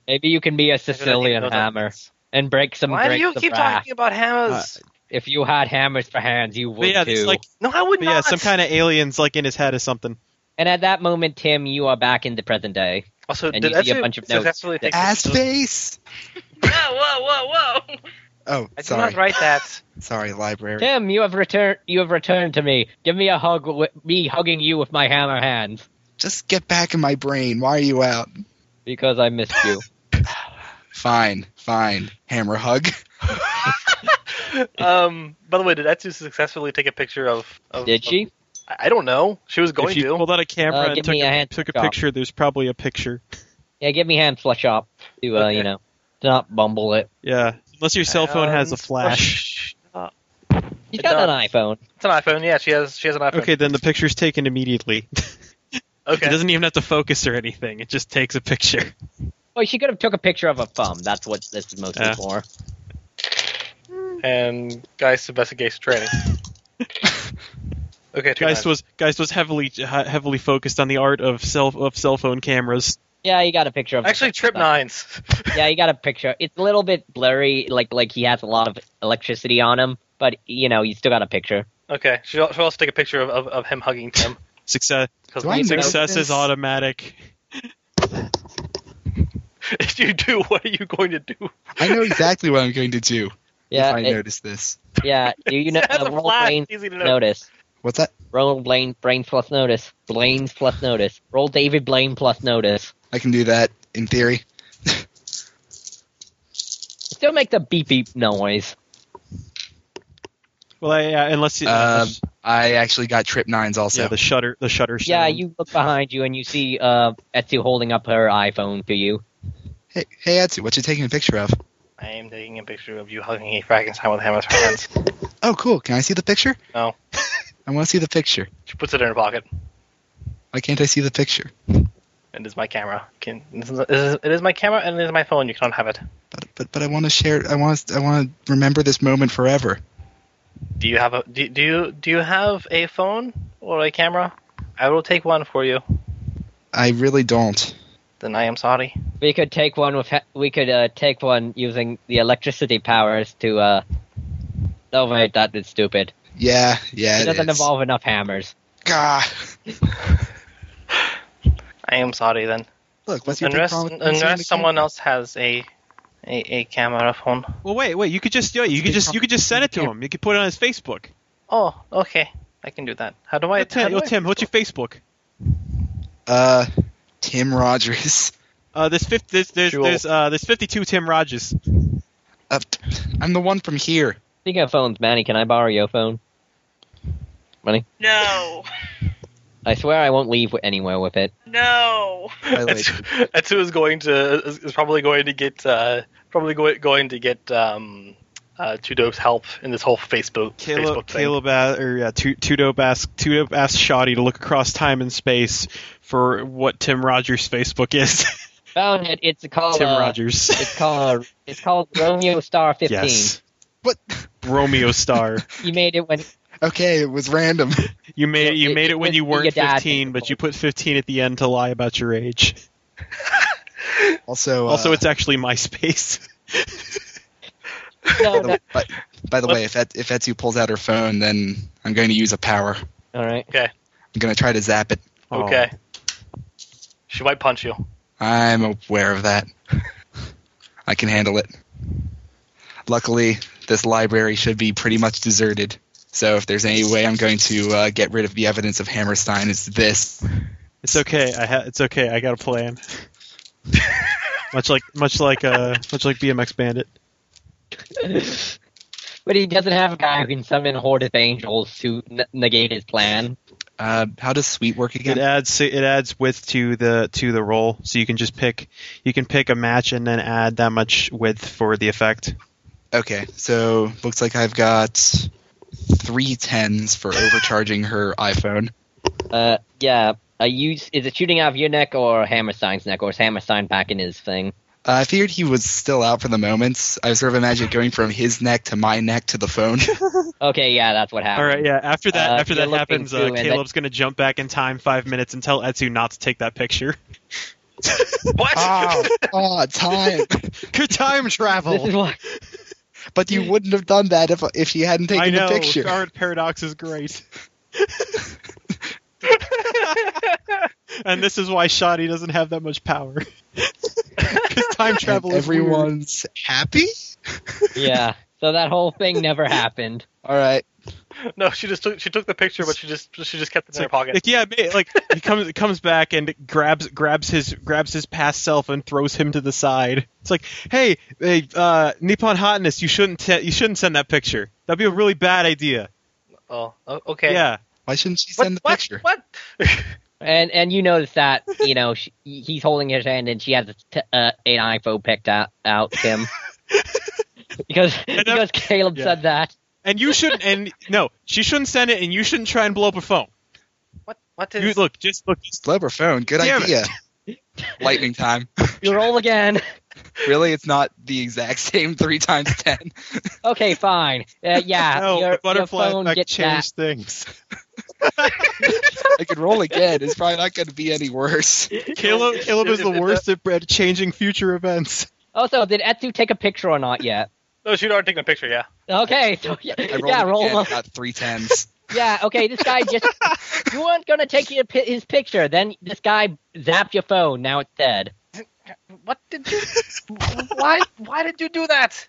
Speaker 3: Maybe you can be a
Speaker 5: She's gonna take
Speaker 3: Sicilian
Speaker 5: those
Speaker 3: hammer
Speaker 5: outfits.
Speaker 3: and break some.
Speaker 5: Why do
Speaker 3: breaks
Speaker 5: you
Speaker 3: of
Speaker 5: keep
Speaker 3: wrath.
Speaker 5: talking about hammers?
Speaker 3: If you had hammers for hands, you
Speaker 2: but
Speaker 3: would
Speaker 2: yeah,
Speaker 3: too.
Speaker 2: it's like
Speaker 5: no, I would
Speaker 2: but
Speaker 5: not.
Speaker 2: yeah, some kind of aliens like in his head or something.
Speaker 3: And at that moment, Tim, you are back in the present day.
Speaker 5: Also,
Speaker 3: and
Speaker 5: did
Speaker 3: you see a
Speaker 5: Etsu
Speaker 3: bunch of notes.
Speaker 5: successfully take
Speaker 4: Ass
Speaker 5: pictures?
Speaker 4: face.
Speaker 8: Whoa, whoa, whoa, whoa.
Speaker 4: Oh,
Speaker 5: I did
Speaker 4: sorry,
Speaker 5: not write that.
Speaker 4: sorry, library.
Speaker 3: Tim, you have returned. You have returned to me. Give me a hug. With me hugging you with my hammer hands
Speaker 4: Just get back in my brain. Why are you out?
Speaker 3: because I missed you.
Speaker 4: Fine, fine. Hammer hug.
Speaker 5: um, by the way, did Etsu successfully take a picture of? of
Speaker 3: Did she?
Speaker 5: I I don't know. She was going
Speaker 2: if you
Speaker 5: to.
Speaker 2: pulled out a camera
Speaker 3: Uh,
Speaker 2: and
Speaker 3: give
Speaker 2: took
Speaker 3: me a
Speaker 2: a,
Speaker 3: hand
Speaker 2: took a
Speaker 3: job.
Speaker 2: picture, there's probably a picture.
Speaker 3: Yeah, give me hand flush up to uh,
Speaker 5: Okay.
Speaker 3: you know, to not bumble it.
Speaker 2: Yeah, unless your cell phone has a
Speaker 5: Um,
Speaker 2: flash.
Speaker 5: oh, sh-
Speaker 3: You
Speaker 5: It
Speaker 3: got an
Speaker 5: does.
Speaker 3: iPhone.
Speaker 5: It's an iPhone. Yeah, she has. She has an iPhone.
Speaker 2: Okay, then the picture's taken immediately.
Speaker 5: Okay.
Speaker 2: It doesn't even have to focus or anything. It just takes a picture.
Speaker 3: Well, Oh, she could have took a picture of a thumb. That's what this is mostly
Speaker 2: Yeah.
Speaker 3: for.
Speaker 5: And guys, investigation training. okay. Two
Speaker 2: Geist
Speaker 5: nines.
Speaker 2: was Geist was heavily heavily focused on the art of cell of cell phone cameras.
Speaker 3: Yeah, you got a picture of.
Speaker 5: actually trip nines.
Speaker 3: Yeah, you got a picture. It's a little bit blurry, like like he has a lot of electricity on him, but you know, you still got a picture.
Speaker 5: Okay. She'll, she'll also take a picture of, of, of him hugging Tim.
Speaker 2: Success
Speaker 5: Because
Speaker 4: Do I know
Speaker 2: success
Speaker 4: this?
Speaker 2: is automatic.
Speaker 5: if you do, what are you going to do?
Speaker 4: I know exactly what I'm going to do
Speaker 3: Yeah,
Speaker 4: if I
Speaker 3: it-
Speaker 4: notice this.
Speaker 3: yeah. Do you know?
Speaker 5: That's
Speaker 3: uh,
Speaker 5: a
Speaker 3: roll
Speaker 5: flash.
Speaker 3: brain
Speaker 5: Easy to know.
Speaker 3: notice.
Speaker 4: What's that?
Speaker 3: Roll Blaine Brain plus notice. Blaine's plus notice. Roll David Blaine plus notice.
Speaker 4: I can do that in theory.
Speaker 3: Still make the beep beep noise.
Speaker 2: Well, I, uh, unless you,
Speaker 4: Um, I actually got trip nines also.
Speaker 2: yeah, the shutter the shutter.
Speaker 3: Yeah,
Speaker 2: sound.
Speaker 3: you look behind you and you see uh Etsu holding up her iPhone to you.
Speaker 4: hey, hey, Atsu, what you taking a picture of?
Speaker 5: I am taking a picture of you hugging a Frankenstein with Hammer's hands.
Speaker 4: Oh, cool. Can I see the picture?
Speaker 5: No.
Speaker 4: I want to see the picture.
Speaker 5: She puts it in her pocket,
Speaker 4: Why can't I see the picture?
Speaker 5: and is my camera. Can this is- it is- it is my camera and it is my phone. You cannot have it.
Speaker 4: But but but I want to share. I want I want to remember this moment forever.
Speaker 5: Do you have a do, do you do you have a phone or a camera? I will take one for you.
Speaker 4: I really don't.
Speaker 5: Then I am sorry.
Speaker 3: We could take one with. he- We could uh, take one using the electricity powers to. uh Oh wait, that is stupid.
Speaker 4: Yeah, yeah.
Speaker 3: It doesn't
Speaker 4: is.
Speaker 3: involve enough hammers.
Speaker 4: Gah.
Speaker 5: I am sorry then.
Speaker 4: Look, what's your big
Speaker 5: Unless
Speaker 4: problem with seeing the
Speaker 5: unless someone
Speaker 4: camera?
Speaker 5: else has a a, a camera phone.
Speaker 2: Well, wait, wait. You could just yeah, you could just you could just send it to him. You could put it on his Facebook.
Speaker 5: Oh, okay. I can do that. How do I?
Speaker 2: Yo,
Speaker 5: how
Speaker 2: Tim,
Speaker 5: do
Speaker 2: yo,
Speaker 5: I-
Speaker 2: Tim, what's your Facebook?
Speaker 4: Uh, Tim Rogers.
Speaker 2: Uh, there's fifty. There's there's
Speaker 5: Jewel.
Speaker 2: there's, uh, there's fifty-two Tim Rogers.
Speaker 4: Uh, I'm the one from here.
Speaker 3: Speaking of phones, Manny, can I borrow your phone?
Speaker 8: No.
Speaker 3: I swear I won't leave anywhere with it.
Speaker 8: No.
Speaker 4: I like-
Speaker 5: That's, that's who is going to is, is probably going to get uh, probably go, going to get um, uh, Tudo's help in this whole Facebook
Speaker 2: Caleb
Speaker 5: Facebook thing.
Speaker 2: Caleb uh, or yeah, Tu- Tudo asked Tudo asked Shoddy to look across time and space for what Tim Rogers' Facebook is.
Speaker 3: Found it. It's called.
Speaker 2: Tim
Speaker 3: uh,
Speaker 2: Rogers.
Speaker 3: It's called. It's called Romeo Star Fifteen.
Speaker 2: Yes.
Speaker 4: What?
Speaker 2: Romeo Star.
Speaker 3: He made it when
Speaker 4: Okay, it was random.
Speaker 2: You made
Speaker 3: Yeah,
Speaker 2: you
Speaker 3: it-
Speaker 2: made
Speaker 3: it
Speaker 2: it when
Speaker 3: was
Speaker 2: you
Speaker 3: your
Speaker 2: weren't
Speaker 3: dad
Speaker 2: fifteen,
Speaker 3: made it.
Speaker 2: but you put fifteen at the end to lie about your age.
Speaker 4: Also,
Speaker 2: Also,
Speaker 4: uh,
Speaker 2: it's actually MySpace.
Speaker 3: No, no.
Speaker 4: By the, by, by the way, if Et, if Etsu pulls out her phone, then I'm going to use a power. I'm
Speaker 3: All right.
Speaker 4: going to try to zap it.
Speaker 2: Oh,
Speaker 5: Okay. She might punch you.
Speaker 4: I'm aware of that. I can handle it. Luckily, this library should be pretty much deserted. So if there's any way I'm going to uh, get rid of the evidence of Hammerstein, it's this.
Speaker 2: It's okay. I ha- it's okay. I got a plan. much like much like uh much like BMX Bandit.
Speaker 3: But he doesn't have a guy who can summon a horde of angels to n- negate his plan.
Speaker 4: Uh, how does sweet work
Speaker 2: It
Speaker 4: again?
Speaker 2: adds it adds width to the to the roll, so you can just pick you can pick a match and then add that much width for the effect.
Speaker 4: Okay, so looks like I've got three tens for overcharging her iPhone.
Speaker 3: Uh, yeah. Are you? Is it shooting out of your neck or Hammerstein's neck, or is Hammerstein back in his thing?
Speaker 4: Uh, I figured he was still out for the moment. I sort of imagined going from his neck to my neck to the phone.
Speaker 3: Okay, yeah, that's what happened.
Speaker 2: All right, yeah. After that
Speaker 3: Uh,
Speaker 2: after
Speaker 3: you're
Speaker 2: that
Speaker 3: looking
Speaker 2: happens,
Speaker 3: through
Speaker 2: uh,
Speaker 3: and that-
Speaker 2: Caleb's gonna jump back in time five minutes and tell Etsu not to take that picture.
Speaker 5: What?
Speaker 2: Ah.
Speaker 4: oh, oh, time!
Speaker 2: Good time
Speaker 3: This
Speaker 2: travel.
Speaker 3: is why.
Speaker 4: But you wouldn't have done that if if you hadn't
Speaker 2: I
Speaker 4: taken
Speaker 2: know.
Speaker 4: the picture.
Speaker 2: Garnet Paradox is great. and this is why Shoddy doesn't have that much power. Because time
Speaker 4: And
Speaker 2: travel is weird.
Speaker 4: everyone's happy.
Speaker 3: Yeah. So that whole thing never happened.
Speaker 4: All right.
Speaker 5: No, she just took she took the picture, but she just she just kept it
Speaker 2: It's
Speaker 5: in her
Speaker 2: like,
Speaker 5: pocket.
Speaker 2: like, yeah, ma- like he comes comes back and grabs grabs his grabs his past self and throws him to the side. It's like, hey, hey uh, Nippon Hotness, you shouldn't te- you shouldn't send that picture. That'd be a really bad idea.
Speaker 5: Oh, o- okay.
Speaker 2: Yeah,
Speaker 4: Why shouldn't she
Speaker 5: What?
Speaker 4: send the
Speaker 5: what?
Speaker 4: picture?
Speaker 5: What?
Speaker 3: And and you notice that you know she, he's holding his hand and she has a t- uh, an iPhone picked out out Tim because
Speaker 2: And that-
Speaker 3: because Caleb
Speaker 2: yeah.
Speaker 3: said that.
Speaker 2: and you shouldn't. And no, she shouldn't send it, and you shouldn't try and blow up her phone.
Speaker 5: What? What
Speaker 2: You
Speaker 5: is?
Speaker 2: look, just look. Just,
Speaker 4: Slow her phone. Good
Speaker 2: Damn it.
Speaker 4: idea. Lightning time.
Speaker 3: You roll again.
Speaker 4: Really, it's not the exact same three times ten.
Speaker 3: Okay, fine. Uh, yeah,
Speaker 2: no,
Speaker 3: your,
Speaker 2: the butterfly
Speaker 3: your phone
Speaker 2: effect
Speaker 3: gets
Speaker 2: changed
Speaker 3: that.
Speaker 2: things.
Speaker 4: I could roll again. It's probably not going to be any worse.
Speaker 2: Caleb, Caleb is the
Speaker 5: If- if
Speaker 2: worst at, at changing future events.
Speaker 3: Also, did Etsu take a picture or not yet?
Speaker 5: No, she'd already taken a picture. Yeah.
Speaker 3: Okay, so yeah,
Speaker 4: I rolled
Speaker 3: yeah,
Speaker 4: it
Speaker 3: roll
Speaker 4: again,
Speaker 3: him.
Speaker 4: Got three tens.
Speaker 3: Yeah, okay, this guy just. you weren't going to take your, pi- his picture. Then this guy zapped your phone. Now it's dead.
Speaker 5: What did you? why? Why did you do that?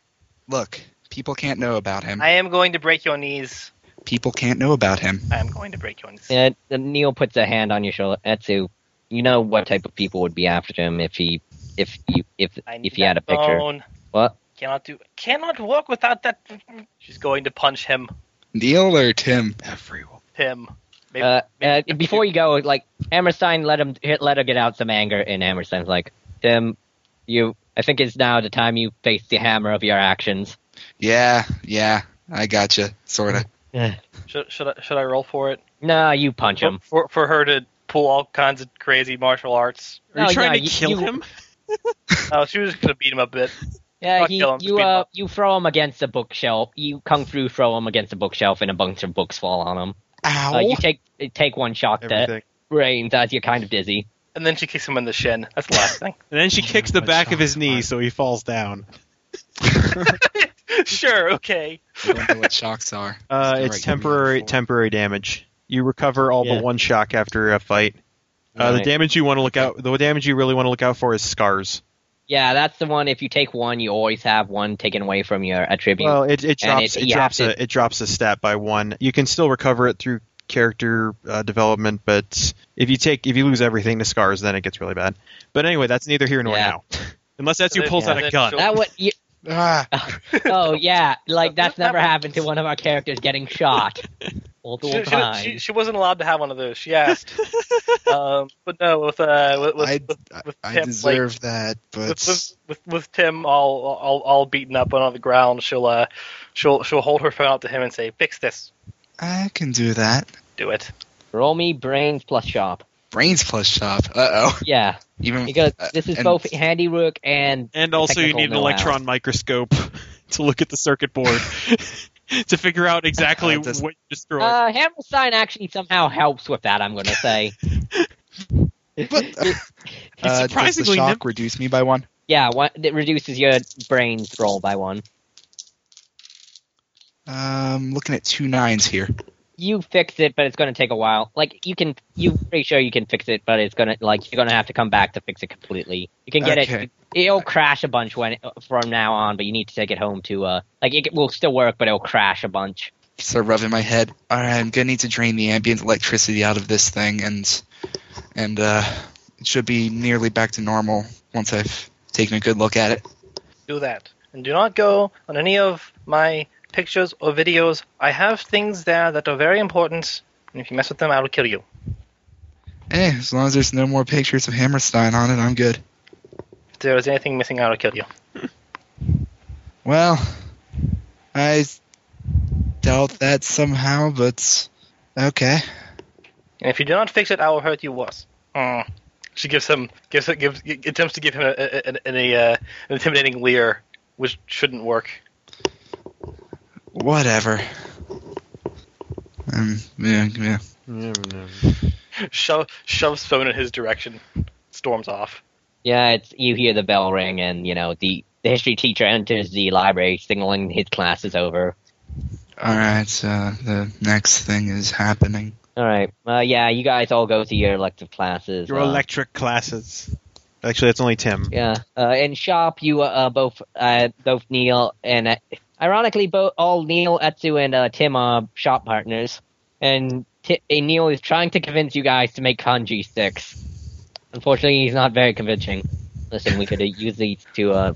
Speaker 4: Look, people can't know about him.
Speaker 5: I am going to break your knees.
Speaker 4: People can't know about him.
Speaker 5: I am going to break your knees.
Speaker 3: And Neil puts a hand on your shoulder. Etsu, you know what type of people would be after him if he. If you if
Speaker 5: I need
Speaker 3: if he had a
Speaker 5: that
Speaker 3: picture,
Speaker 5: phone.
Speaker 3: what?
Speaker 5: Cannot do. Cannot walk without that. She's going to punch him.
Speaker 4: Neil or Tim?
Speaker 2: Everyone.
Speaker 5: Him. Maybe,
Speaker 3: Uh, uh,
Speaker 5: maybe-
Speaker 3: before you go, like Hammerstein let him let her get out some anger, and Hammerstein's like, "Tim, you, I think it's now the time you face the hammer of your actions."
Speaker 4: Yeah, yeah. I gotcha, sorta.
Speaker 5: Should, should I should I roll for it?
Speaker 3: Nah, you punch him.
Speaker 5: For, for her to pull all kinds of crazy martial arts.
Speaker 2: Are you
Speaker 3: No,
Speaker 2: trying
Speaker 3: yeah,
Speaker 2: to
Speaker 3: you-
Speaker 2: kill
Speaker 3: you-
Speaker 2: him?
Speaker 5: Oh, she was just gonna beat him a bit.
Speaker 3: Yeah,
Speaker 5: Fuck
Speaker 3: he,
Speaker 5: Dylan,
Speaker 3: you
Speaker 5: speed
Speaker 3: uh,
Speaker 5: up.
Speaker 3: you throw him against a bookshelf. You kung fu throw him against a bookshelf, and a bunch of books fall on him.
Speaker 4: Ow.
Speaker 3: Uh, you take you take one shock to
Speaker 2: Everything.
Speaker 3: brains as you're kind of dizzy.
Speaker 5: And then she kicks him in the shin. That's the last thing.
Speaker 2: And then she kicks the
Speaker 4: my
Speaker 2: back of his
Speaker 4: shock
Speaker 2: knee,
Speaker 4: heart.
Speaker 2: so he falls down.
Speaker 5: sure, okay.
Speaker 4: I don't know what shocks are.
Speaker 2: Uh,
Speaker 4: Still
Speaker 2: it's
Speaker 4: right,
Speaker 2: temporary
Speaker 4: four.
Speaker 2: temporary damage. You recover all
Speaker 3: Yeah.
Speaker 2: but one shock after a fight. Uh, The
Speaker 3: Alright.
Speaker 2: damage you want to look out, the damage you really want to look out for is scars.
Speaker 3: Yeah, that's the one. If you take one, you always have one taken away from your attribute.
Speaker 2: Well, it, it
Speaker 3: And
Speaker 2: drops
Speaker 3: it-
Speaker 2: it,
Speaker 3: yeah,
Speaker 2: drops
Speaker 3: it-
Speaker 2: a it drops a stat by one. You can still recover it through character uh, development, but if you take if you lose everything to scars, then it gets really bad. But anyway, that's neither here nor
Speaker 3: Yeah.
Speaker 2: now. Unless that's you
Speaker 5: Then-
Speaker 2: pulls
Speaker 3: yeah,
Speaker 2: out a
Speaker 5: then
Speaker 2: gun.
Speaker 5: she'll-
Speaker 3: that would. You,
Speaker 4: Ah,
Speaker 3: oh yeah, like that's
Speaker 5: That
Speaker 3: never
Speaker 5: one-
Speaker 3: happened to one of our characters getting shot
Speaker 5: She,
Speaker 3: multiple
Speaker 5: she-
Speaker 3: times.
Speaker 5: she- she wasn't allowed to have one of those. She asked. um, but no, with uh, with, with,
Speaker 4: I,
Speaker 5: with, with
Speaker 4: I
Speaker 5: Tim,
Speaker 4: deserve that, but
Speaker 5: With, with, with, with Tim all, all all beaten up and on the ground, she'll uh, she'll she'll hold her phone out to him and say, "Fix this,
Speaker 4: I can do that.
Speaker 5: do it."
Speaker 3: Roll me brains plus sharp.
Speaker 4: Brains plus shop. Uh oh.
Speaker 3: Yeah,
Speaker 4: Even
Speaker 3: because
Speaker 4: uh,
Speaker 3: this is
Speaker 4: and-
Speaker 3: both handiwork and
Speaker 2: And also, you
Speaker 3: technical
Speaker 2: need an
Speaker 3: know-how.
Speaker 2: electron microscope to look at the circuit board to figure out exactly
Speaker 4: Uh, does-
Speaker 2: what you destroyed.
Speaker 3: uh, Hammerstein actually somehow helps with that. I'm gonna say.
Speaker 4: But, uh, uh, does the
Speaker 2: surprisingly
Speaker 4: shock
Speaker 2: nim-
Speaker 4: reduce me by one?
Speaker 3: Yeah, one, it reduces your brains roll by one.
Speaker 4: Um, looking at two nines here.
Speaker 3: You fix it, but it's going to take a while. Like you can, you pretty sure you can fix it, but it's going to like you're going to have to come back to fix it completely. You can get
Speaker 4: Okay.
Speaker 3: it. It'll crash a bunch when from now on, but you need to take it home to uh like it will still work, but it'll crash a bunch.
Speaker 4: Start rubbing my head. All right, I'm gonna need to drain the ambient electricity out of this thing, and and uh, it should be nearly back to normal once I've taken a good look at it.
Speaker 5: do that. And do not go on any of my pictures or videos. I have things there that are very important, and if you mess with them, I will kill you.
Speaker 4: Eh, as long as there's no more pictures of Hammerstein on it, I'm good.
Speaker 5: If there is anything missing, I will kill you.
Speaker 4: Well, I doubt that somehow, but okay.
Speaker 5: And if you do not fix it, I will hurt you worse. Mm. She gives him gives gives attempts to give him a, a, a, an- a, uh, an intimidating leer, which shouldn't work.
Speaker 4: Whatever. Um, yeah, yeah.
Speaker 5: Sho- shoves phone in his direction, storms off.
Speaker 3: Yeah, it's you hear the bell ring, and you know the the history teacher enters the library, signaling his class is over.
Speaker 4: All right. So the next thing is happening.
Speaker 3: All right, uh, yeah, you guys all go to your elective classes.
Speaker 2: Your
Speaker 3: uh,
Speaker 2: electric classes. Actually, that's only Tim.
Speaker 3: Yeah, uh, in shop you uh, both uh, both Neil and uh, ironically both all Neil Etsu and uh, Tim are shop partners, and, Ti and Neil is trying to convince you guys to make kanji sticks. Unfortunately, he's not very convincing. Listen, we could uh, use these to uh,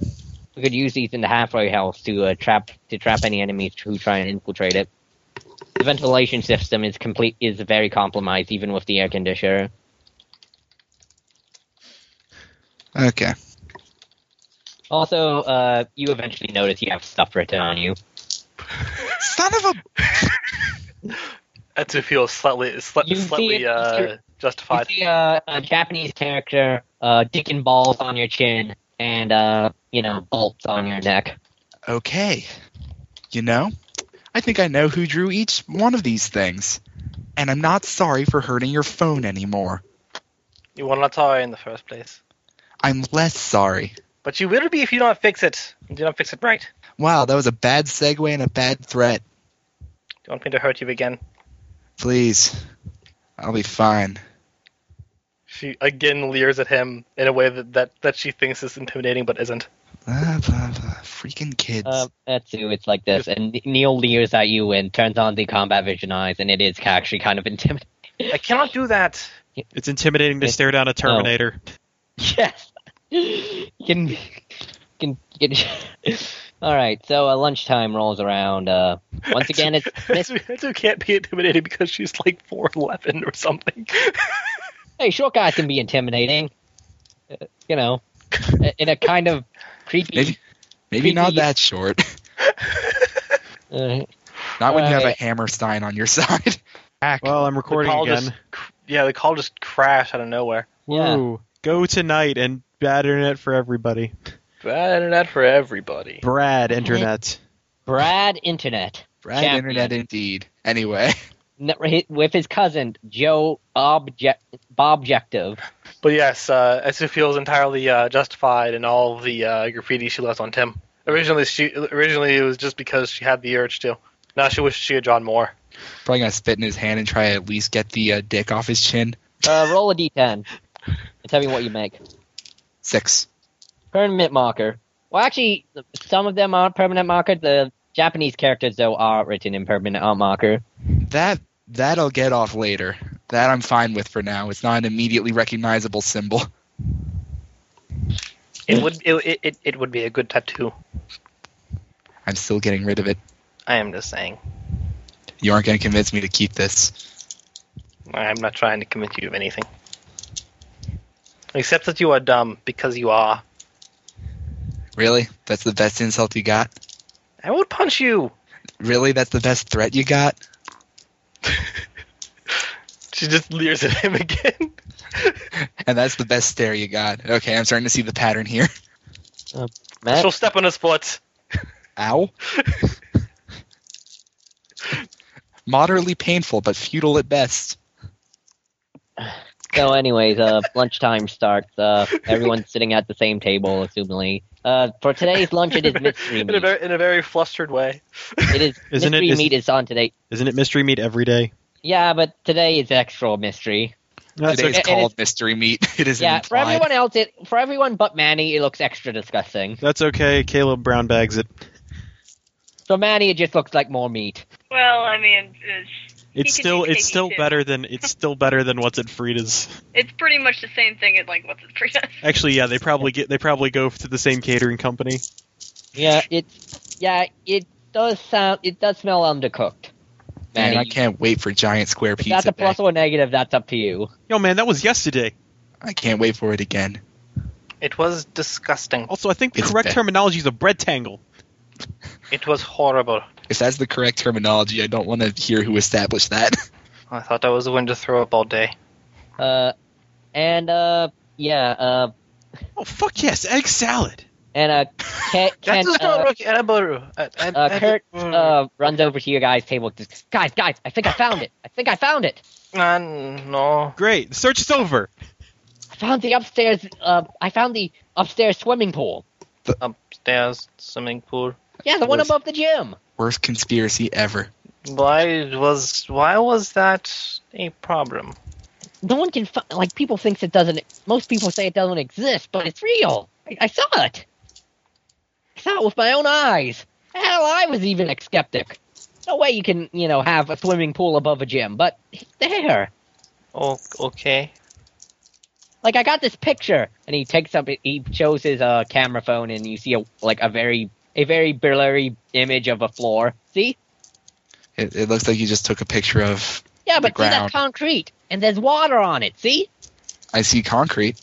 Speaker 3: we could use these in the halfway house to uh, trap to trap any enemies who try and infiltrate it. The ventilation system is complete is very compromised, even with the air conditioner.
Speaker 4: Okay.
Speaker 3: Also, uh, you eventually notice you have stuff written on you.
Speaker 4: Son of a.
Speaker 5: Etsu feels slightly sli-
Speaker 3: You see
Speaker 5: slightly
Speaker 3: it-
Speaker 5: uh,
Speaker 3: You
Speaker 5: justified.
Speaker 3: see uh, a Japanese character uh, digging balls on your chin and, uh, you know, bolts on your neck.
Speaker 4: Okay. You know, I think I know who drew each one of these things, and I'm not sorry for hurting your phone anymore.
Speaker 5: You were not sorry in the first place,
Speaker 4: I'm less sorry.
Speaker 5: but you will be if you don't fix it. You do not fix it right.
Speaker 4: Wow, that was a bad segue and a bad threat.
Speaker 5: Do you want me to hurt you again?
Speaker 4: Please, I'll be fine.
Speaker 5: She again leers at him in a way that, that, that she thinks is intimidating but isn't.
Speaker 4: Blah, blah, blah. Freaking kids.
Speaker 3: Uh, that's who it's like this. And N- Neil leers at you and turns on the combat vision eyes, and it is actually kind of intimidating.
Speaker 5: I cannot do that.
Speaker 2: It's intimidating to stare down a Terminator.
Speaker 3: Yes! You can, you can, you can. All right, so uh, lunchtime rolls around. Uh, once again, it's Miss.
Speaker 5: Mitsu can't be intimidated because she's like four eleven or something.
Speaker 3: Hey, short guys can be intimidating. Uh, you know, in a kind of creepy.
Speaker 4: Maybe- Maybe
Speaker 3: Creepy.
Speaker 4: not that short.
Speaker 3: Uh,
Speaker 4: Not when you have a
Speaker 3: Alright.
Speaker 4: Hammerstein on your side.
Speaker 5: Heck.
Speaker 2: Well, I'm
Speaker 5: the
Speaker 2: recording
Speaker 5: call
Speaker 2: again.
Speaker 5: just cr- yeah, the call just crashed out of nowhere.
Speaker 3: Yeah.
Speaker 2: Woo. Go tonight and bad internet for everybody.
Speaker 5: Bad internet for everybody.
Speaker 2: Brad internet.
Speaker 3: Brad Internet
Speaker 4: Brad
Speaker 3: Champion.
Speaker 4: Internet indeed. Anyway,
Speaker 3: n- hi- with his cousin Joe Object Bobjective.
Speaker 5: But yes, uh, Essie feels entirely uh, justified in all the uh, graffiti she left on Tim. Originally, she originally it was just because she had the urge to. Now she wishes she had drawn more.
Speaker 4: probably gonna spit in his hand and try to at least get the uh, dick off his chin.
Speaker 3: Uh, roll a d10 and tell me what you make.
Speaker 4: Six.
Speaker 3: Permanent marker. Well, actually, some of them aren't permanent marker. The Japanese characters though are written in permanent art marker.
Speaker 4: That that'll get off later. That I'm fine with for now. It's not an immediately recognizable symbol.
Speaker 5: It would it, it, it would be a good tattoo.
Speaker 4: I'm still getting rid of it.
Speaker 5: I am just saying.
Speaker 4: You aren't gonna convince me to keep this.
Speaker 5: I'm not trying to convince you of anything. Except that you are dumb because you are.
Speaker 4: Really? That's the best insult you got?
Speaker 5: I would punch you.
Speaker 4: Really? That's the best threat you got?
Speaker 5: She just leers at him again.
Speaker 4: And that's the best stare you got. Okay, I'm starting to see the pattern here.
Speaker 3: Matt,
Speaker 5: She'll step on his foot.
Speaker 4: Ow. Moderately painful, but futile at best.
Speaker 3: So, anyways, uh, lunchtime starts. Uh, everyone's sitting at the same table, assumingly. Uh, for today's lunch, it is mystery
Speaker 5: in a
Speaker 3: meat.
Speaker 5: very in a very flustered way.
Speaker 3: It is
Speaker 2: Isn't it-
Speaker 3: mystery
Speaker 2: is-
Speaker 3: meat is on today.
Speaker 2: Isn't it mystery meat every day?
Speaker 3: Yeah, but today is extra mystery.
Speaker 2: That's
Speaker 4: Today
Speaker 2: okay.
Speaker 4: is
Speaker 3: okay. And
Speaker 4: called mystery meat. It is
Speaker 3: yeah, for
Speaker 4: implied.
Speaker 3: everyone else, it for everyone but Manny, it looks extra disgusting.
Speaker 2: That's okay. Caleb Brown bags it.
Speaker 3: So Manny, it just looks like more meat.
Speaker 8: Well, I mean, it's,
Speaker 2: It's
Speaker 8: could
Speaker 2: still
Speaker 8: be
Speaker 2: it's
Speaker 8: piggy,
Speaker 2: still
Speaker 8: too.
Speaker 2: better than it's still better than what's at Frida's.
Speaker 8: it's pretty much the same thing. At like what's it for?
Speaker 2: Actually, yeah, they probably get they probably go to the same catering company.
Speaker 3: Yeah, it's yeah, it does sound it does smell undercooked.
Speaker 4: Man,
Speaker 3: Manny,
Speaker 4: I can't wait for giant square
Speaker 3: if
Speaker 4: pizza.
Speaker 3: that's a
Speaker 4: day.
Speaker 3: plus or a negative. That's up to you.
Speaker 2: Yo, man, that was yesterday.
Speaker 4: I can't wait for it again.
Speaker 5: It was disgusting.
Speaker 2: Also, I think the
Speaker 4: It's
Speaker 2: correct
Speaker 4: bad.
Speaker 2: terminology is a bread tangle.
Speaker 5: It was horrible.
Speaker 4: If that's the correct terminology, I don't want to hear who established that.
Speaker 5: I thought I was going to throw up all day.
Speaker 3: Uh, and uh, yeah, uh,
Speaker 2: Oh fuck yes, egg salad.
Speaker 3: and uh, Ken, Ken, uh, Uh, Kurt
Speaker 5: Mm,
Speaker 3: uh, runs over to your guys' table. Just, guys, guys, I think I found it. I think I found it.
Speaker 5: no.
Speaker 2: Great, the search is over.
Speaker 3: I found the upstairs. Uh, I found the upstairs swimming pool.
Speaker 5: Upstairs, swimming pool.
Speaker 3: Yeah, the one
Speaker 4: Yes.
Speaker 3: above the gym.
Speaker 4: Worst conspiracy ever.
Speaker 5: Why was why was that a problem?
Speaker 3: No one can fi- like people thinks it doesn't. Most people say it doesn't exist, but it's real. I, I saw it. I saw it with my own eyes. Hell, I was even a skeptic. No way you can, you know, have a swimming pool above a gym, but it's there.
Speaker 5: Oh, okay.
Speaker 3: like I got this picture, and he takes up he shows his uh, camera phone, and you see a like a very a very blurry image of a floor. See,
Speaker 4: It, it looks like you just took a picture of.
Speaker 3: yeah,
Speaker 4: The
Speaker 3: but see
Speaker 4: ground.
Speaker 3: that's concrete, and there's water on it. See,
Speaker 4: I see concrete.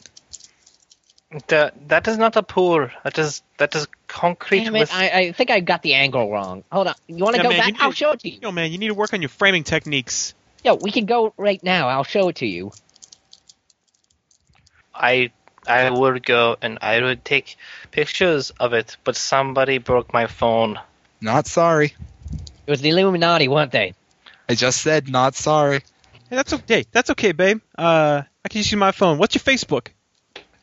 Speaker 5: That that is not a pool. That is that is concrete
Speaker 3: Damn it,
Speaker 5: with
Speaker 3: I, I think I got the angle wrong. Hold on, you want to
Speaker 2: Yeah,
Speaker 3: go
Speaker 2: man, you
Speaker 3: back?
Speaker 2: need-
Speaker 3: I'll show it to you.
Speaker 2: Yo, man, you need to work on your framing techniques.
Speaker 3: Yo, we can go right now. I'll show it to you.
Speaker 5: I I would go and I would take pictures of it, but somebody broke my phone.
Speaker 4: Not sorry.
Speaker 3: It was the Illuminati, weren't they?
Speaker 4: I just said not sorry.
Speaker 2: Hey, that's okay. That's okay, babe. Uh, I can just use my phone. What's your Facebook?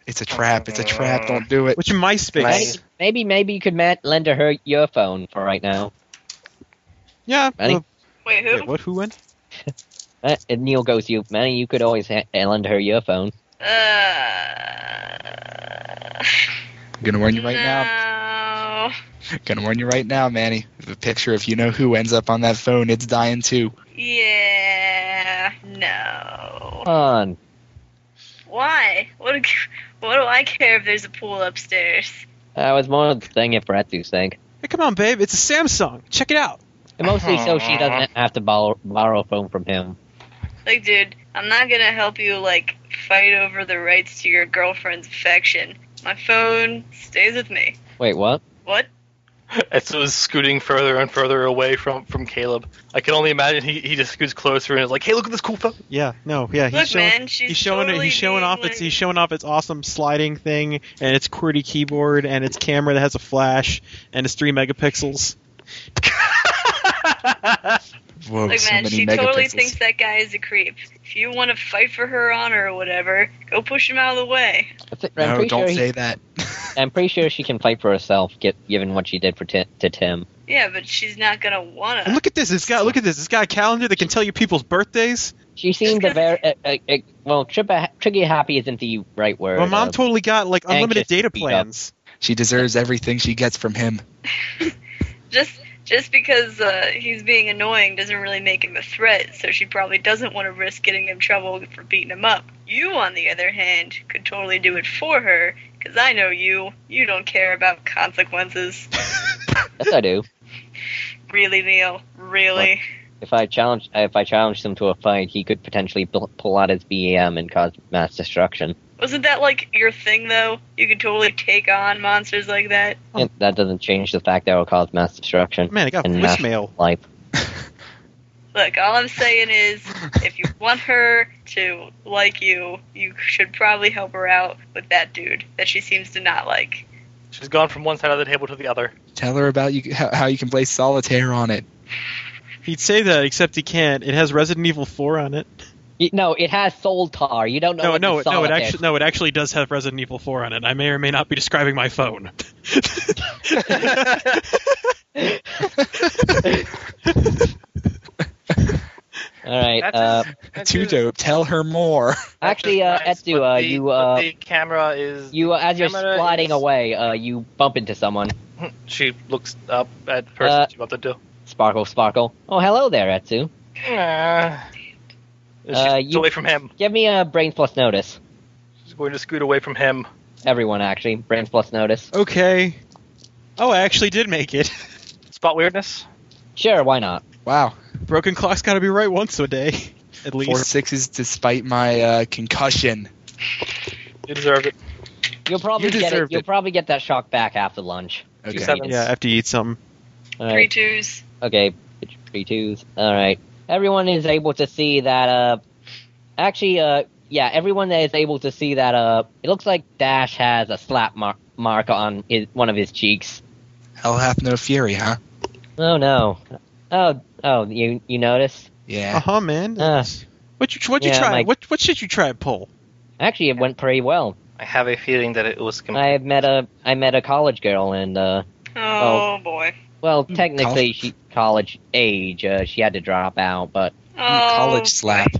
Speaker 4: It's a trap. It's a trap. Don't do it.
Speaker 2: What's your MySpace?
Speaker 5: Right.
Speaker 3: Maybe, maybe, maybe you could ma- lend to her your phone for right now.
Speaker 2: Yeah.
Speaker 3: Manny?
Speaker 2: uh,
Speaker 8: Wait, who?
Speaker 2: wait, what? Who went?
Speaker 3: Uh, and Neil goes, "You, Manny, you could always ha- eh, lend her your phone."
Speaker 8: Uh,
Speaker 4: I'm gonna warn you right now.
Speaker 8: now.
Speaker 4: Gonna warn you right now, Manny. If a picture of you know who ends up on that phone, it's dying too.
Speaker 8: Yeah. No.
Speaker 3: Come on,
Speaker 8: Why? What? do- What do I care if there's a pool upstairs?
Speaker 3: I was more saying it for Etsu's sake.
Speaker 2: Hey, come on, babe. It's a Samsung. Check it out.
Speaker 3: And Mostly so she doesn't have to borrow, borrow a phone from him.
Speaker 8: Like, dude, I'm not gonna help you like fight over the rights to your girlfriend's affection. My phone stays with me.
Speaker 3: Wait, what?
Speaker 8: What?
Speaker 5: As it was scooting further and further away from, from Caleb, I can only imagine he, he just scoots closer and is like, "Hey, look at this cool fella!"
Speaker 2: Yeah, no, yeah. He's
Speaker 8: Look,
Speaker 2: showing,
Speaker 8: man, she's
Speaker 2: he's showing
Speaker 8: totally
Speaker 2: he's showing
Speaker 8: being,
Speaker 2: off its
Speaker 8: like-
Speaker 2: he's showing off its awesome sliding thing and its QWERTY keyboard and its camera that has a flash and its three megapixels.
Speaker 4: Whoa,
Speaker 8: Look,
Speaker 4: so
Speaker 8: man,
Speaker 4: many
Speaker 8: she
Speaker 4: megapixels.
Speaker 8: totally thinks that guy is a creep. If you want to fight for her honor or whatever, go push him out of the way.
Speaker 3: I thi- I'm,
Speaker 4: no,
Speaker 3: pretty
Speaker 4: don't
Speaker 3: sure he-
Speaker 4: say that.
Speaker 3: I'm pretty sure she can fight for herself, gi- given what she did for Ti- to Tim.
Speaker 8: Yeah, but she's not gonna wanna.
Speaker 2: And look at this! It's got look at this! It's got a calendar that can tell you people's birthdays.
Speaker 3: She seemed a very uh, uh, uh, well. Trippa, tricky happy isn't the right word.
Speaker 2: My mom
Speaker 3: uh,
Speaker 2: totally got like unlimited
Speaker 3: anxious to
Speaker 2: data
Speaker 3: beat up.
Speaker 2: plans.
Speaker 4: She deserves everything she gets from him.
Speaker 8: just just because uh, he's being annoying doesn't really make him a threat, so she probably doesn't want to risk getting him trouble for beating him up. You, on the other hand, could totally do it for her, because I know you. You don't care about consequences.
Speaker 3: yes, I do.
Speaker 8: Really, Neil? Really?
Speaker 3: If I challenge, if I challenged him to a fight, he could potentially pull, pull out his BEM and cause mass destruction.
Speaker 8: Wasn't that like your thing, though? You could totally take on monsters like that.
Speaker 2: Oh.
Speaker 3: And that doesn't change the fact that it will cause mass destruction.
Speaker 2: Man, I got
Speaker 3: And mass
Speaker 2: voicemail.
Speaker 3: life.
Speaker 8: Look, all I'm saying is, if you want her to like you, you should probably help her out with that dude that she seems to not like.
Speaker 5: She's gone from one side of the table to the other.
Speaker 4: Tell her about you how, how you can play solitaire on it.
Speaker 2: He'd say that, except he can't. It has Resident Evil 4 on it.
Speaker 3: Y- No, it has soul tar. You don't know.
Speaker 2: No,
Speaker 3: what
Speaker 2: no,
Speaker 3: the
Speaker 2: no. It
Speaker 3: solitaire-
Speaker 2: actually, no, it actually does have Resident Evil 4 on it. I may or may not be describing my phone.
Speaker 3: All right.
Speaker 5: That's
Speaker 3: Uh,
Speaker 5: That's
Speaker 4: Too
Speaker 5: his-
Speaker 4: dope. Tell her more.
Speaker 3: actually, uh,
Speaker 5: that's
Speaker 3: Etsu,
Speaker 5: what
Speaker 3: uh,
Speaker 5: the-
Speaker 3: you,
Speaker 5: what
Speaker 3: uh,
Speaker 5: the camera is.
Speaker 3: you uh, as you're
Speaker 5: Camera
Speaker 3: sliding
Speaker 5: is-
Speaker 3: away, uh, you bump into someone.
Speaker 5: She looks up at the person
Speaker 3: Uh,
Speaker 5: she's about to do.
Speaker 3: Sparkle, sparkle. Oh, hello there, Etsu.
Speaker 5: Uh, she's
Speaker 3: Uh, you-
Speaker 5: away from him.
Speaker 3: Give me a brains plus notice.
Speaker 5: She's going to scoot away from him.
Speaker 3: Everyone, actually, brains plus notice.
Speaker 2: okay. Oh, I actually did make it.
Speaker 5: Spot weirdness.
Speaker 3: Sure, why not?
Speaker 4: Wow.
Speaker 2: Broken clock's got to be right once a day, at least.
Speaker 4: Four sixes despite my uh, concussion.
Speaker 5: You deserved it.
Speaker 3: You'll probably
Speaker 4: You
Speaker 3: get it,
Speaker 4: deserved
Speaker 3: You'll
Speaker 4: it.
Speaker 3: probably get that shock back after lunch.
Speaker 4: Okay.
Speaker 5: Seven.
Speaker 2: Yeah, after you eat something.
Speaker 3: All
Speaker 8: Three
Speaker 3: right.
Speaker 8: twos.
Speaker 3: Okay, it's three twos. All right. Everyone is able to see that. Uh, actually, uh, yeah, everyone that is able to see that. Uh, it looks like Dash has a slap mar- mark on his, one of his cheeks.
Speaker 4: Hell hath no fury, huh?
Speaker 3: Oh no. Oh, oh, you you noticed?
Speaker 4: Yeah.
Speaker 2: Uh huh, man.
Speaker 3: Uh.
Speaker 2: What you what you
Speaker 3: Yeah,
Speaker 2: try?
Speaker 3: Mike.
Speaker 2: What what should you try to pull?
Speaker 3: Actually, it went pretty well.
Speaker 5: I have a feeling that it was. Com-
Speaker 3: I met a I met a college girl, and uh,
Speaker 8: Oh, boy.
Speaker 3: well, technically
Speaker 4: college.
Speaker 3: she college age. Uh, she had to drop out, but
Speaker 8: Oh,
Speaker 4: College slap.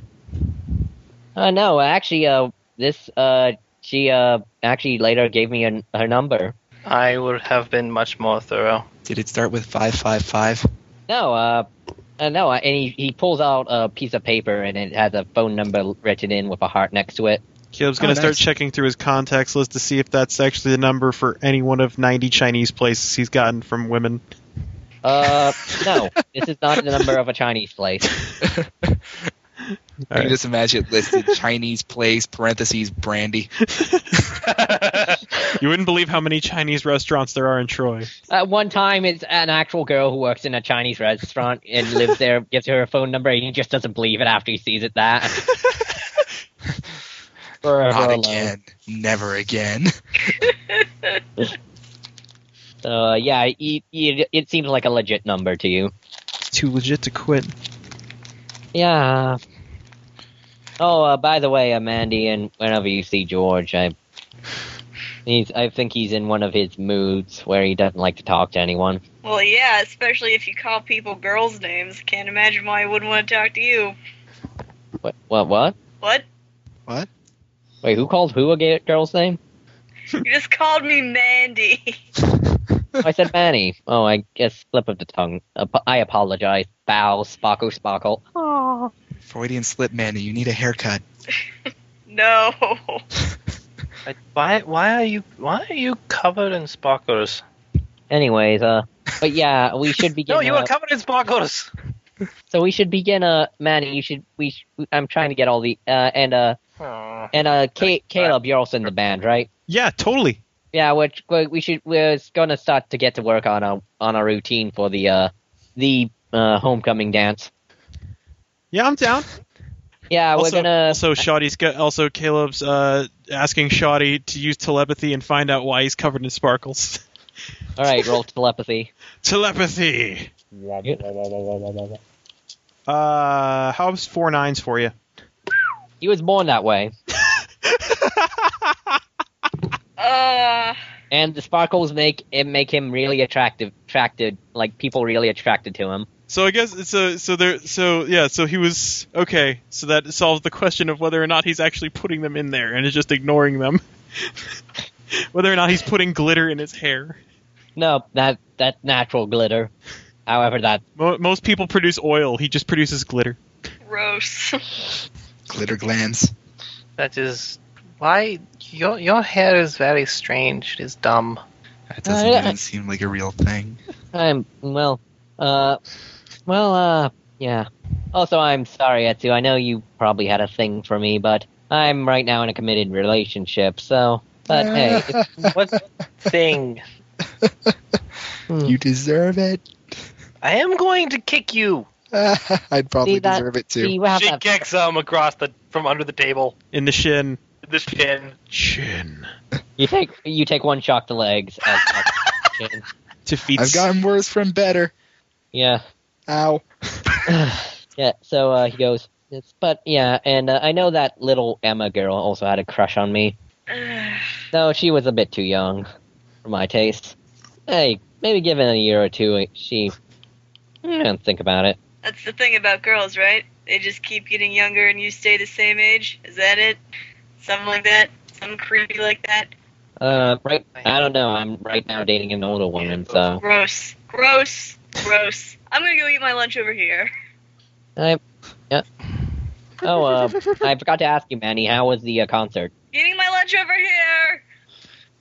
Speaker 3: uh, no, actually, uh, this uh, she uh, actually later gave me her, her number.
Speaker 5: I would have been much more thorough.
Speaker 4: Did it start with five five five?
Speaker 3: No, uh, uh no, uh, and he, he pulls out a piece of paper, and it has a phone number written in with a heart next to it.
Speaker 2: Caleb's
Speaker 4: Oh,
Speaker 2: gonna start
Speaker 4: nice.
Speaker 2: checking through his contacts list to see if that's actually the number for any one of ninety Chinese places he's gotten from women.
Speaker 3: Uh, no, this is not the number of a Chinese place.
Speaker 4: I can just imagine it listed Chinese place parentheses brandy.
Speaker 2: You wouldn't believe how many Chinese restaurants there are in Troy.
Speaker 3: At one time, it's an actual girl who works in a Chinese restaurant and lives there, gives her a phone number, and he just doesn't believe it after he sees it that. Forever
Speaker 4: Not
Speaker 3: alone.
Speaker 4: again. Never again.
Speaker 8: Oh,
Speaker 3: So, uh, yeah, you, you, it seems like a legit number to you.
Speaker 2: It's too legit to quit.
Speaker 3: Yeah. Oh, uh, by the way, uh, Mandy, and whenever you see George, I, he's, I think he's in one of his moods where he doesn't like to talk to anyone.
Speaker 8: Well, yeah, especially if you call people girls' names. Can't imagine why he wouldn't want to talk to you.
Speaker 3: What? What? what?
Speaker 8: What?
Speaker 3: Wait, who called who a gay girl's name?
Speaker 8: You just called me Mandy.
Speaker 3: I said Manny. Oh, I guess slip of the tongue. Ap- I apologize. Bow, sparkle, sparkle.
Speaker 4: Freudian slip, man. You need a haircut.
Speaker 8: No.
Speaker 5: I, why? Why are you? Why are you covered in sparkles?
Speaker 3: Anyways, uh, but yeah, we should begin.
Speaker 5: No, you
Speaker 3: uh,
Speaker 5: are covered in sparkles.
Speaker 3: so we should begin. Uh, Manny, you should. We. Sh- I'm trying to get all the. Uh, and uh,
Speaker 5: Aw.
Speaker 3: and uh, Ca Caleb, you're also in the band, right?
Speaker 2: Yeah, totally.
Speaker 3: Yeah, which we we should we're gonna start to get to work on our on our routine for the uh the uh homecoming dance.
Speaker 2: Yeah, I'm down.
Speaker 3: Yeah, we're
Speaker 2: also,
Speaker 3: gonna
Speaker 2: also Shoddy's got also Caleb's uh, asking Shoddy to use telepathy and find out why he's covered in sparkles.
Speaker 3: all right roll telepathy.
Speaker 2: telepathy. Uh, how's four nines for you?
Speaker 3: He was born that way,
Speaker 8: Uh,
Speaker 3: and the sparkles make it make him really attractive, attracted like people really attracted to him.
Speaker 2: So I guess so. So there. So yeah. So he was okay. So that solves the question of whether or not he's actually putting them in there and is just ignoring them. whether or not he's putting glitter in his hair.
Speaker 3: No, that that natural glitter. However, that
Speaker 2: Mo- most people produce oil. He just produces glitter.
Speaker 8: gross.
Speaker 4: Glitter glands.
Speaker 5: That is why your your hair is very strange. It is dumb.
Speaker 4: That doesn't
Speaker 3: Uh,
Speaker 4: even seem like a real thing.
Speaker 3: I'm well, uh, well, uh, yeah. Also, I'm sorry, Etsu. I know you probably had a thing for me, but I'm right now in a committed relationship, so. But hey, if-
Speaker 5: What thing?
Speaker 4: you deserve it.
Speaker 5: I am going to kick you.
Speaker 4: I'd probably
Speaker 3: See that-
Speaker 4: deserve it too.
Speaker 3: see, you have
Speaker 5: she
Speaker 3: that-
Speaker 5: kicks him across the from under the table.
Speaker 2: In the shin.
Speaker 5: The shin.
Speaker 2: Shin.
Speaker 3: you take you take one shock to legs. As, as-
Speaker 2: To feet.
Speaker 4: I've gotten worse from better.
Speaker 3: yeah.
Speaker 4: Ow.
Speaker 3: Yeah, so uh, he goes, it's, but yeah, and uh, I know that little Emma girl also had a crush on me. No, she was a bit too young for my taste. Hey, maybe give it a year or two, she. I don't think about it.
Speaker 8: That's the thing about girls, right? They just keep getting younger and you stay the same age. Is that it? Something like that? Something creepy like that?
Speaker 3: Uh, right, I don't know. I'm right now dating an older woman, so
Speaker 8: Gross. Gross. Gross. I'm gonna go eat my lunch over here.
Speaker 3: I. Yeah. Oh, uh, I forgot to ask you, Manny. How was the uh, concert?
Speaker 8: Eating my lunch over here!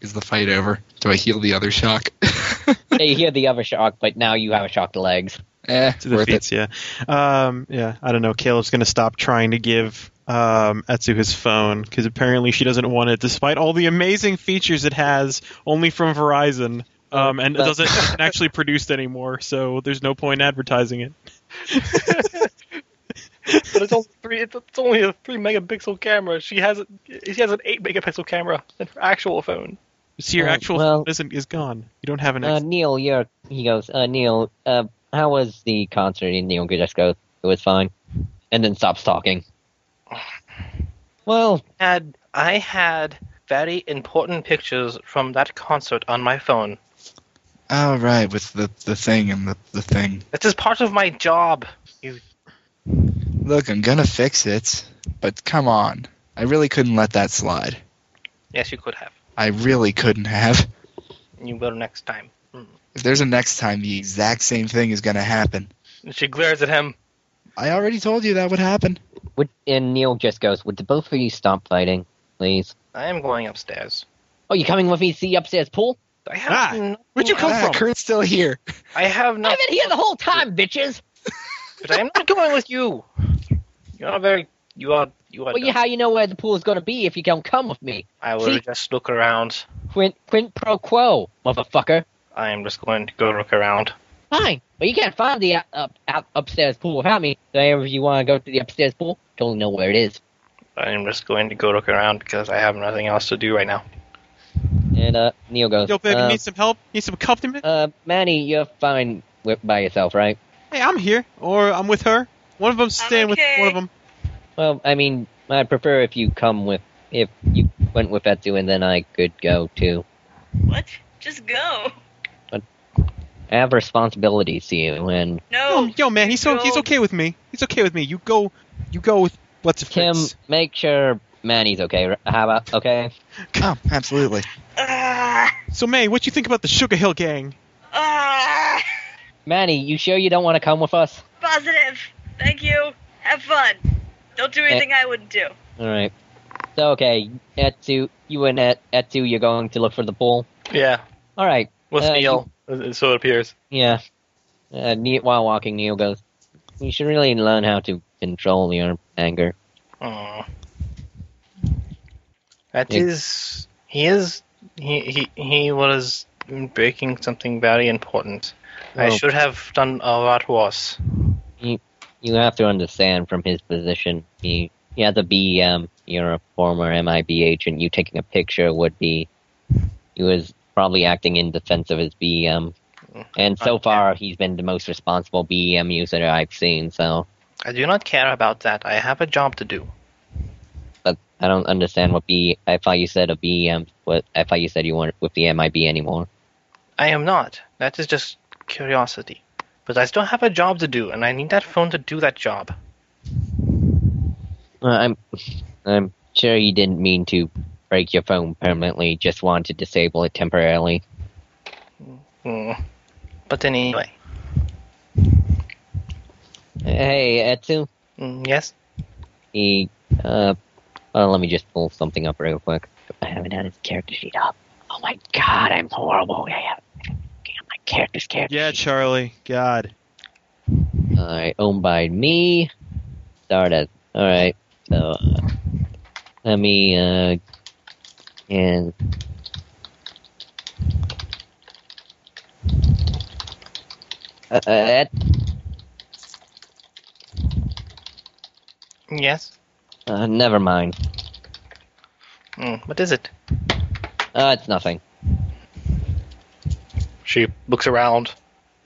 Speaker 4: Is the fight over? Do I heal the other shock?
Speaker 3: you hear the other shock, but now you have a shock to legs.
Speaker 4: eh,
Speaker 2: to the
Speaker 4: worth
Speaker 2: feet. Yeah. Um, yeah. I don't know. Caleb's gonna stop trying to give um, Etsu his phone because apparently she doesn't want it, despite all the amazing features it has, only from Verizon. Um, and it
Speaker 3: But-
Speaker 2: doesn't isn't actually produced anymore, so there's no point advertising it.
Speaker 5: But it's only three. It's, it's only a three megapixel camera. She has a- she has an eight megapixel camera in her actual phone.
Speaker 2: See, your
Speaker 3: Uh,
Speaker 2: actual
Speaker 3: well-
Speaker 2: phone isn't is gone. You don't have an.
Speaker 3: Uh,
Speaker 2: Ex-
Speaker 3: Neil, you're. He goes, uh, Neil, uh, how was the concert? And Neil just goes, it was fine. And then stops talking. Well,
Speaker 5: Had I had very important pictures from that concert on my phone.
Speaker 4: it. Oh right, with the the thing and the, the thing.
Speaker 5: This is part of my job.
Speaker 4: Look, I'm gonna fix it. But come on. I really couldn't let that slide.
Speaker 5: Yes, you could have.
Speaker 4: I really couldn't have.
Speaker 5: You will next time.
Speaker 4: If there's a next time, the exact same thing is gonna happen.
Speaker 5: And she glares at him.
Speaker 4: I already told you that would happen.
Speaker 3: would, and Neil just goes, would the both of you stop fighting, please?
Speaker 5: I am going upstairs.
Speaker 3: Oh, you coming with me to see upstairs pool?
Speaker 5: I have.
Speaker 2: Ah,
Speaker 5: nothing-
Speaker 2: where'd you come
Speaker 4: ah,
Speaker 2: from?
Speaker 4: Kurt's still here.
Speaker 5: I have
Speaker 3: I've
Speaker 5: not.
Speaker 3: been here the whole time, bitches!
Speaker 5: But I'm not going with you. You're not very. You are. You are.
Speaker 3: Well, you,
Speaker 5: dumb.
Speaker 3: how you know where the pool is going to be if you don't come with me?
Speaker 5: I will
Speaker 3: see-
Speaker 5: just look around.
Speaker 3: Quint, quint pro quo, motherfucker.
Speaker 5: I am just going to go look around.
Speaker 3: Fine, but you can't find the uh, up, up, upstairs pool without me. So if you want to go to the upstairs pool, totally know where it is.
Speaker 5: I am just going to go look around because I have nothing else to do right now.
Speaker 3: And uh, Neil goes,
Speaker 2: Yo, baby,
Speaker 3: uh,
Speaker 2: need some help? Need some accompaniment?
Speaker 3: Uh, Manny, you're fine with, by yourself, right?
Speaker 2: hey, I'm here, or I'm with her. One of them's
Speaker 8: I'm
Speaker 2: staying with
Speaker 8: okay.
Speaker 2: one of them.
Speaker 3: Well, I mean, I'd prefer if you come with if you went with Etsu, and then I could go too.
Speaker 8: What? Just go.
Speaker 3: I have responsibilities to you, and
Speaker 8: No.
Speaker 2: Yo, yo, man, he's so he's
Speaker 8: Yo.
Speaker 2: okay with me. He's okay with me. You go, you go with what's a
Speaker 3: Tim,
Speaker 2: fritz.
Speaker 3: make sure Manny's okay. r- How about okay?
Speaker 4: Oh, absolutely.
Speaker 8: Ah.
Speaker 2: So May, what you think about the Sugar Hill Gang?
Speaker 8: Ah.
Speaker 3: Manny, you sure you don't want to come with us?
Speaker 8: Positive. Thank you. Have fun. Don't do anything I wouldn't do.
Speaker 3: All right. So okay, Etsu, you and Et- Etsu, you're going to look for the pool.
Speaker 5: Yeah,
Speaker 3: All right.
Speaker 5: with
Speaker 3: Uh,
Speaker 5: Neil. So it appears.
Speaker 3: Yeah. Uh, Ne while walking, Neil goes. You should really learn how to control your anger.
Speaker 5: Aw. That
Speaker 3: Yeah.
Speaker 5: is. He is He he he was breaking something very important. I
Speaker 3: Well-
Speaker 5: should have done a lot worse.
Speaker 3: You have to understand from his position, he, he has a BEM, um, you're a former MIB agent, you taking a picture would be, he was probably acting in defense of his BEM. And so far, he's been the most responsible BEM user I've seen, so
Speaker 5: I do not care about that. I have a job to do.
Speaker 3: but I don't understand what B, I thought you said a BEM, what, I thought you said you weren't with the MIB anymore.
Speaker 5: I am not. That is just curiosity. But I still have a job to do, and I need that phone to do that job.
Speaker 3: Well, I'm, I'm sure he didn't mean to break your phone permanently, just wanted to disable it temporarily.
Speaker 5: Hmm. But anyway,
Speaker 3: Hey, Etsu?
Speaker 5: Mm, yes.
Speaker 3: He, uh, well, let me just pull something up real quick. I haven't had his character sheet up. Oh my god, I'm horrible. I have my character's character
Speaker 2: Yeah,
Speaker 3: sheet.
Speaker 2: Charlie. God.
Speaker 3: Alright, owned by me. Stardust. Alright, so, uh, let me, uh, and. Uh, uh, that-
Speaker 5: Yes.
Speaker 3: uh, never mind.
Speaker 5: Mm, what is it?
Speaker 3: Uh, it's nothing.
Speaker 5: She looks around,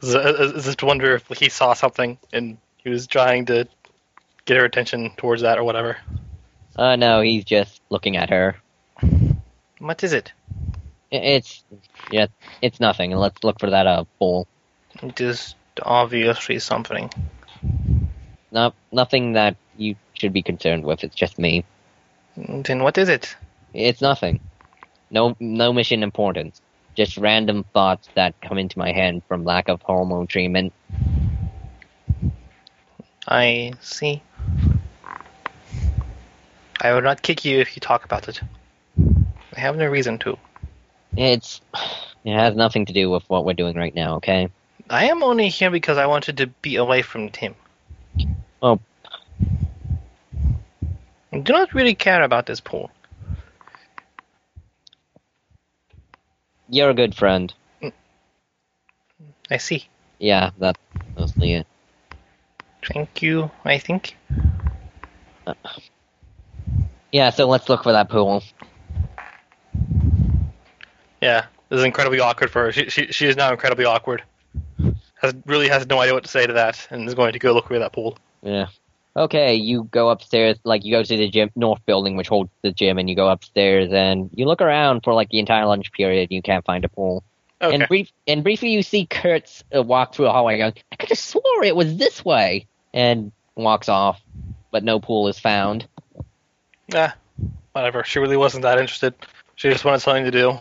Speaker 5: as, as, as if to wonder if he saw something, and he was trying to get her attention towards that or whatever.
Speaker 3: Uh, no, he's just looking at her.
Speaker 5: What is it?
Speaker 3: I- It's yeah, it's nothing. Let's look for that uh bowl.
Speaker 5: It is obviously something.
Speaker 3: No, nothing that you should be concerned with. It's just me.
Speaker 5: Then what is it?
Speaker 3: It's nothing. No, no mission importance. Just random thoughts that come into my head from lack of hormone treatment.
Speaker 5: I see. I will not kick you if you talk about it. I have no reason to.
Speaker 3: It's it has nothing to do with what we're doing right now. Okay.
Speaker 5: I am only here because I wanted to be away from him.
Speaker 3: Oh.
Speaker 5: I do not really care about this pool.
Speaker 3: You're a good friend.
Speaker 5: I see.
Speaker 3: Yeah, that's mostly it.
Speaker 5: Thank you, I think.
Speaker 3: Yeah, so let's look for that pool.
Speaker 5: Yeah, this is incredibly awkward for her. She, she, she is now incredibly awkward. Has Really has no idea what to say to that and is going to go look for that pool.
Speaker 3: Yeah. Okay, you go upstairs, like you go to the gym, north building, which holds the gym, and you go upstairs and you look around for like the entire lunch period. and You can't find a pool.
Speaker 5: Okay.
Speaker 3: And brief, and briefly, you see Kurtz uh, walk through a hallway. Going, I could have swore it was this way, and walks off, but no pool is found.
Speaker 5: Nah, whatever. She really wasn't that interested. She just wanted something to do.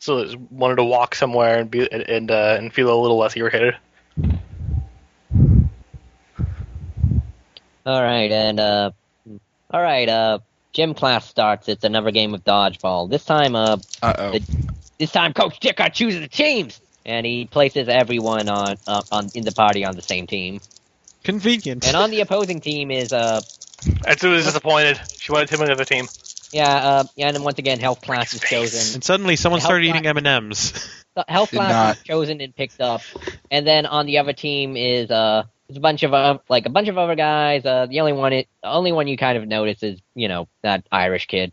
Speaker 5: So just wanted to walk somewhere and be and and, uh, and feel a little less irritated.
Speaker 3: All right, and uh, all right, uh, gym class starts. It's another game of dodgeball. This time, uh,
Speaker 4: Uh oh.
Speaker 3: This time, Coach Dicker chooses the teams, and he places everyone on uh, on in the party on the same team.
Speaker 2: Convenient.
Speaker 3: And on the opposing team is uh
Speaker 5: Etsu was disappointed. She wanted him on the other team.
Speaker 3: yeah uh yeah, and then once again health class is chosen.
Speaker 2: and suddenly someone
Speaker 3: Help
Speaker 2: started
Speaker 3: that-
Speaker 2: eating M&Ms.
Speaker 3: So health
Speaker 4: Did
Speaker 3: class is
Speaker 4: not.
Speaker 3: chosen and picked up, and then on the other team is uh it's a bunch of uh, like a bunch of other guys. Uh, the only one it, the only one you kind of notice is you know that Irish kid,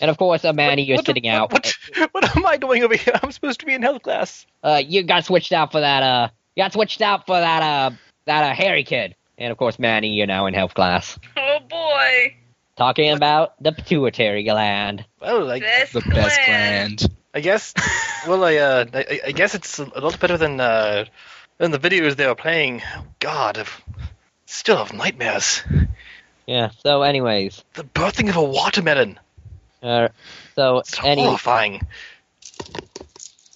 Speaker 3: and of course a man you're
Speaker 5: What the-
Speaker 3: sitting out.
Speaker 5: What, what am I doing over here? I'm supposed to be in health class.
Speaker 3: uh, you got switched out for that, uh, you got switched out for that, uh, that, uh, hairy kid. And of course, Manny, you're now in health class.
Speaker 8: Oh boy.
Speaker 3: Talking about the pituitary gland.
Speaker 5: Well, I,
Speaker 8: Best
Speaker 4: The best
Speaker 8: gland.
Speaker 4: gland.
Speaker 5: I guess. Well, I, uh, I, I guess it's a lot better than uh, than the videos they were playing. God, I've, still have nightmares.
Speaker 3: Yeah, so anyways,
Speaker 5: The birthing of a watermelon.
Speaker 3: uh, so,
Speaker 5: It's
Speaker 3: any,
Speaker 5: horrifying.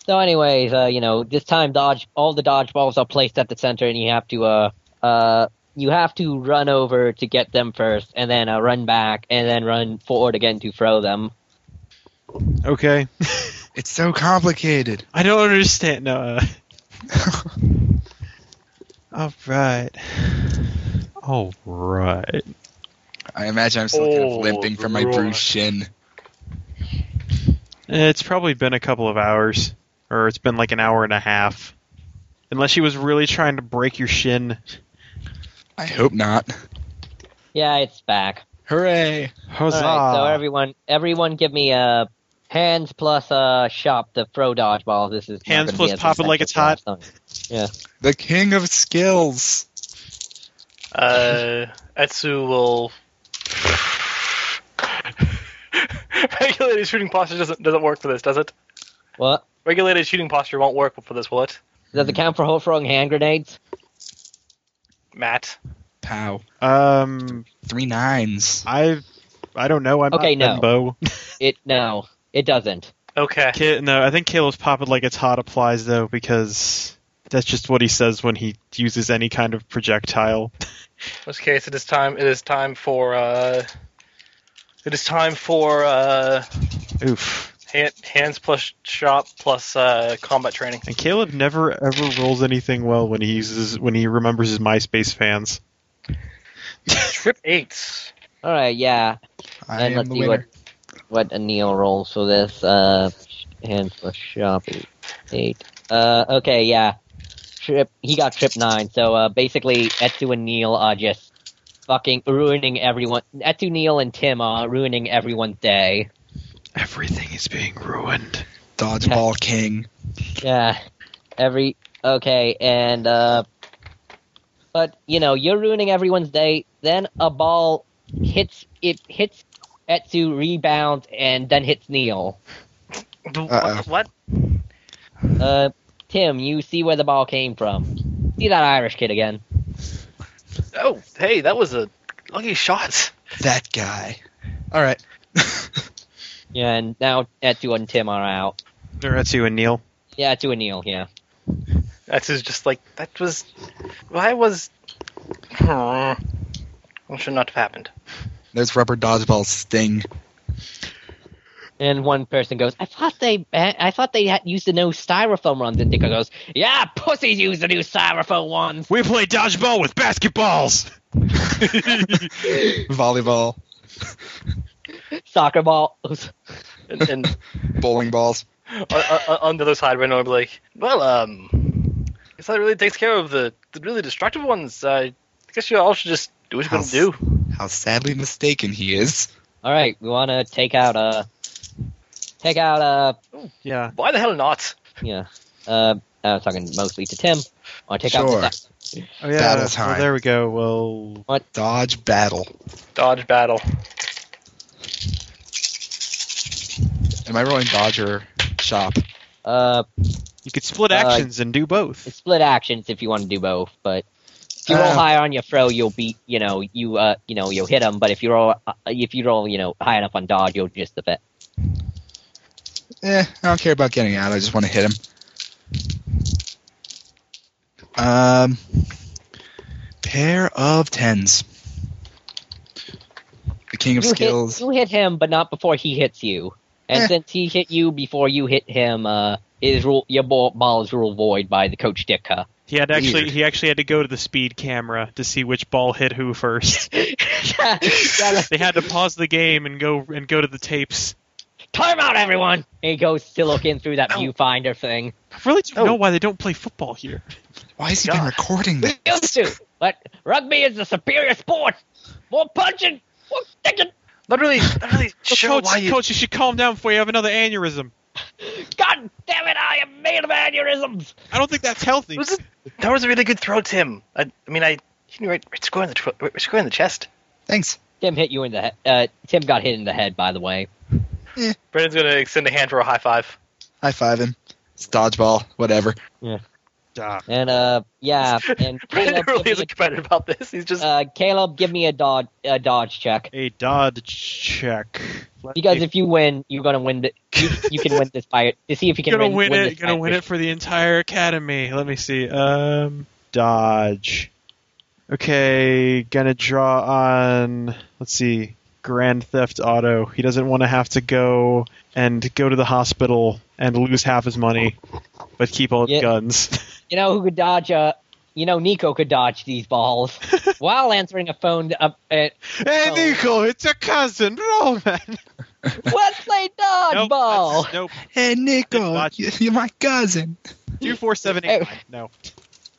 Speaker 3: so anyways, uh, you know, this time dodge, all the dodgeballs are placed at the center and you have to, uh, uh, you have to run over to get them first and then, uh, run back and then run forward again to throw them.
Speaker 2: Okay.
Speaker 4: It's so complicated.
Speaker 2: I don't understand. No. Uh... All right. All right.
Speaker 4: I imagine I'm still kind
Speaker 5: Oh,
Speaker 4: of limping from my
Speaker 5: right.
Speaker 4: bruised shin.
Speaker 2: It's probably been a couple of hours, or it's been like an hour and a half. Unless she was really trying to break your shin.
Speaker 4: I hope not.
Speaker 3: Yeah, it's back.
Speaker 4: Hooray!
Speaker 2: Huzzah!
Speaker 3: Alright, so everyone everyone give me a hands plus uh shop to throw dodgeball. This is not
Speaker 2: Hands
Speaker 3: gonna
Speaker 2: plus
Speaker 3: be as
Speaker 2: pop it like it's
Speaker 3: effective as last time.
Speaker 4: The king of skills.
Speaker 5: Uh, Etsu will. Regulated shooting posture doesn't doesn't work for this, does it?
Speaker 3: What?
Speaker 5: Regulated shooting posture won't work for this, will it,
Speaker 3: Does
Speaker 2: Mm.
Speaker 3: it count for whole throwing hand grenades?
Speaker 5: Matt?
Speaker 4: Pow.
Speaker 2: Um,
Speaker 4: Three nines.
Speaker 2: I, I don't know. I'm
Speaker 3: Okay,
Speaker 2: not
Speaker 3: no.
Speaker 2: Bimbo.
Speaker 3: It no. It doesn't.
Speaker 5: Okay.
Speaker 2: Ki- no, I think Caleb's pop it like it's hot applies though because that's just what he says when he uses any kind of projectile.
Speaker 5: In which case, it is time. It is time for. Uh, it is time for uh,
Speaker 2: Oof.
Speaker 5: hand, hands plus shop plus uh, combat training.
Speaker 2: And Caleb never ever rolls anything well when he uses when he remembers his MySpace fans.
Speaker 5: Trip eight.
Speaker 3: Alright, yeah.
Speaker 4: I
Speaker 3: and
Speaker 4: am
Speaker 3: let's
Speaker 4: the
Speaker 3: see
Speaker 4: winner.
Speaker 3: what what Anil rolls for this. Uh, hands plus shop eight. Uh, okay, yeah. Trip. He got trip nine. So uh, basically, Etsu and Neil are just fucking ruining everyone. Etsu, Neil, and Tim are ruining everyone's day.
Speaker 2: Everything is being ruined.
Speaker 4: Dodgeball king.
Speaker 3: Yeah. Every okay, and uh, but you know you're ruining everyone's day. Then a ball hits it hits Etsu, rebounds, and then hits Neil.
Speaker 4: Uh-oh.
Speaker 5: What, what?
Speaker 3: Uh, Tim, you see where the ball came from. See that Irish kid again.
Speaker 5: Oh, hey, that was a lucky shot.
Speaker 4: That guy. All right.
Speaker 3: Yeah, and now Etsu and Tim are out.
Speaker 2: Or that's you and Neil.
Speaker 3: Yeah, Etsu and Neil, yeah.
Speaker 5: Etsu's just like that was. Why was? Hmm. That should not have happened.
Speaker 4: There's rubber dodgeball sting.
Speaker 3: And one person goes, I thought they I thought they had used the new styrofoam ones. And Dicker goes, Yeah, pussies use the new styrofoam ones.
Speaker 2: We play dodgeball with basketballs.
Speaker 4: Volleyball.
Speaker 3: Soccer balls.
Speaker 5: And, and
Speaker 4: Bowling balls.
Speaker 5: on, on- on the other side, Ren would be like, "Well, um, guess that really takes care of the, the really destructive ones. I guess you all should just do what you're gonna
Speaker 4: House.
Speaker 5: do."
Speaker 4: How sadly mistaken he is.
Speaker 3: All right, we want to take out uh take out uh
Speaker 2: Yeah.
Speaker 5: Why the hell not?
Speaker 3: yeah uh I was talking mostly to Tim. Or take
Speaker 4: Sure.
Speaker 3: out the,
Speaker 2: Oh, yeah.
Speaker 4: Battle
Speaker 2: Well,
Speaker 4: time.
Speaker 2: there we go. Well,
Speaker 4: Dodge battle.
Speaker 5: Dodge battle.
Speaker 4: Am I rolling Dodger shop?
Speaker 3: uh
Speaker 2: you could split
Speaker 3: Uh,
Speaker 2: actions and do
Speaker 3: It's
Speaker 2: both.
Speaker 3: split actions if you want to do both, but if you roll
Speaker 4: Uh.
Speaker 3: high on your throw, you'll beat. You know, you uh, you know, you'll hit them. But if you roll, uh, if you roll, you know, high enough on dodge, you'll just the fit.
Speaker 4: Eh, I don't care about getting out. I just want to hit him. Um, pair of tens. The king of
Speaker 3: You
Speaker 4: skills.
Speaker 3: hit, you hit him, but not before he hits you. And
Speaker 4: Eh.
Speaker 3: since he hit you before you hit him, uh, his rule, your ball, ball is ruled void by the coach Ditka.
Speaker 2: He had actually
Speaker 4: Weird.
Speaker 2: he actually had to go to the speed camera to see which ball hit who first.
Speaker 3: Yeah, yeah, like,
Speaker 2: they had to pause the game and go and go to the tapes.
Speaker 3: Time out, everyone! And he goes to look in through that viewfinder thing.
Speaker 2: I really don't
Speaker 5: Oh.
Speaker 2: know why they don't play football here.
Speaker 4: Why has he been
Speaker 5: God.
Speaker 4: recording this?
Speaker 3: Used to, but rugby is the superior sport. More punching, more kicking.
Speaker 5: Not really. Not really sure
Speaker 2: coach,
Speaker 5: why you.
Speaker 2: coach, you should calm down before you have another aneurysm.
Speaker 3: God damn it, I am made of aneurysms!
Speaker 2: I don't think that's healthy.
Speaker 5: It was a- that was a really good throw, Tim. I, I mean, I you right, right square in the tw- right square in the chest.
Speaker 4: Thanks.
Speaker 3: Tim hit you in the head. Uh, Tim got hit in the head, by the way.
Speaker 5: Brennan's gonna extend a hand for a high five.
Speaker 4: High five him. It's dodgeball. Whatever.
Speaker 3: And, uh, yeah, and
Speaker 5: Brennan
Speaker 3: Caleb, give
Speaker 5: really
Speaker 3: me
Speaker 5: isn't competitive about this. He's
Speaker 3: a,
Speaker 5: just
Speaker 3: uh, Caleb, give me a dodge, a dodge check.
Speaker 2: a dodge check. Let
Speaker 3: Because
Speaker 2: me-
Speaker 3: if you win, you're gonna win. The, you, you can win this fight to see if you can
Speaker 2: gonna
Speaker 3: win,
Speaker 2: win,
Speaker 3: win
Speaker 2: it,
Speaker 3: this
Speaker 2: gonna
Speaker 3: fight.
Speaker 2: win it for the entire academy. Let me see. Um, dodge. Okay, gonna draw on. Let's see. Grand Theft Auto. He doesn't want to have to go and go to the hospital and lose half his money, but keep all his
Speaker 3: Yeah.
Speaker 2: guns.
Speaker 3: You know who could dodge? Uh, you know Nico could dodge these balls while answering a phone. Up, uh,
Speaker 2: hey,
Speaker 3: Oh.
Speaker 2: Nico, it's your cousin, Roman.
Speaker 3: Let's play
Speaker 2: Nope,
Speaker 3: dodgeball.
Speaker 2: that's- nope.
Speaker 4: Hey, Nico,
Speaker 2: Watch.
Speaker 4: you- you're my cousin.
Speaker 2: Two four seven eight nine. No.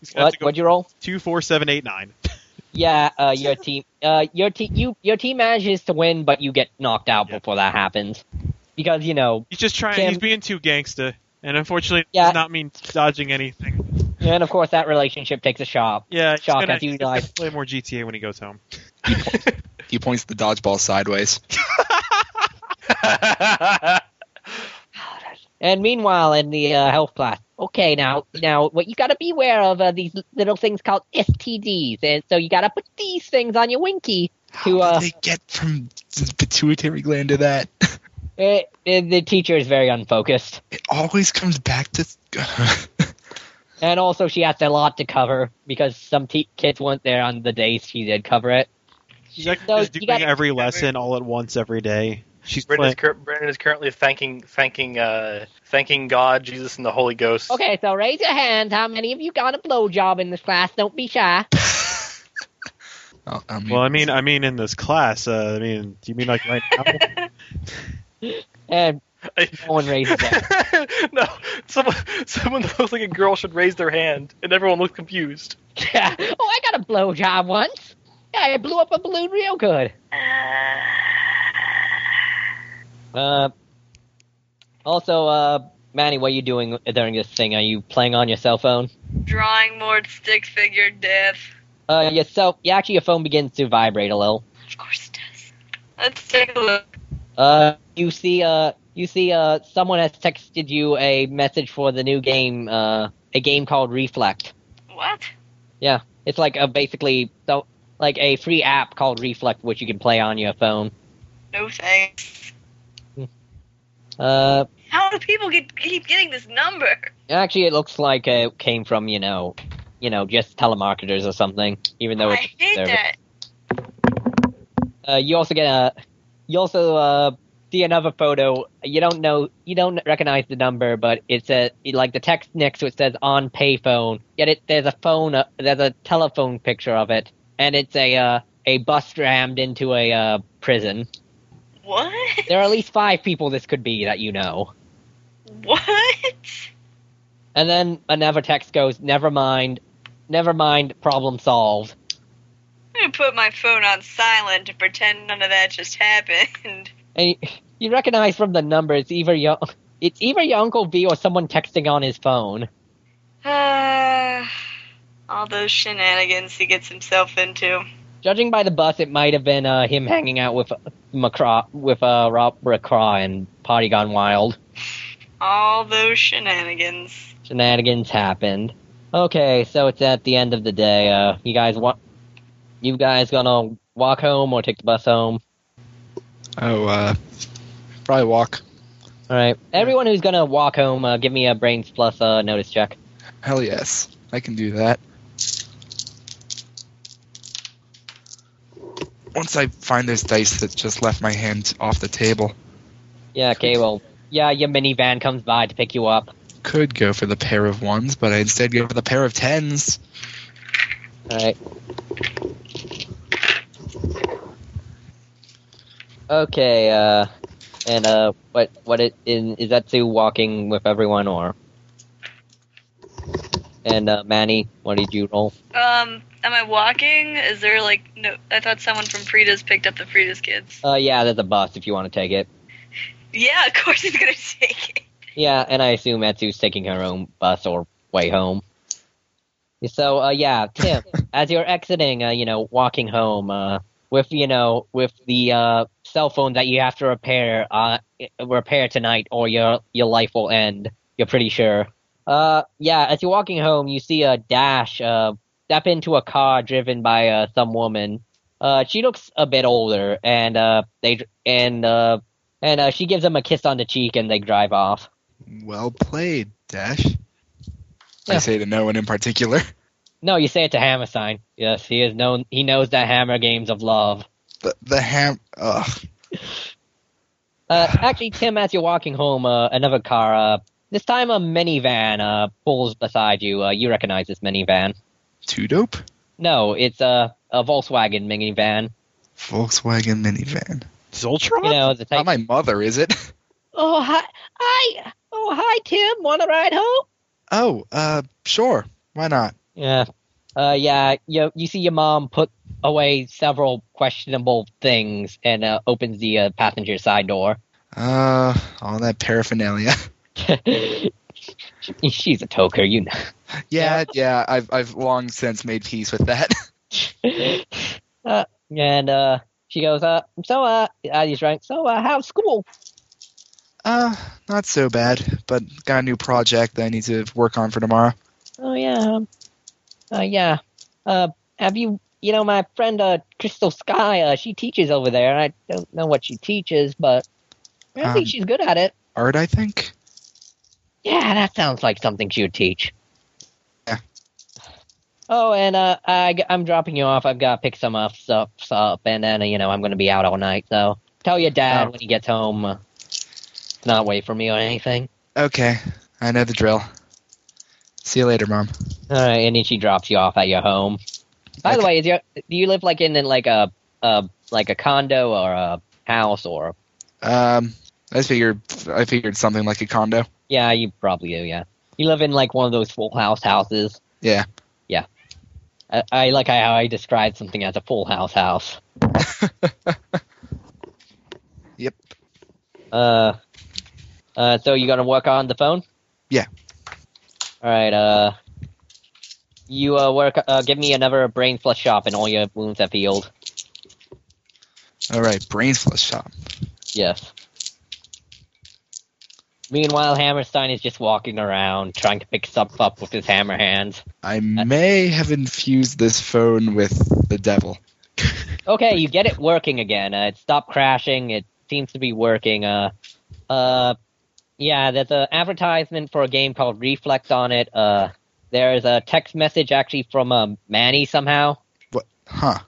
Speaker 2: He's gonna have
Speaker 3: what?
Speaker 2: to go
Speaker 3: What'd you roll?
Speaker 2: two four seven eight nine.
Speaker 3: Yeah, uh, your team, uh, your team, you, your team manages to win, but you get knocked out
Speaker 2: Yeah.
Speaker 3: before that happens, because you know,
Speaker 2: He's just trying.
Speaker 3: Can-
Speaker 2: He's being too gangsta, and unfortunately, it
Speaker 3: Yeah.
Speaker 2: does not mean dodging anything.
Speaker 3: and of course that relationship takes a shot.
Speaker 2: Yeah, he's
Speaker 3: Shock
Speaker 2: gonna,
Speaker 3: at you,
Speaker 2: he's gonna
Speaker 3: like-
Speaker 2: play more GTA when he goes home.
Speaker 4: He points the dodgeball sideways.
Speaker 3: Uh, And meanwhile, in the uh, health class, okay, now, now, what you gotta be aware of are these little things called STDs, and so you gotta put these things on your winky.
Speaker 4: How
Speaker 3: To, uh,
Speaker 4: did they get from the pituitary gland to that?
Speaker 3: Eh, eh, the teacher is very unfocused,
Speaker 4: It always comes back to.
Speaker 3: and also she has a lot to cover because some te- kids weren't there on the days she did cover it.
Speaker 2: She's actually
Speaker 3: No,
Speaker 2: just
Speaker 3: you
Speaker 2: doing
Speaker 3: gotta-
Speaker 2: every lesson all at once every day. She's
Speaker 5: Brendan is,
Speaker 2: playing.
Speaker 5: cur- Brendan is currently thanking thanking uh, thanking God, Jesus, and the Holy Ghost.
Speaker 3: Okay, so raise your hands. How many of you got a blowjob in this class? Don't be shy.
Speaker 4: Oh, I mean,
Speaker 2: Well, I mean, I mean, in this class, uh, I mean, do you mean like right now?
Speaker 3: And
Speaker 5: I-
Speaker 3: no one raises it.
Speaker 5: no, someone someone that looks like a girl should raise their hand, and everyone looks confused.
Speaker 3: Yeah. Oh, I got a blowjob once. Yeah, I blew up a balloon real good.
Speaker 8: Ah.
Speaker 3: Uh, also, uh, Manny, what are you doing during this thing? Are you playing on your cell phone?
Speaker 8: Drawing more stick figure death.
Speaker 3: Uh, your cell, yeah, actually, your phone begins to vibrate a little.
Speaker 8: Of course it does. Let's take a look.
Speaker 3: Uh, you see, uh, you see, uh, someone has texted you a message for the new game, uh, a game called Reflect.
Speaker 8: What?
Speaker 3: It's like a basically so like a free app called Reflect, which you can play on your phone.
Speaker 8: No thanks.
Speaker 3: Uh,
Speaker 8: How do people get keep getting this number?
Speaker 3: actually, it looks like it came from you know, you know, just telemarketers or something. Even though
Speaker 8: I
Speaker 3: it's
Speaker 8: hate
Speaker 3: service.
Speaker 8: that.
Speaker 3: Uh, you also get a, you also uh, see another photo. You don't know, you don't recognize the number, but it's a like the text next to it says on payphone. Yet it there's a phone, uh, there's a telephone picture of it, and it's a uh, a bus rammed into a uh, prison.
Speaker 8: What?
Speaker 3: There are at least five people this could be that you know.
Speaker 8: What?
Speaker 3: And then another text goes, "Never mind, never mind. Problem solved."
Speaker 8: I'm gonna put my phone on silent to pretend none of that just happened.
Speaker 3: And you, you recognize from the number, it's either your, it's either your uncle V or someone texting on his phone.
Speaker 8: Uh, all those shenanigans he gets himself into.
Speaker 3: Judging by the bus, it might have been uh, him hanging out with Macra, with uh, Rob McCraw and Potty Gone Wild.
Speaker 8: All those shenanigans.
Speaker 3: Shenanigans happened. Okay, so it's at the end of the day. Uh, you guys want, you guys gonna walk home or take the bus home?
Speaker 4: oh, uh, probably walk.
Speaker 3: All right, everyone who's gonna walk home, uh, give me a brains plus uh, notice check.
Speaker 4: Hell yes, I can do that. Once I find those dice that just left my hand off the table,
Speaker 3: Yeah, okay, well, yeah, your minivan comes by to pick you up.
Speaker 4: could go for the pair of ones, but I instead go for the pair of tens.
Speaker 3: Alright. Okay, uh, and, uh, what, what it, in, is that Sue walking with everyone, or? And, uh, Manny, what did you roll?
Speaker 8: Um, am I walking? Is there like no? I thought someone from Frida's picked up the Frida's kids.
Speaker 3: Uh, yeah, there's a bus if you want to take it.
Speaker 8: Yeah, of course he's gonna take it.
Speaker 3: Yeah, and I assume Etsu's taking her own bus or way home. So, uh, yeah, Tim, as you're exiting, uh, you know, walking home, uh, with, you know, with the, uh, cell phone that you have to repair, uh, repair tonight or your, your life will end. You're pretty sure. Uh, yeah, as you're walking home, you see a dash, uh, step into a car driven by, uh, some woman. Uh, she looks a bit older and, uh, they, and, uh, and, uh, she gives him a kiss on the cheek and they drive off.
Speaker 4: Well played, Dash. I
Speaker 3: Yeah.
Speaker 4: say to no one in particular.
Speaker 3: No, you say it's a hammer sign. Yes, he is known. He knows the hammer games of love.
Speaker 4: The, the ham. Ugh.
Speaker 3: Uh, actually, Tim, as you're walking home, uh, another car, uh, this time a minivan, uh, pulls beside you. Uh, you recognize this minivan?
Speaker 4: Too dope.
Speaker 3: No, it's a a Volkswagen minivan.
Speaker 4: Volkswagen minivan.
Speaker 2: Zoltron?
Speaker 3: You know, the
Speaker 4: Not
Speaker 3: type.
Speaker 4: my mother, is it?
Speaker 3: oh hi, hi, oh hi, Tim. Want to ride home?
Speaker 4: Oh, uh, sure. Why not?
Speaker 3: Yeah. Uh, yeah, you, you see your mom put away several questionable things and uh, opens the uh, passenger side door.
Speaker 4: Uh, all that paraphernalia.
Speaker 3: She's a toker, you
Speaker 4: yeah, yeah. I've I've long since made peace with that.
Speaker 3: know. uh, and uh, she goes, uh, so, uh, I just drank, so, uh, how's school?
Speaker 4: Uh, not so bad, but got a new project that I need to work on for tomorrow.
Speaker 3: Oh, yeah. um, Uh, yeah. Uh, have you, you know, my friend, uh, Crystal Sky, uh, she teaches over there. I don't know what she teaches, but I
Speaker 4: Um,
Speaker 3: think she's good at it.
Speaker 4: Art, I think.
Speaker 3: Yeah, that sounds like something she would teach.
Speaker 4: Yeah.
Speaker 3: Oh, and uh, I, am dropping you off. I've got to pick some up, stuff up, and then uh, you know I'm going to be out all night. So tell your dad
Speaker 4: Oh.
Speaker 3: when he gets home. Uh, to not wait for me or anything.
Speaker 4: Okay, I know the drill. See you later, mom.
Speaker 3: All right, and then she drops you off at your home. By the
Speaker 4: Okay.
Speaker 3: way, is your, do you live like in, in like a, a like a condo or a house or?
Speaker 4: Um, I figured I figured something like a condo.
Speaker 3: Yeah, you probably do. Yeah, you live in like one of those full house houses.
Speaker 4: Yeah.
Speaker 3: I, I like how I described something as a full house house.
Speaker 4: Yep.
Speaker 3: Uh, uh, so you gonna work on the phone?
Speaker 4: Yeah.
Speaker 3: All right. Uh, you uh work. Uh, give me another brain flush shop and all your wounds have healed.
Speaker 4: All right, brains flush shop.
Speaker 3: Yes. Meanwhile, Hammerstein is just walking around trying to pick stuff up with his hammer hands.
Speaker 4: I may have infused this phone with the devil.
Speaker 3: Okay, you get it working again. Uh, it stopped crashing. It seems to be working. Uh, uh, yeah, there's an advertisement for a game called Reflect on it. Uh, there's a text message actually from um, Manny somehow.
Speaker 4: Huh.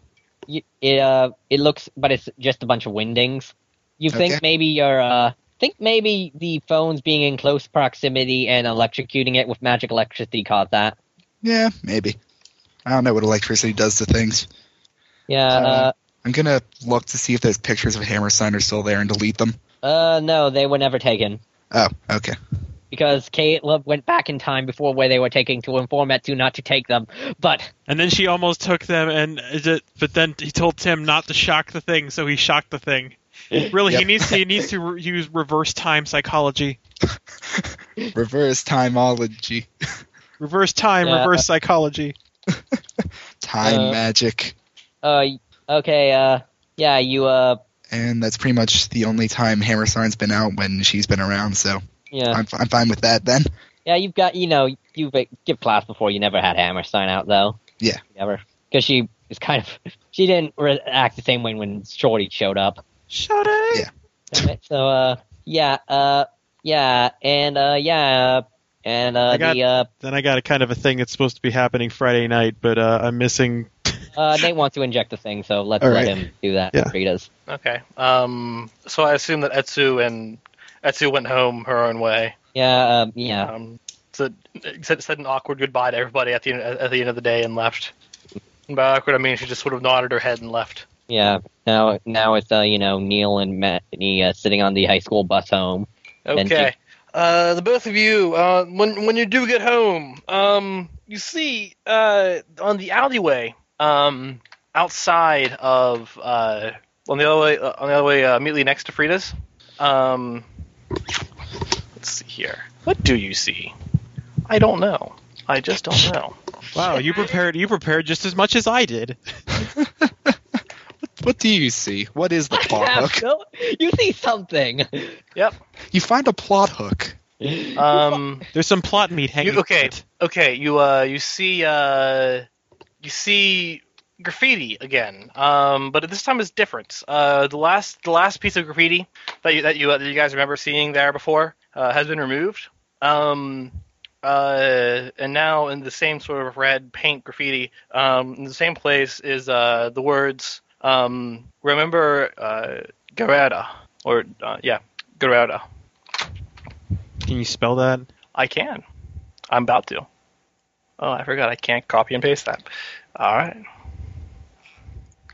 Speaker 3: Y- It uh, it looks, but it's just a bunch of windings. You
Speaker 4: Okay.
Speaker 3: think maybe your uh, think maybe the phones being in close proximity and electrocuting it with magic electricity caused that.
Speaker 4: Yeah, maybe. I don't know what electricity does to things.
Speaker 3: Yeah.
Speaker 4: Uh,
Speaker 3: Uh,
Speaker 4: I'm gonna look to see if those pictures of Hammerstein are still there and delete them.
Speaker 3: uh, no, they were never taken.
Speaker 4: Oh, okay.
Speaker 3: because Caleb went back in time before where they were taking to inform Etsu not to take them. But
Speaker 2: And then she almost took them, and is it- but then he told Tim not to shock the thing, so he shocked the thing. Really, he
Speaker 4: Yep.
Speaker 2: needs to he needs to re- use reverse time psychology,
Speaker 4: Reverse timeology,
Speaker 2: reverse time,
Speaker 3: Yeah.
Speaker 2: reverse psychology.
Speaker 4: time
Speaker 3: Uh,
Speaker 4: magic,
Speaker 3: uh, okay, uh, yeah, you uh,
Speaker 4: and that's pretty much the only time Hammerstein's been out when she's been around. So
Speaker 3: yeah,
Speaker 4: I'm, I'm fine with that then.
Speaker 3: yeah, you've got you know you've uh, give class before. You never had Hammerstein out though.
Speaker 4: Yeah.
Speaker 3: never because she was kind of she didn't react the same way when Shorty showed up.
Speaker 2: Shut it.
Speaker 4: Yeah.
Speaker 3: Damn it. so uh, yeah, uh, yeah, and uh, yeah, and uh,
Speaker 2: I got-
Speaker 3: the uh,
Speaker 2: Then I got a kind of a thing that's supposed to be happening Friday night, but uh, I'm missing.
Speaker 3: uh, Nate wants to inject the thing, so let's
Speaker 4: All
Speaker 3: let
Speaker 4: right.
Speaker 3: him do that.
Speaker 2: Yeah.
Speaker 3: Rita's.
Speaker 5: Okay. Um. So I assume that Etsu and Etsu went home her own way.
Speaker 3: Yeah, um, yeah.
Speaker 5: Um. So said, said an awkward goodbye to everybody at the end, at the end of the day and left. And by awkward, I mean she just sort of nodded her head and left.
Speaker 3: Yeah. Now, now it's uh, you know Neil and Mattney uh, sitting on the high school bus home. And she-
Speaker 5: Okay. Uh, the both of you, uh, when when you do get home, um, you see uh, on the alleyway, um, outside of uh, on the other way, uh, on the other way, uh, immediately next to Frida's. Um, let's see here. What do you see? I don't know. I just don't know.
Speaker 2: Wow, you prepared you prepared just as much as I did.
Speaker 4: What do you see? What is the plot
Speaker 3: I have
Speaker 4: hook?
Speaker 3: no- you see something?
Speaker 5: Yep.
Speaker 4: You find a plot hook.
Speaker 5: Um,
Speaker 2: There's some plot meat hanging.
Speaker 5: you, okay.
Speaker 2: out.
Speaker 5: Okay. You uh, you see uh, you see graffiti again. Um, but this time it's different. Uh, the last the last piece of graffiti that you that you, uh, that you guys remember seeing there before uh, has been removed. Um, uh, and now in the same sort of red paint graffiti, um, in the same place is uh, the words um, "Remember uh, Garada" or uh, yeah, Garada.
Speaker 2: Can you spell that?
Speaker 5: I can. I'm about to. Oh, I forgot. I can't copy and paste that. All right.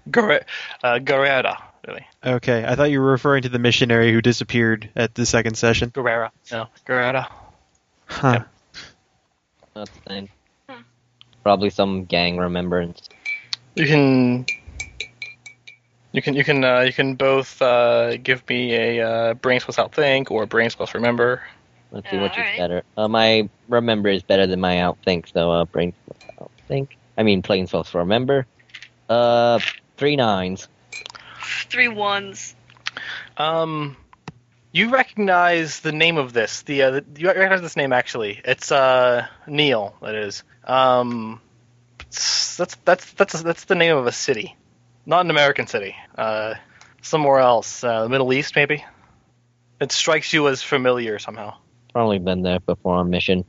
Speaker 5: Gare- uh, Gareta really.
Speaker 2: Okay, I thought you were referring to the missionary who disappeared at the second session.
Speaker 5: Guerrera. No. Guerrera.
Speaker 2: Huh.
Speaker 3: That's the thing. Probably some gang remembrance.
Speaker 5: You can. You can you can uh, you can both uh, give me a uh, brain plus out think or brain plus remember.
Speaker 3: Let's see
Speaker 8: Uh,
Speaker 3: which is
Speaker 8: alright.
Speaker 3: better. Uh, my remember is better than my outthink, so uh, brain outthink. I mean, plain source remember. Uh, three nines.
Speaker 8: Three ones.
Speaker 5: Um, you recognize the name of this? The, uh, the you recognize this name actually? It's uh Neil. That is. Um, it's- that's that's that's that's the name of a city, not an American city. Uh, somewhere else, uh, the Middle East maybe. It strikes you as familiar somehow.
Speaker 3: Probably been there before on mission.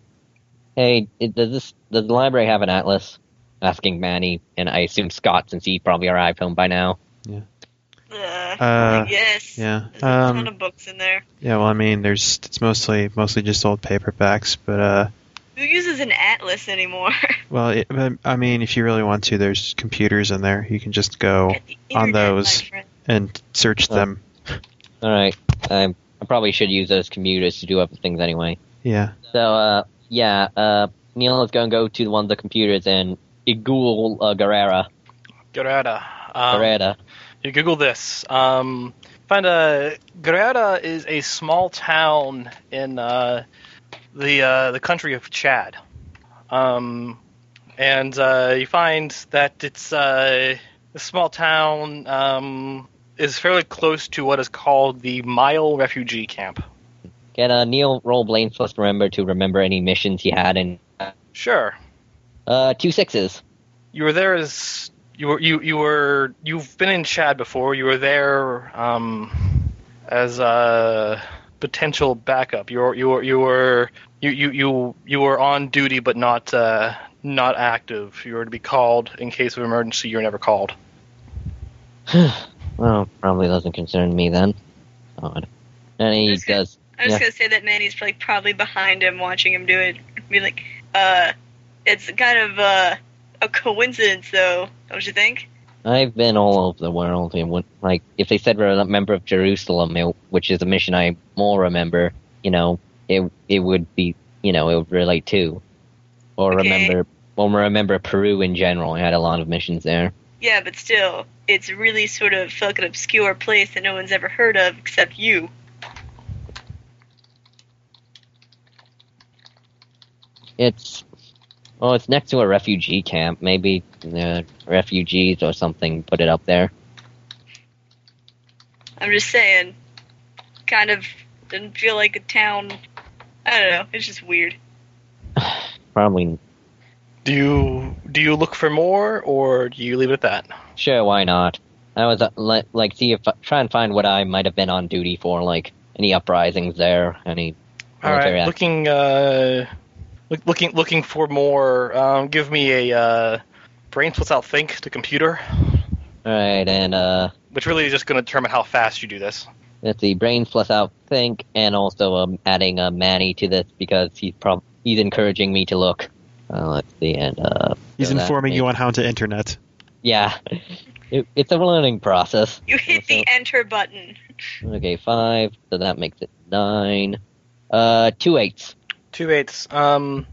Speaker 3: Hey, it, does this does the library have an atlas? Asking Manny, and I assume Scott since he probably arrived home by now.
Speaker 8: Uh,
Speaker 2: Uh,
Speaker 8: yes.
Speaker 2: yeah.
Speaker 8: There's a ton
Speaker 2: Um,
Speaker 8: of books in there.
Speaker 2: yeah. Well, I mean, there's it's mostly mostly just old paperbacks, but uh,
Speaker 8: Who uses an atlas anymore?
Speaker 2: well, it, but, I mean, if you really want to, there's computers in there. You can just go
Speaker 8: At the
Speaker 2: On
Speaker 8: internet, my
Speaker 2: those.
Speaker 8: friend.
Speaker 2: and search
Speaker 3: Oh.
Speaker 2: them.
Speaker 3: All right, I, I probably should use those commuters to do other things anyway.
Speaker 2: Yeah.
Speaker 3: So, uh, yeah, uh, Neil is gonna go to one of the computers and Igul uh, Guerrera.
Speaker 5: Guerrera.
Speaker 8: Uh-huh.
Speaker 5: Um,
Speaker 3: Guerrera.
Speaker 5: You Google this. Um, find a Guerrera is a small town in uh, the uh, the country of Chad, um, and uh, you find that it's uh, the small town um, is fairly close to what is called the Mile Refugee Camp.
Speaker 3: Can uh, Neil roll Blaine's plus remember to remember any missions he had in
Speaker 5: Sure,
Speaker 3: uh, two sixes?
Speaker 5: you were there as you were you you were you've been in Chad before. You were there um, as a potential backup. You were you were you were you you you, you were on duty but not uh, not active. You were to be called in case of emergency. You were never called.
Speaker 3: Well, probably doesn't concern me then. Odd. And he
Speaker 8: Who's gonna-
Speaker 3: does.
Speaker 8: I was
Speaker 3: Yeah.
Speaker 8: gonna say that Manny's like probably behind him, watching him do it. Be like, uh, it's kind of uh, a coincidence, though, don't you think?
Speaker 3: I've been all over the world. And would, like, if they said we're a member of Jerusalem, it, which is a mission I more remember, you know, it it would be, you know, it would relate to, or
Speaker 8: Okay.
Speaker 3: remember, or remember Peru in general. I had a lot of missions there.
Speaker 8: Yeah, but still, it's a really sort of fucking obscure place that no one's ever heard of except you.
Speaker 3: It's well, it's next to a refugee camp. Maybe uh, refugees or something put it up there.
Speaker 8: I'm just saying, kind of didn't feel like a town. I don't know. It's just weird.
Speaker 3: Probably
Speaker 5: Do you do you look for more or do you leave it at that?
Speaker 3: Sure, why not? I was uh, li- like, see if try and find what I might have been on duty for, like any uprisings there, any.
Speaker 5: All right,
Speaker 3: military act-
Speaker 5: looking, uh, look, looking, looking for more. Um, give me a uh, brain splits out think to computer,
Speaker 3: All right, and uh,
Speaker 5: which really is just going to determine how fast you do this.
Speaker 3: let's see, brains plus out think, and also um, adding uh, Manny to this because he's prob he's encouraging me to look. Uh, let's see, and uh,
Speaker 2: He's
Speaker 3: so that
Speaker 2: informing you
Speaker 3: makes-
Speaker 2: on how to internet.
Speaker 3: Yeah, it, it's a learning process.
Speaker 8: You hit the
Speaker 3: Also-
Speaker 8: enter button.
Speaker 3: Okay, five, so that makes it nine. Uh, two eights.
Speaker 5: Two eights. Um,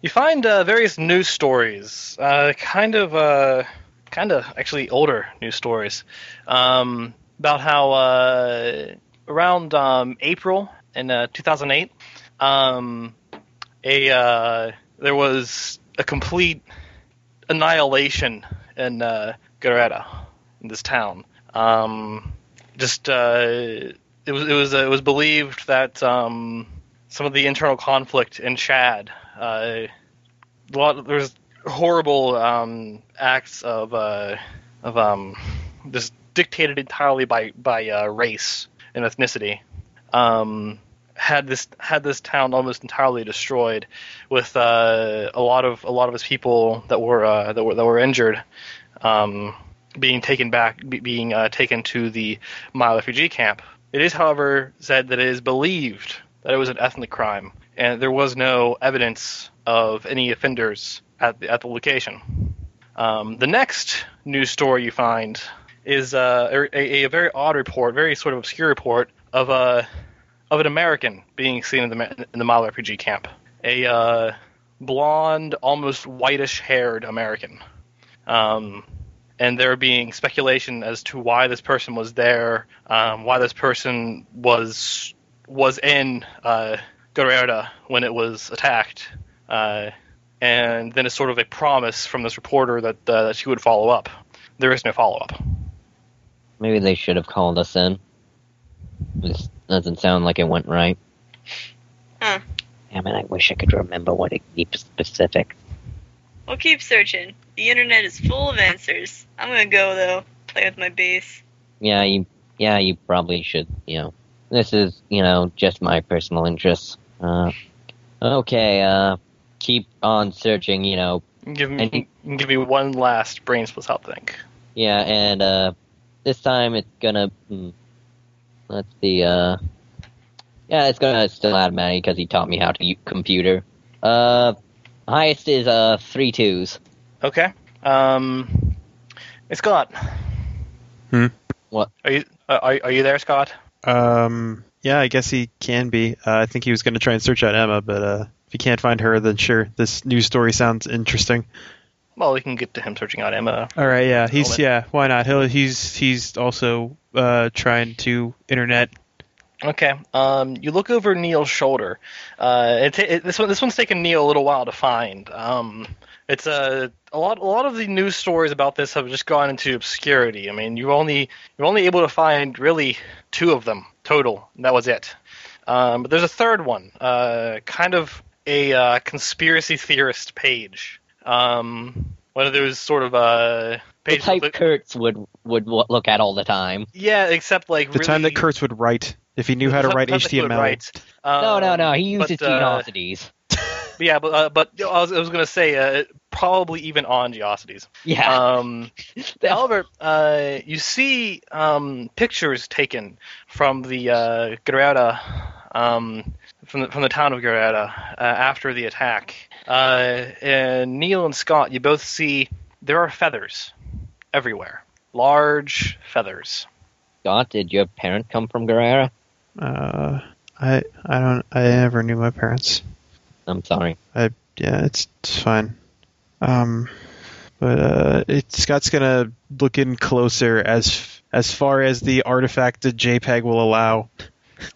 Speaker 5: you find uh, various news stories, uh, kind of, uh, kind of actually older news stories um, about how uh, around um, April in uh, 2008, um, a uh, there was a complete annihilation in uh, Guerrera, in this town. Um, just uh, it was it was uh, it was believed that. Um, some of the internal conflict in Chad. Uh, a lot there's horrible um, acts of uh, of um, just dictated entirely by by uh, race and ethnicity. Um, had this had this town almost entirely destroyed, with uh, a lot of a lot of its people that were uh, that were that were injured. Um, being taken back, be, being uh, taken to the Mile refugee camp. It is, however, said that it is believed that it was an ethnic crime, and there was no evidence of any offenders at the, at the location. Um, the next news story you find is uh, a- a, a very odd report, very sort of obscure report of a of an American being seen in the ma- in the model refugee camp. A uh, blonde, almost whitish-haired American, um, and there being speculation as to why this person was there, um, why this person was was in uh, Guerrera when it was attacked. Uh, and then it's sort of a promise from this reporter that, uh, that she would follow up. There is no follow up.
Speaker 3: Maybe they should have called us in. This doesn't sound like it went right.
Speaker 8: Huh.
Speaker 3: Damn it, I wish I could remember what it the specific.
Speaker 8: We'll keep searching. The internet is full of answers. I'm gonna go though. Play with my bass.
Speaker 3: Yeah, you yeah, you probably should, you know. This is, you know, just my personal interests. Uh, okay, uh keep on searching, you know,
Speaker 5: Give
Speaker 3: And
Speaker 5: me give me one last brain split out think.
Speaker 3: Yeah, and uh, this time it's gonna. Hmm, let's see. Uh, yeah, it's gonna still add Matty because he taught me how to use computer. Uh, highest is uh three twos.
Speaker 5: Okay. Um, hey, Scott.
Speaker 2: Hmm?
Speaker 3: What?
Speaker 5: Are you uh, are, are you there, Scott?
Speaker 2: Um, yeah, I guess he can be. Uh, I think he was going to try and search out Emma, but uh, if he can't find her, then sure, this news story sounds interesting.
Speaker 5: Well, we can get to him searching out Emma.
Speaker 2: All right, yeah, he's
Speaker 5: Hold it.
Speaker 2: yeah, why not? He'll he's he's also uh, trying to internet.
Speaker 5: Okay. Um, you look over Neil's shoulder. Uh, it, it, this one, this one's taken Neil a little while to find. Um, it's a a lot. A lot of the news stories about this have just gone into obscurity. I mean, you're only you're only able to find really two of them total. And that was it. Um, but there's a third one, uh, kind of a uh, conspiracy theorist page. Um, one of those sort of uh,
Speaker 3: The
Speaker 5: pages.
Speaker 3: type
Speaker 5: that-
Speaker 3: Kurtz would would w- look at all the time.
Speaker 5: yeah, except like
Speaker 2: The time that
Speaker 5: really-
Speaker 2: Kurtz would write if he knew how to
Speaker 5: the
Speaker 2: write
Speaker 5: type that you would
Speaker 2: HTML.
Speaker 5: write. Um,
Speaker 3: no, no, no. He
Speaker 5: but,
Speaker 3: uses
Speaker 5: uh,
Speaker 3: genealogies.
Speaker 5: Yeah, but uh, but I was, I was gonna say uh, probably even on Geocities.
Speaker 3: Yeah.
Speaker 5: Um, however, uh, you see um, pictures taken from the uh, Guerrera, um, from the, from the town of Guerrera uh, after the attack. Uh, and Neil and Scott, you both see there are feathers everywhere, large feathers.
Speaker 3: Scott, did your parent come from Guerrera?
Speaker 2: Uh, I I don't I never knew my parents.
Speaker 3: I'm sorry.
Speaker 2: Yeah, it's it's fine. Um, but uh, it, Scott's gonna look in closer as as far as the artifact that JPEG will allow.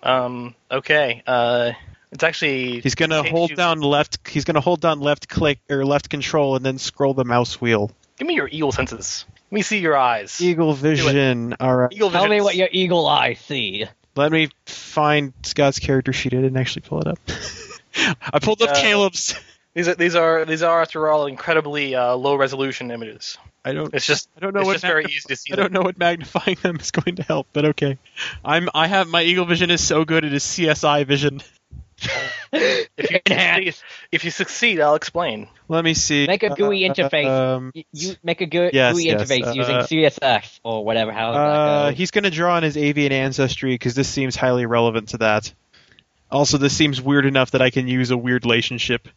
Speaker 5: Um, okay, uh, it's actually
Speaker 2: He's gonna
Speaker 5: Takes
Speaker 2: hold
Speaker 5: you-
Speaker 2: down left. He's gonna hold down left click or left control and then scroll the mouse wheel.
Speaker 5: Give me your eagle senses. Let me see your eyes.
Speaker 2: Eagle vision. All right.
Speaker 5: Eagle
Speaker 3: Tell me
Speaker 5: visions.
Speaker 3: what your eagle eye see.
Speaker 2: Let me find Scott's character sheet. I didn't actually pull it up. I pulled up
Speaker 5: Uh,
Speaker 2: Caleb's.
Speaker 5: These are these are these are after all incredibly uh, low resolution images.
Speaker 2: I don't.
Speaker 5: It's just
Speaker 2: I don't know
Speaker 5: it's
Speaker 2: what
Speaker 5: just very
Speaker 2: magnif-
Speaker 5: easy to see.
Speaker 2: I don't know what magnifying them is going to help, but okay. I'm. I have my eagle vision is so good it is CSI vision.
Speaker 5: them. If you succeed, if you succeed, I'll explain.
Speaker 2: Let me see.
Speaker 3: Make a GUI
Speaker 2: Uh,
Speaker 3: interface.
Speaker 2: Um,
Speaker 3: You, you make a good
Speaker 2: Yes,
Speaker 3: GUI
Speaker 2: yes,
Speaker 3: interface
Speaker 2: uh,
Speaker 3: using CSS or whatever. How does
Speaker 2: Uh,
Speaker 3: that go?
Speaker 2: he's going to draw on his avian ancestry because this seems highly relevant to that. Also, this seems weird enough that I can use a weird relationship.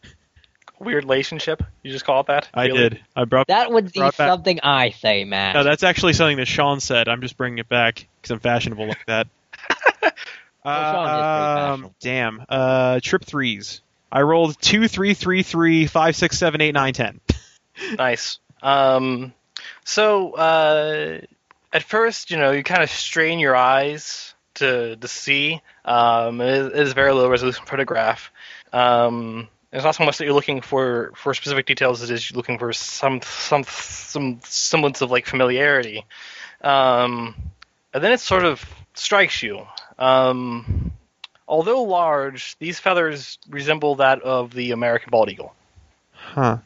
Speaker 5: Weird relationship. You just call it that.
Speaker 2: I
Speaker 5: Really?
Speaker 2: did. I brought.
Speaker 3: That would be
Speaker 2: Brought back-
Speaker 3: something I say, Matt.
Speaker 2: no, that's actually something that Sean said. I'm just bringing it back because I'm fashionable like that.
Speaker 3: Well, Sean is pretty
Speaker 2: Uh, um,
Speaker 3: fashionable.
Speaker 2: damn. Uh, trip threes. I rolled two, three, three, three, five, six, seven, eight, nine, ten.
Speaker 5: Nice. Um, so uh, at first, you know, you kind of strain your eyes to to see. Um, it is, it is a very low resolution photograph. Um, it's not so much that you're looking for, for specific details as it is you're looking for some some some semblance of like familiarity. Um, and then it sort of strikes you. Um, although large, these feathers resemble that of the American bald eagle.
Speaker 2: Huh.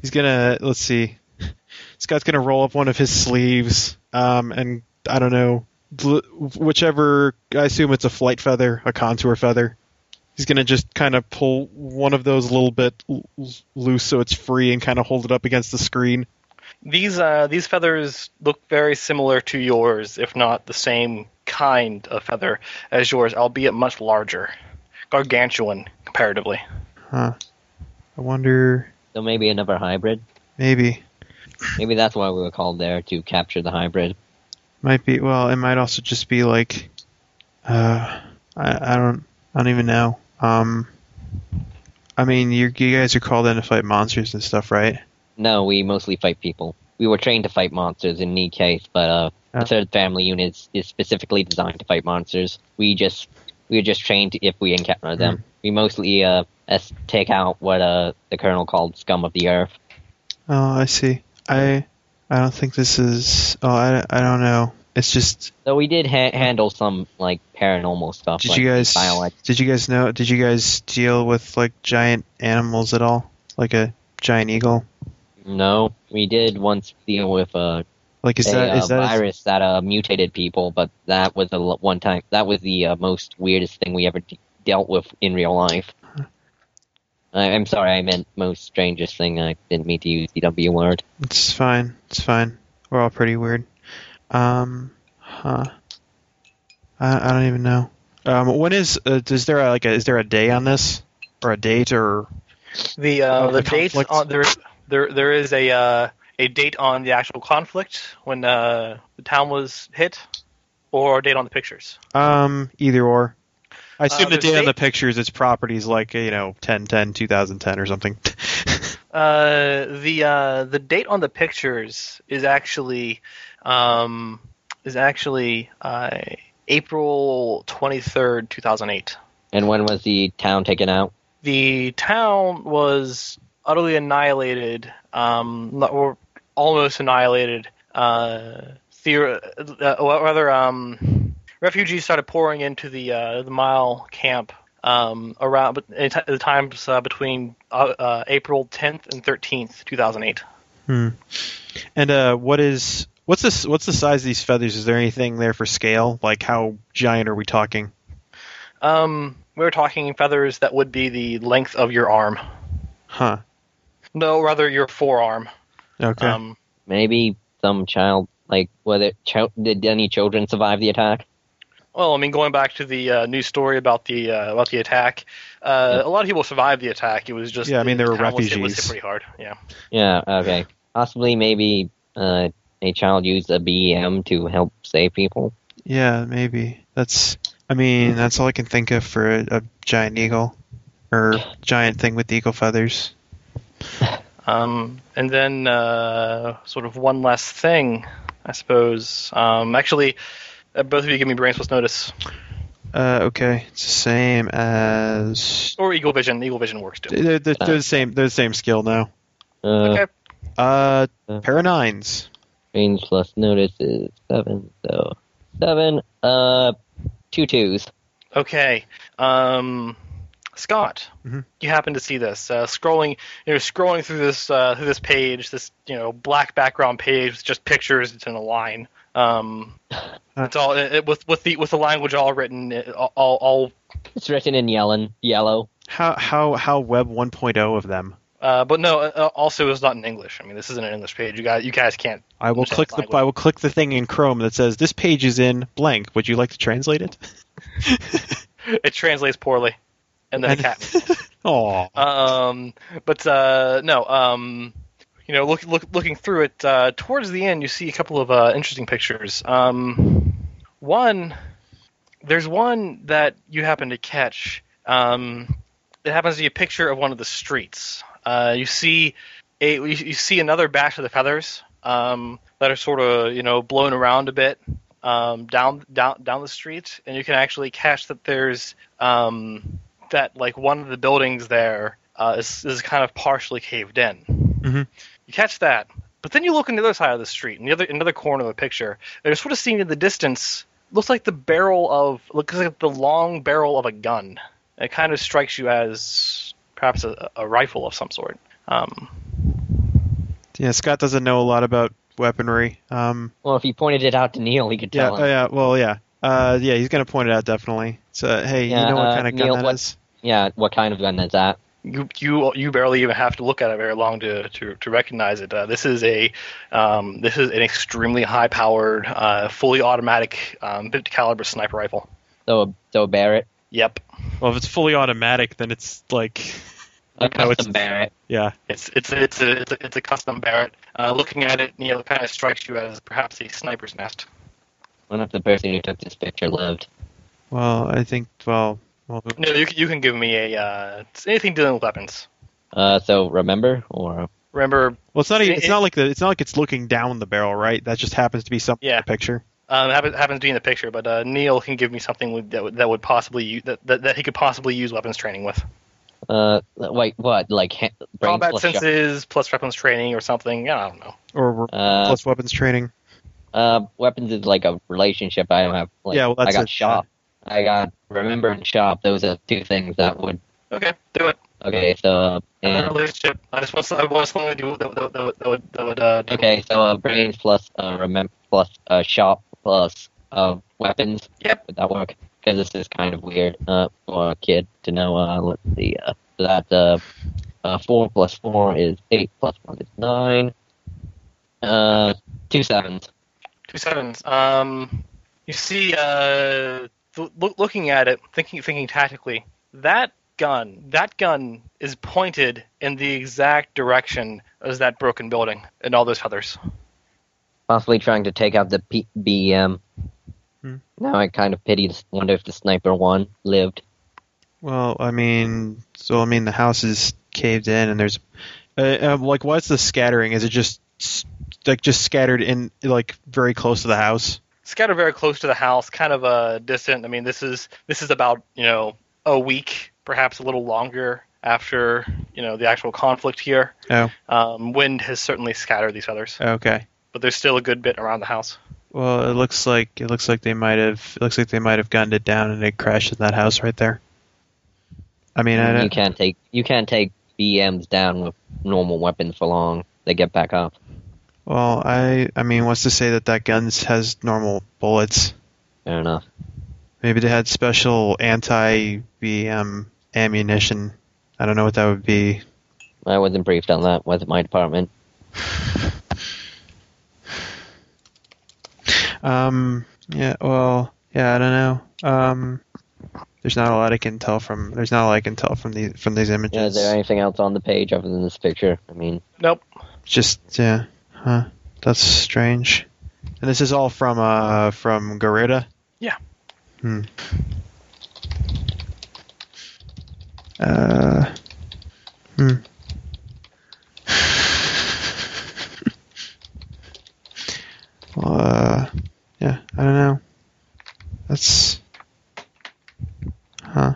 Speaker 2: He's gonna let's see. Scott's gonna roll up one of his sleeves, um, and I don't know, bl- whichever. I assume it's a flight feather, a contour feather. He's gonna just kind of pull one of those a little bit l- l- loose so it's free, and kind of hold it up against the screen.
Speaker 5: These uh, these feathers look very similar to yours, if not the same kind of feather as yours, albeit much larger, gargantuan comparatively.
Speaker 2: Huh. I wonder.
Speaker 3: So maybe another hybrid.
Speaker 2: Maybe.
Speaker 3: Maybe that's why we were called there to capture the hybrid.
Speaker 2: Might be. Well, it might also just be like, uh, I, I don't, I don't even know. Um, I mean, you you guys are called in to fight monsters and stuff, right?
Speaker 3: No, we mostly fight people. We were trained to fight monsters in Knee case, but uh,
Speaker 2: Oh.
Speaker 3: the third family unit is, is specifically designed to fight monsters. We just we are just trained if we encounter
Speaker 2: Hmm.
Speaker 3: them. We mostly uh as- take out what uh the colonel called scum of the earth.
Speaker 2: Oh, I see. I, I don't think this is. Oh, I, I don't know. It's just.
Speaker 3: So we did ha- handle some like paranormal stuff.
Speaker 2: Did
Speaker 3: like
Speaker 2: you guys?
Speaker 3: Biolect-
Speaker 2: Did you guys know? Did you guys deal with like giant animals at all? Like a giant eagle?
Speaker 3: no, we did once deal with uh,
Speaker 2: Like is
Speaker 3: a
Speaker 2: that
Speaker 3: uh,
Speaker 2: is that a-
Speaker 3: virus that uh, mutated people, but that was the l- one time. That was the uh, most weirdest thing we ever de- dealt with in real life. I, I'm sorry, I meant most strangest thing. I didn't mean to use the W word.
Speaker 2: It's fine. It's fine. We're all pretty weird. Um, huh. I, I don't even know. Um, when is uh, is there a, like a, is there a day on this or a date or
Speaker 5: The uh,
Speaker 2: Oh,
Speaker 5: the,
Speaker 2: the
Speaker 5: dates
Speaker 2: conflict.
Speaker 5: on there there there is a uh, a date on the actual conflict when uh, the town was hit, or a date on the pictures.
Speaker 2: um either or? I assume Uh, the
Speaker 5: there's
Speaker 2: date on the
Speaker 5: dates.
Speaker 2: pictures is properties like you know 10 10 2010 or something.
Speaker 5: Uh, the uh, the date on the pictures is actually um, is actually uh, April twenty third, two thousand eight.
Speaker 3: And when was the town taken out?
Speaker 5: the town was utterly annihilated, um, or almost annihilated. Uh, theor- uh, or rather, um, refugees started pouring into the uh, the Mile camp um, around but- at the times uh, between uh, uh, April 10th and 13th, 2008.
Speaker 2: and uh, what is what's this? What's the size of these feathers? Is there anything there for scale? Like how giant are we talking?
Speaker 5: Um, we were talking feathers that would be the length of your arm.
Speaker 2: Huh.
Speaker 5: No, rather your forearm.
Speaker 2: Okay.
Speaker 5: Um,
Speaker 3: Maybe some child. Like, whether ch- did any children survive the attack?
Speaker 5: Well, I mean, going back to the uh, news story about the uh, about the attack, uh, a lot of people survived the attack. It was just
Speaker 2: Yeah, I mean,
Speaker 5: the
Speaker 2: they were
Speaker 5: town was hit- Was,
Speaker 2: refugees.
Speaker 5: hit pretty hard. Yeah,
Speaker 3: Yeah. Okay. Possibly, maybe uh, a child used a BEM to help save people.
Speaker 2: Yeah, maybe. That's. I mean, that's all I can think of for a, a giant eagle, or giant thing with eagle feathers.
Speaker 5: um, and then uh, sort of one last thing, I suppose. Um, actually, uh, both of you give me brain plus notice
Speaker 2: Uh, okay, it's the same as.
Speaker 5: or eagle vision. Eagle vision works too.
Speaker 2: They're, they're, they're the same. They're the same skill now.
Speaker 3: Uh,
Speaker 5: Okay.
Speaker 2: Uh, pair of nines.
Speaker 3: Range plus notice is seven, so seven, uh, two twos.
Speaker 5: Okay, um, Scott,
Speaker 2: Mhm.
Speaker 5: you happen to see this uh, scrolling. You're scrolling through this uh, through this page, this you know black background page with just pictures. It's in a line. Um, it's all it, it- with with the with the language all written, it- all all
Speaker 3: It's written in yellow. Yellow.
Speaker 2: How how how web 1.0 of them?
Speaker 5: uh, but no. uh, Also, it's not in English. I mean, this isn't an English page. You guys, you guys can't.
Speaker 2: I will
Speaker 5: Understand
Speaker 2: click the
Speaker 5: language.
Speaker 2: I will click the thing in Chrome that says this page is in blank. Would you like to translate it?
Speaker 5: It translates poorly, and then a cat.
Speaker 2: Aw.
Speaker 5: Um, but uh, no, um, you know, look, look, looking through it uh, towards the end, you see a couple of uh, interesting pictures. Um, one, there's one that you happen to catch. Um, it happens to be a picture of one of the streets. Uh, you see a you, you see another batch of the feathers um, that are sort of you know blown around a bit um, down down down the street, and you can actually catch that there's um, that like one of the buildings there uh, is, is kind of partially caved in.
Speaker 2: Mhm.
Speaker 5: You catch that, but then you look on the other side of the street, in the other another corner of the picture, and you're sort of seeing in the distance looks like the barrel of looks like the long barrel of a gun. It kind of strikes you as perhaps a, a rifle of some sort. Um,
Speaker 2: Yeah, Scott doesn't know a lot about weaponry. Um,
Speaker 3: Well, if you pointed it out to Neil, he could
Speaker 2: Yeah,
Speaker 3: tell
Speaker 2: oh,
Speaker 3: him.
Speaker 2: yeah. Well, yeah. Uh, yeah, he's gonna point it out definitely. So hey,
Speaker 3: Yeah,
Speaker 2: you know what
Speaker 3: uh,
Speaker 2: kind of
Speaker 3: Neil,
Speaker 2: gun that
Speaker 3: what-
Speaker 2: is?
Speaker 3: yeah, what kind of gun is that?
Speaker 5: you you you barely even have to look at it very long to to, to recognize it. Uh, this is a um, this is an extremely high powered, uh, fully automatic um, 50 caliber sniper rifle.
Speaker 3: So, so Barrett.
Speaker 5: Yep.
Speaker 2: Well, if it's fully automatic, then it's like
Speaker 3: A
Speaker 5: No, it's-
Speaker 3: custom Barrett.
Speaker 2: Yeah.
Speaker 5: It's it's it's a it's a, it's a custom Barrett. Uh, looking at it, you know, it kind of strikes you as perhaps a sniper's nest.
Speaker 3: One of the person who took this picture lived.
Speaker 2: Well, I think. Well, well.
Speaker 5: No, you can- you can give me a uh, it's anything dealing with weapons.
Speaker 3: Uh, so remember or
Speaker 5: Remember,
Speaker 2: Well, it's not. Even,
Speaker 5: It-
Speaker 2: it's not like the. It's not like it's looking down the barrel, right? That just happens to be something. in
Speaker 5: Yeah.
Speaker 2: the picture.
Speaker 5: um, happens happens to be in the picture, but uh, Neil can give me something with, that would- that would possibly u- that, that that he could possibly use weapons training with.
Speaker 3: uh, wait, what? Like ha- brain
Speaker 5: Combat
Speaker 3: plus shot-
Speaker 5: senses plus weapons training or something. I don't know.
Speaker 2: Or we're-
Speaker 3: Uh,
Speaker 2: plus weapons training.
Speaker 3: uh, weapons is like a relationship. I don't have. Like,
Speaker 2: Yeah, well, that's
Speaker 3: I got
Speaker 2: it.
Speaker 3: shop. I got remember and shop. Those are two things that would.
Speaker 5: Okay, do it.
Speaker 3: Okay, so uh,
Speaker 5: Yeah.
Speaker 3: and-
Speaker 5: relationship. I just want some- I want something to do that, that, that, that would that would uh, do-
Speaker 3: okay, so uh, brains plus uh, remember plus uh, shop plus uh, weapons.
Speaker 5: Yep.
Speaker 3: Would that work? Because this is kind of weird uh, for a kid to know. Uh, let's see. Uh, that uh, uh, four plus four is eight plus one is nine. Uh, two sevens.
Speaker 5: Two sevens. Um, you see, uh, th- loo- looking at it, thinking, thinking tactically, that gun, that gun is pointed in the exact direction as that broken building and all those others.
Speaker 3: Possibly trying to take out the P- BM.
Speaker 2: Hmm.
Speaker 3: Now I kind of pity. this- Wonder if the sniper one lived.
Speaker 2: Well, I mean, so I mean, the house is caved in, and there's, uh, um, like, what's the scattering? Is it just s- like just scattered in, like, very close to the house?
Speaker 5: Scattered very close to the house, kind of uh, distant. I mean, this is this is about you know a week, perhaps a little longer after you know the actual conflict here.
Speaker 2: Oh.
Speaker 5: Um, wind has certainly scattered these feathers,
Speaker 2: Okay.
Speaker 5: but there's still a good bit around the house.
Speaker 2: Well, it looks like it looks like they might have it looks like they might have gunned it down and it crashed in that house right there. I mean, I
Speaker 3: you
Speaker 2: don't,
Speaker 3: can't take you can't take BMs down with normal weapons for long. They get back up.
Speaker 2: well, I I mean, what's to say that that gun has normal bullets?
Speaker 3: Fair enough.
Speaker 2: Maybe they had special anti BM ammunition. I don't know what that would be.
Speaker 3: I wasn't briefed on that with my department.
Speaker 2: Um, yeah, well, yeah, I don't know. Um, there's not a lot I can tell from there's not a lot I can tell from these from these
Speaker 3: Yeah, is
Speaker 2: images.
Speaker 3: there anything else on the page other than this picture? I mean,
Speaker 5: Nope.
Speaker 2: Just yeah, huh? That's strange. And this is all from uh from Gorita.
Speaker 5: Yeah.
Speaker 2: Hmm. Uh. Hmm. Well, uh, yeah, I don't know. That's, huh?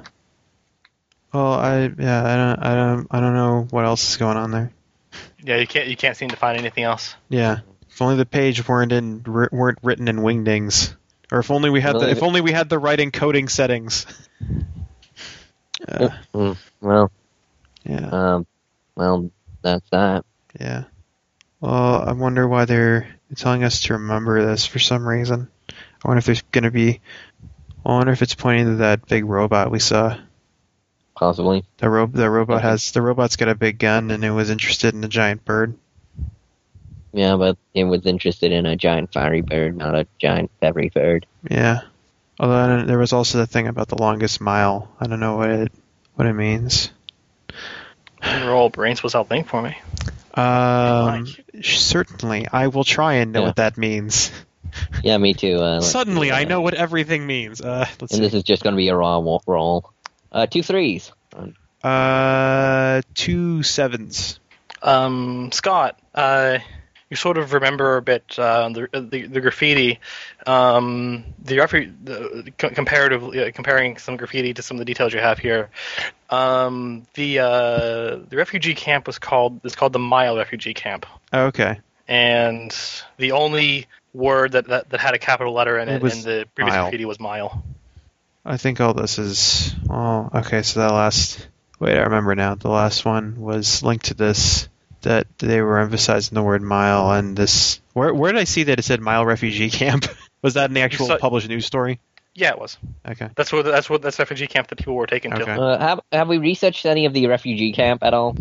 Speaker 2: Well, I yeah, I don't, I don't, I don't know what else is going on there.
Speaker 5: Yeah, you can't you can't seem to find anything else.
Speaker 2: Yeah. If only the page weren't in ri- weren't written in wingdings, or if only we had the if only we had the right encoding settings. Uh,
Speaker 3: mm, well,
Speaker 2: yeah,
Speaker 3: um, well, that's that.
Speaker 2: yeah. Well, I wonder why they're telling us to remember this for some reason. I wonder if there's gonna be. I wonder if it's pointing to that big robot we saw.
Speaker 3: Possibly.
Speaker 2: The ro- the robot has the robot's got a big gun and it was interested in a giant bird.
Speaker 3: Yeah, but it was interested in a giant fiery bird, not a giant feathery bird.
Speaker 2: Yeah. Although I don't, there was also the thing about the longest mile. I don't know what it what it means.
Speaker 5: You can roll brains plus something for me.
Speaker 2: Um,
Speaker 5: Like.
Speaker 2: sh- certainly, I will try and know
Speaker 3: Yeah.
Speaker 2: what that means.
Speaker 3: Yeah, me too. Uh, let's
Speaker 2: Suddenly,
Speaker 3: see,
Speaker 2: I
Speaker 3: uh,
Speaker 2: know what everything means. Uh, let's
Speaker 3: And
Speaker 2: see.
Speaker 3: this is just going to be a raw wa- roll. Uh, two threes.
Speaker 2: Uh, two sevens.
Speaker 5: Um, Scott, uh, you sort of remember a bit uh, the, the the graffiti, um, the, refu- the co- comparatively uh, comparing some graffiti to some of the details you have here. Um, the uh, the refugee camp was called it's called the Mile Refugee Camp,
Speaker 2: Okay,
Speaker 5: and the only word that, that, that had a capital letter in
Speaker 2: It
Speaker 5: it,
Speaker 2: was
Speaker 5: in the previous
Speaker 2: mile.
Speaker 5: graffiti was mile.
Speaker 2: I think all this is. Oh, okay. So that last. Wait, I remember now. The last one was linked to this. That they were emphasizing the word mile and this. Where where did I see that it said mile refugee camp? was that in the actual
Speaker 5: saw-
Speaker 2: published news story?
Speaker 5: Yeah, it was.
Speaker 2: Okay.
Speaker 5: That's what that's what that's refugee camp that people were taken
Speaker 2: Okay.
Speaker 5: to.
Speaker 3: Uh, have have we researched any of the refugee camp at all?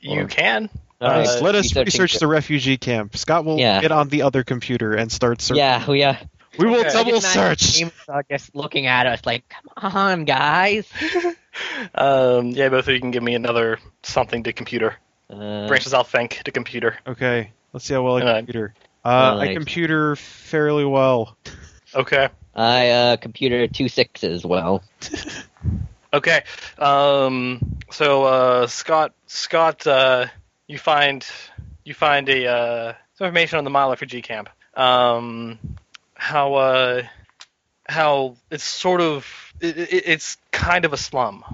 Speaker 5: You can.
Speaker 3: All
Speaker 5: right.
Speaker 2: Nice. Let us
Speaker 3: researching
Speaker 2: research the refugee camp. Scott will
Speaker 3: Yeah.
Speaker 2: get on the other computer and start searching.
Speaker 3: Yeah, we uh, are.
Speaker 2: We will
Speaker 5: Okay.
Speaker 2: double
Speaker 3: I can imagine
Speaker 2: search.
Speaker 3: James are just looking at us like, come on, guys.
Speaker 5: Um, yeah, both of you can give me another something to computer.
Speaker 3: Uh,
Speaker 5: Branches, I'll think to computer.
Speaker 2: Okay, let's see how well I
Speaker 5: Uh,
Speaker 2: computer. Uh,
Speaker 3: well,
Speaker 2: I
Speaker 3: like-
Speaker 2: computer fairly well.
Speaker 5: Okay.
Speaker 3: I uh, computer two sixes. Well,
Speaker 5: Okay. Um, so uh, Scott, Scott, uh, you find you find a uh, some information on the Mile refugee camp. Um, how uh, how it's sort of it, it, it's kind of a slum.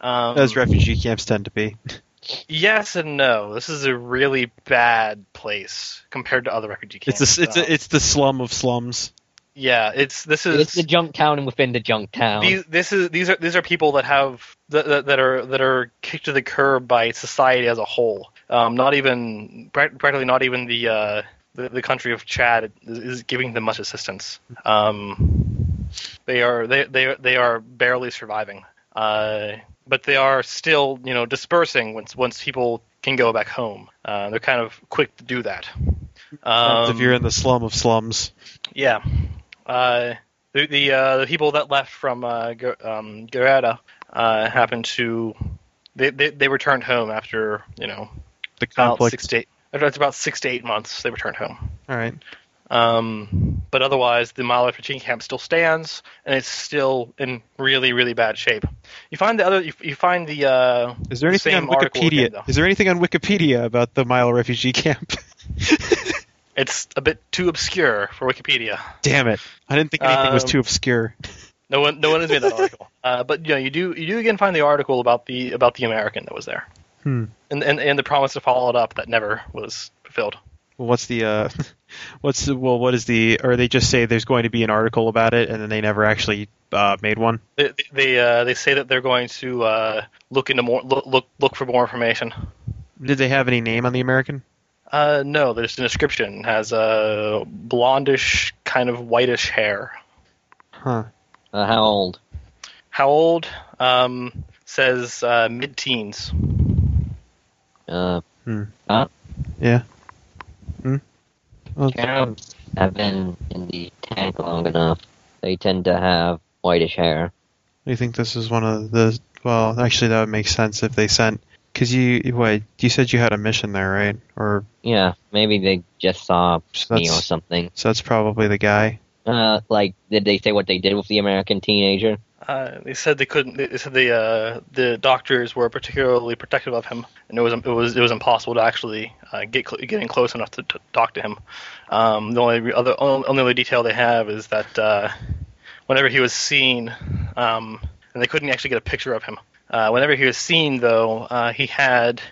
Speaker 5: Um,
Speaker 2: As refugee camps tend to be.
Speaker 5: Yes and no. This is a really bad place compared to other refugee camps.
Speaker 2: It's the it's
Speaker 5: Um,
Speaker 2: a, it's the slum of slums.
Speaker 5: yeah. It's this is
Speaker 3: it's the junk town and within the junk town.
Speaker 5: These, this is these are these are people that have that, that, that are that are kicked to the curb by society as a whole. Um, not even prac- practically not even the uh, the, the country of Chad is, is giving them much assistance. Um, they are they they they are barely surviving. Uh, but they are still you know dispersing once once people can go back home. Uh, they're kind of quick to do that. Um,
Speaker 2: if you're in the slum of slums,
Speaker 5: yeah. Uh, the the, uh, the people that left from uh, Gu- um, Guerrera uh, happened to they, they they returned home after you know
Speaker 2: the
Speaker 5: about
Speaker 2: conflict.
Speaker 5: six to eight after about six to eight months they returned home.
Speaker 2: All right.
Speaker 5: Um, but otherwise, the Mile Refugee Camp still stands, and it's still in really, really bad shape. You find the other, you, you find the uh,
Speaker 2: Is there anything on
Speaker 5: Same article
Speaker 2: Wikipedia?
Speaker 5: again, though.
Speaker 2: is there anything on Wikipedia about the Mile refugee camp?
Speaker 5: it's a bit too obscure for Wikipedia.
Speaker 2: Damn it! I didn't think anything was
Speaker 5: Um,
Speaker 2: too obscure.
Speaker 5: No one, no one has made that article. Uh, but you know, you do, you do again find the article about the about the American that was there,
Speaker 2: Hmm.
Speaker 5: and, and and the promise to follow it up that never was fulfilled.
Speaker 2: Well, what's the uh, what's the, well, what is the? Or they just say there's going to be an article about it, and then they never actually uh, made one.
Speaker 5: They they, uh, they say that they're going to uh, look into more look look, look for more information.
Speaker 2: Did they have any name on the American?
Speaker 5: Uh, no, there's an description It has a uh, blondish kind of whitish hair.
Speaker 2: Huh.
Speaker 3: Uh, how old?
Speaker 5: How old? Um, says uh, mid-teens.
Speaker 3: Uh,
Speaker 2: Yeah. Hmm. Well,
Speaker 3: Caribs have been in the tank long enough. They tend to have whitish hair.
Speaker 2: You think this is one of the? Well, actually, that would make sense if they sent. Cause you wait, you said you had a mission there, right? Or
Speaker 3: Yeah, maybe they just saw
Speaker 2: so
Speaker 3: me or
Speaker 2: that's
Speaker 3: something.
Speaker 2: so that's probably the guy.
Speaker 3: Uh, like, did they say what they did with the American teenager?
Speaker 5: Uh, they said they couldn't. They said the uh, the doctors were particularly protective of him, and it was it was it was impossible to actually uh, get cl- getting close enough to, to talk to him. Um, the only re- other only other detail they have is that uh, whenever he was seen, um, and they couldn't actually get a picture of him. Uh, whenever he was seen, though, uh, he had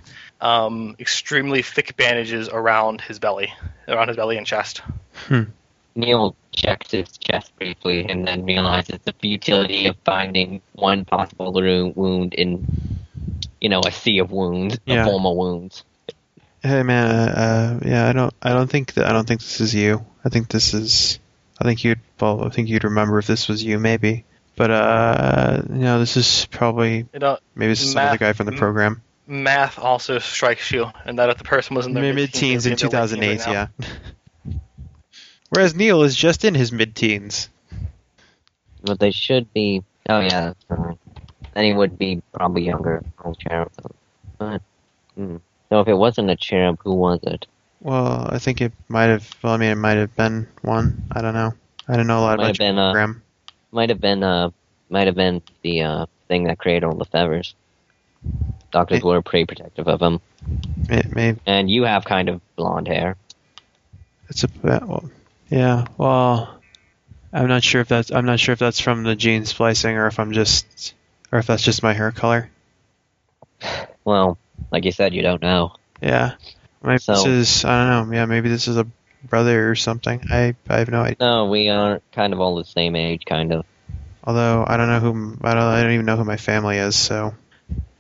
Speaker 5: um, extremely thick bandages around his belly, around his belly and chest.
Speaker 3: Neil checks his chest briefly and then realizes the futility of finding one possible ru- wound in, you know, a sea of wounds,
Speaker 2: Yeah.
Speaker 3: a formal wounds.
Speaker 2: Hey man, uh, uh, yeah, I don't, I don't think that, I don't think this is you. I think this is, I think you'd, well, I think you'd remember if this was you, maybe. But uh, you know, this is probably
Speaker 5: You know,
Speaker 2: maybe this is
Speaker 5: Ma-
Speaker 2: another guy from the
Speaker 5: m-
Speaker 2: program.
Speaker 5: uh, math also strikes you, and that if the person was in their
Speaker 2: Mid-teens
Speaker 5: they'd
Speaker 2: in
Speaker 5: be their late teens
Speaker 2: 2008,
Speaker 5: right now.
Speaker 2: yeah. Whereas Neil is just in his mid-teens.
Speaker 3: But they should be. Oh yeah, that's fine. Then he would be probably younger. Old cherub. But hmm. so if it wasn't a cherub, who was it?
Speaker 2: Well, I think it might have. Well, I mean, it might have been one. I don't know. I don't know a lot
Speaker 3: Might
Speaker 2: about
Speaker 3: have
Speaker 2: your
Speaker 3: been, uh,
Speaker 2: program.
Speaker 3: Might have been uh, might have been the uh thing that created all the feathers. Doctors
Speaker 2: It-
Speaker 3: were pretty protective of him,
Speaker 2: It may.
Speaker 3: and you have kind of blonde hair.
Speaker 2: It's a. Well, yeah. Well, I'm not sure if that's. I'm not sure if that's from the gene splicing or if I'm just, or if that's just my hair color.
Speaker 3: Well, like you said, you don't know.
Speaker 2: Yeah. Maybe this
Speaker 3: So-
Speaker 2: is. I don't know. Yeah. Maybe this is a brother or something. I. I have no idea.
Speaker 3: No, we are kind of all the same age, kind of.
Speaker 2: Although I don't know who. I don't. I don't even know who my family is. So.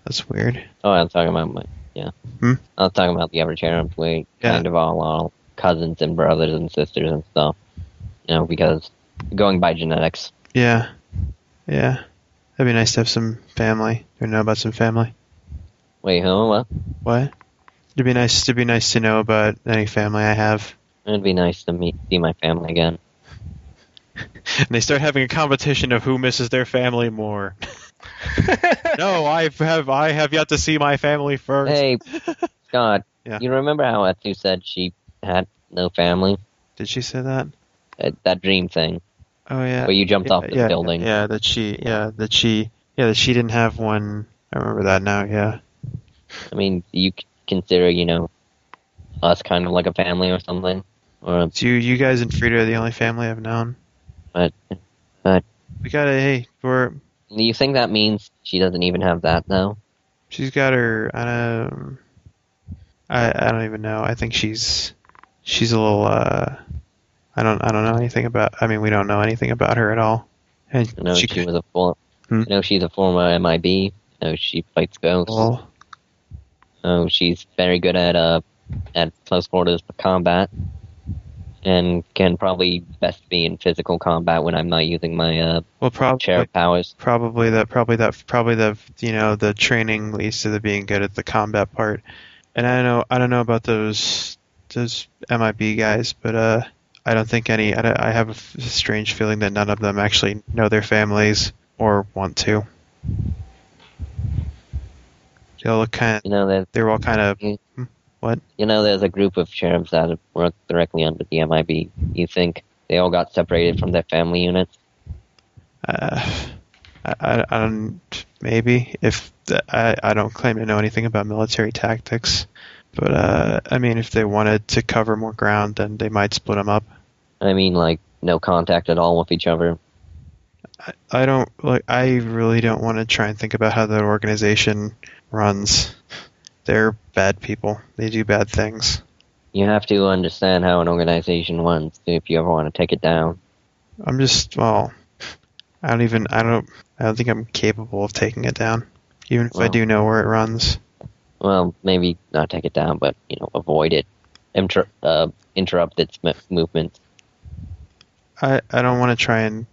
Speaker 2: That's weird.
Speaker 3: Oh, I'm talking about my yeah.
Speaker 2: Hmm?
Speaker 3: I was talking about the other cherubs. We
Speaker 2: Yeah.
Speaker 3: kind of all are cousins and brothers and sisters and stuff. You know, because going by genetics.
Speaker 2: Yeah. Yeah. That'd be nice to have some family or know about some family.
Speaker 3: Wait, who? What?
Speaker 2: What? It'd be nice. It'd be nice to know about any family I have.
Speaker 3: It'd be nice to meet see my family again.
Speaker 2: And they start having a competition of who misses their family more. no, I have I have yet to see my family first.
Speaker 3: Hey, God,
Speaker 2: Yeah.
Speaker 3: you remember how Etsu said she had no family?
Speaker 2: Did she say that?
Speaker 3: Uh, that dream thing
Speaker 2: Oh yeah.
Speaker 3: where you jumped off the
Speaker 2: yeah,
Speaker 3: building.
Speaker 2: Yeah, that she yeah, that she yeah, that she didn't have one. I remember that now, yeah.
Speaker 3: I mean, do you c- consider, you know, us kind of like a family or something? Or,
Speaker 2: So you, you guys and Frida are the only family I've known.
Speaker 3: but, but
Speaker 2: We gotta hey, we're
Speaker 3: do you think that means she doesn't even have that, though?
Speaker 2: she's got her um I I don't even know. I think she's she's a little uh I don't I don't know anything about I mean we don't know anything about her at all. And
Speaker 3: I know she,
Speaker 2: she could
Speaker 3: was a former.
Speaker 2: Hmm?
Speaker 3: I know she's a former MIB. I know she fights ghosts.
Speaker 2: well,
Speaker 3: Oh, she's very good at uh at close quarters combat, and can probably best be in physical combat when I'm not using my uh
Speaker 2: well probably
Speaker 3: chair powers.
Speaker 2: probably that probably that probably the you know the training leads to the being good at the combat part and i don't know i don't know about those those mib guys but uh i don't think any i, don't- I have a f- strange feeling that none of them actually know their families or want to they all look kind
Speaker 3: You know there's
Speaker 2: they're all kind of
Speaker 3: you know there's a group of sheriffs that work directly under the MIB. You think they all got separated from their family units?
Speaker 2: uh, I, I, I don't maybe if the, I, I don't claim to know anything about military tactics but uh, i mean if they wanted to cover more ground then they might split them up
Speaker 3: I mean, like no contact at all with each other.
Speaker 2: i, I don't like i really don't want to try and think about how that organization runs they're bad people they do bad things
Speaker 3: You have to understand how an organization runs if you ever want to take it down.
Speaker 2: i'm just well i don't even i don't i don't think i'm capable of taking it down even if i
Speaker 3: Wow.
Speaker 2: do know where it runs
Speaker 3: well, maybe not take it down, but you know, avoid it, Inter- uh, interrupt its m- movement.
Speaker 2: I, I don't want to try and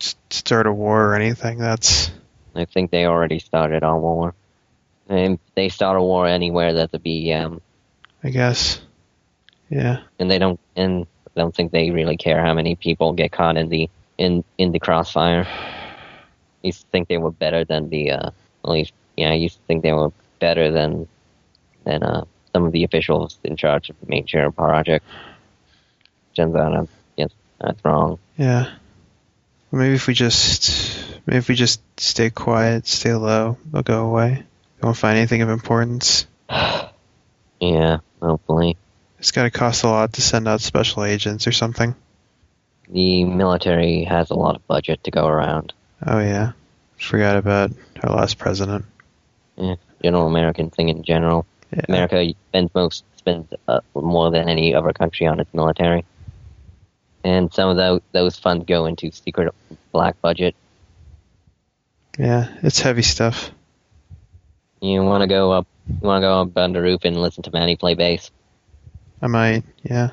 Speaker 2: s- start a war or anything. That's
Speaker 3: I think they already started a war. And they start a war anywhere that's a BEM,
Speaker 2: I guess. Yeah.
Speaker 3: and they don't, and I don't think they really care how many people get caught in the in in the crossfire. You think they were better than the, uh, at least, yeah, I used to think they were better than than uh, some of the officials in charge of the major project. Turns out, uh, yes, that's wrong.
Speaker 2: Yeah. Well, maybe if we just maybe if we just stay quiet, stay low, they'll go away. They won't find anything of importance.
Speaker 3: Yeah, hopefully.
Speaker 2: It's got to cost a lot to send out special agents or something.
Speaker 3: The military has a lot of budget to go around.
Speaker 2: Oh yeah, forgot about our last president.
Speaker 3: General American thing in general.
Speaker 2: Yeah.
Speaker 3: America spends most spends uh, more than any other country on its military, and some of those those funds go into secret black budget.
Speaker 2: Yeah, it's heavy stuff.
Speaker 3: You want to go up? You want to go up on the roof and listen to Manny play bass?
Speaker 2: I might. Yeah.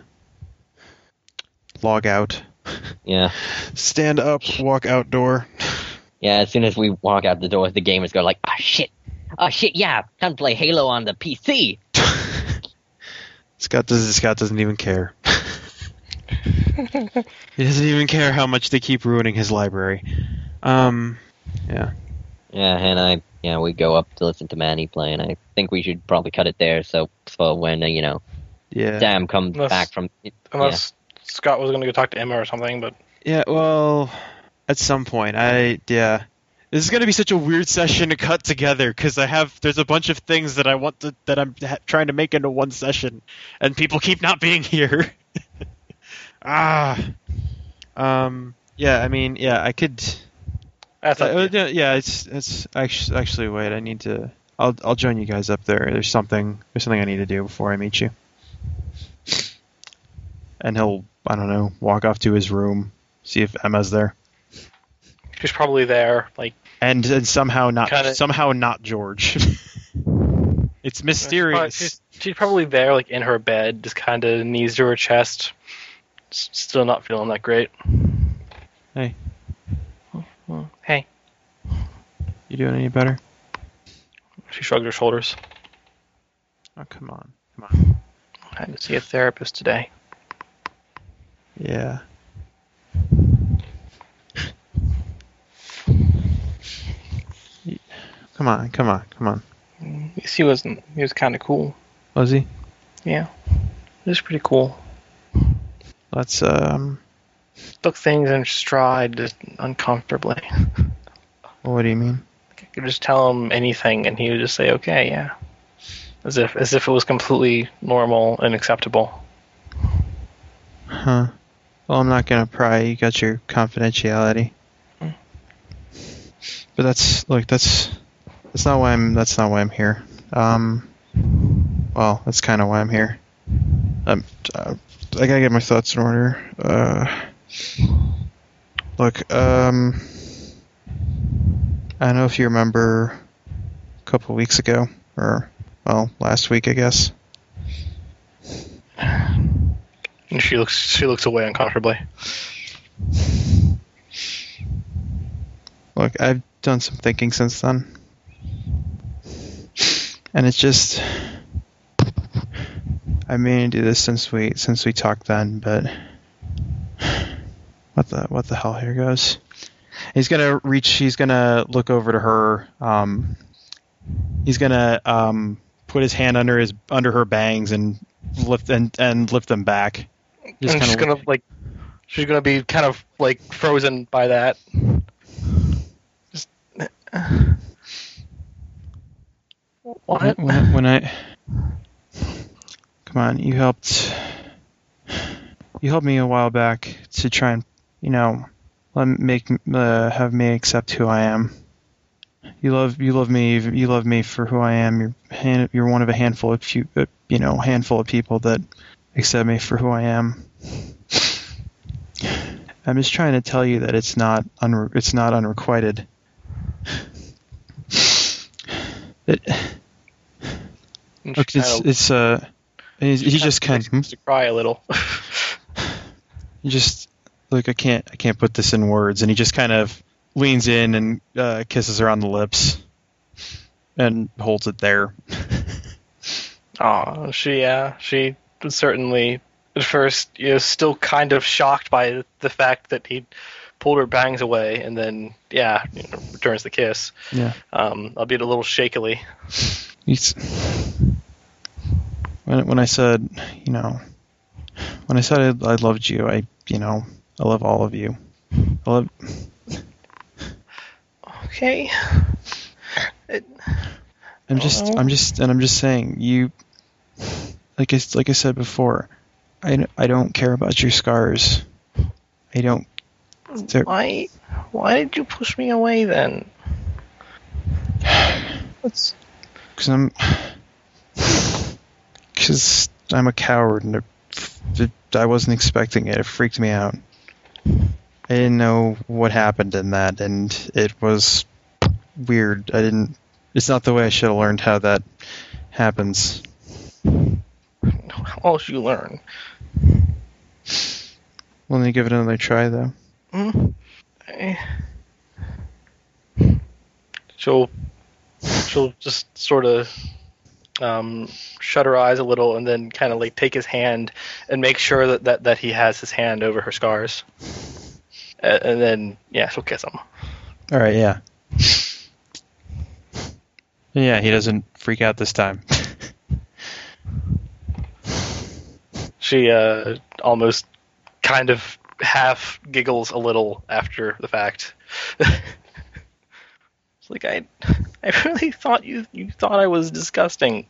Speaker 2: Log out.
Speaker 3: Yeah,
Speaker 2: Stand up. Walk outdoor.
Speaker 3: yeah. As soon as we walk out the door, the gamers go like, "Ah shit, ah shit, yeah, time to play Halo on the PC."
Speaker 2: Scott doesn't. Scott doesn't even care. he doesn't even care how much they keep ruining his library. Um, yeah.
Speaker 3: Yeah, and I yeah we go up to listen to Manny play, and I think we should probably cut it there. So so when uh, you know
Speaker 2: Yeah.
Speaker 3: Sam comes
Speaker 5: Unless-
Speaker 3: back from
Speaker 5: Unless Scott was going to go talk to Emma or something, but
Speaker 2: Yeah. Well, at some point, I yeah. This is gonna be such a weird session to cut together because I have there's a bunch of things that I want to that I'm ha- trying to make into one session, and people keep not being here. ah. Um. Yeah. I mean. Yeah. I could.
Speaker 5: that's up to
Speaker 2: Uh,
Speaker 5: you.
Speaker 2: yeah, yeah, it's it's actually, actually wait. I need to. I'll I'll join you guys up there. There's something there's something I need to do before I meet you. And he'll I don't know walk off to his room, see if Emma's there,
Speaker 5: she's probably there. Like
Speaker 2: and, and somehow not
Speaker 5: Got it.
Speaker 2: somehow not George. it's
Speaker 5: she's probably,
Speaker 2: mysterious.
Speaker 5: she's, she's probably there, like in her bed, just kind of knees to her chest, s- still not feeling that great.
Speaker 2: Hey.
Speaker 5: Mm, Hey.
Speaker 2: You doing any better?
Speaker 5: She shrugged her shoulders.
Speaker 2: Oh come on, come on.
Speaker 5: I had to see a therapist today.
Speaker 2: Yeah. Come on, come on, come on.
Speaker 5: At least he wasn't. He was kind of cool.
Speaker 2: Was he?
Speaker 5: Yeah, it was pretty cool.
Speaker 2: Let's um.
Speaker 5: Took things in stride, just uncomfortably.
Speaker 2: What do you mean?
Speaker 5: I could just tell him anything, and he would just say, "Okay, yeah," as if as if it was completely normal and acceptable.
Speaker 2: Huh. Well, I'm not gonna pry. You got your confidentiality. But that's look. That's that's not why I'm. That's not why I'm here. Um. Well, that's kind of why I'm here. I'm. Uh, I gotta get my thoughts in order. Uh. Look. Um. I don't know if you remember a couple weeks ago, or well, last week, I guess.
Speaker 5: And she looks she looks away uncomfortably.
Speaker 2: Look, I've done some thinking since then. And it's just I mean to do this since we since we talked then, but what the what the hell here goes. He's gonna reach he's gonna look over to her, um he's gonna um put his hand under his under her bangs and lift and, and lift them back. Just
Speaker 5: and
Speaker 2: kinda
Speaker 5: she's
Speaker 2: look-
Speaker 5: gonna like she's gonna be kind of like frozen by that. Just uh, what?
Speaker 2: When, when, when I come on, you helped. You helped me a while back to try and you know let me make uh, have me accept who I am. You love you love me you love me for who I am. You're hand, you're one of a handful of few uh, you know handful of people that accept me for who I am. I'm just trying to tell you that it's not unre- it's not unrequited. It,
Speaker 5: And she
Speaker 2: Look, it's
Speaker 5: kinda-
Speaker 2: it's uh, and he's, he
Speaker 5: kinda
Speaker 2: just kind
Speaker 5: starts to cry a little.
Speaker 2: he just look. I can't I can't put this in words, and he just kind of leans in and uh, kisses her on the lips, and holds it there.
Speaker 5: Oh, she uh, she certainly at first you know, still kind of shocked by the fact that he pulled her bangs away, and then yeah, you know, returns the kiss.
Speaker 2: Yeah,
Speaker 5: Um, albeit a little shakily.
Speaker 2: he's when when I said you know when I said I, I loved you, I you know I love all of you. I love
Speaker 5: Okay.
Speaker 2: I'm just,
Speaker 5: Hello?
Speaker 2: I'm just, and I'm just saying, you, like I, like I said before, I, d- I don't care about your scars. I don't. They're,
Speaker 5: Why? Why did you push me away then? That's
Speaker 2: cause I'm, cause I'm a coward, and it, it, I wasn't expecting it. It freaked me out. I didn't know what happened in that, and it was weird. I didn't. It's not the way I should have learned how that happens.
Speaker 5: how else you learn.
Speaker 2: Let me give it another try, though.
Speaker 5: Hmm? Eh. She'll she'll just sort of um, shut her eyes a little and then kind of like take his hand and make sure that, that, that he has his hand over her scars. A- And then yeah, she'll kiss him.
Speaker 2: All right, yeah. Yeah, he doesn't freak out this time.
Speaker 5: She uh, almost kind of half giggles a little after the fact. it's like I, I really thought you you thought I was disgusting.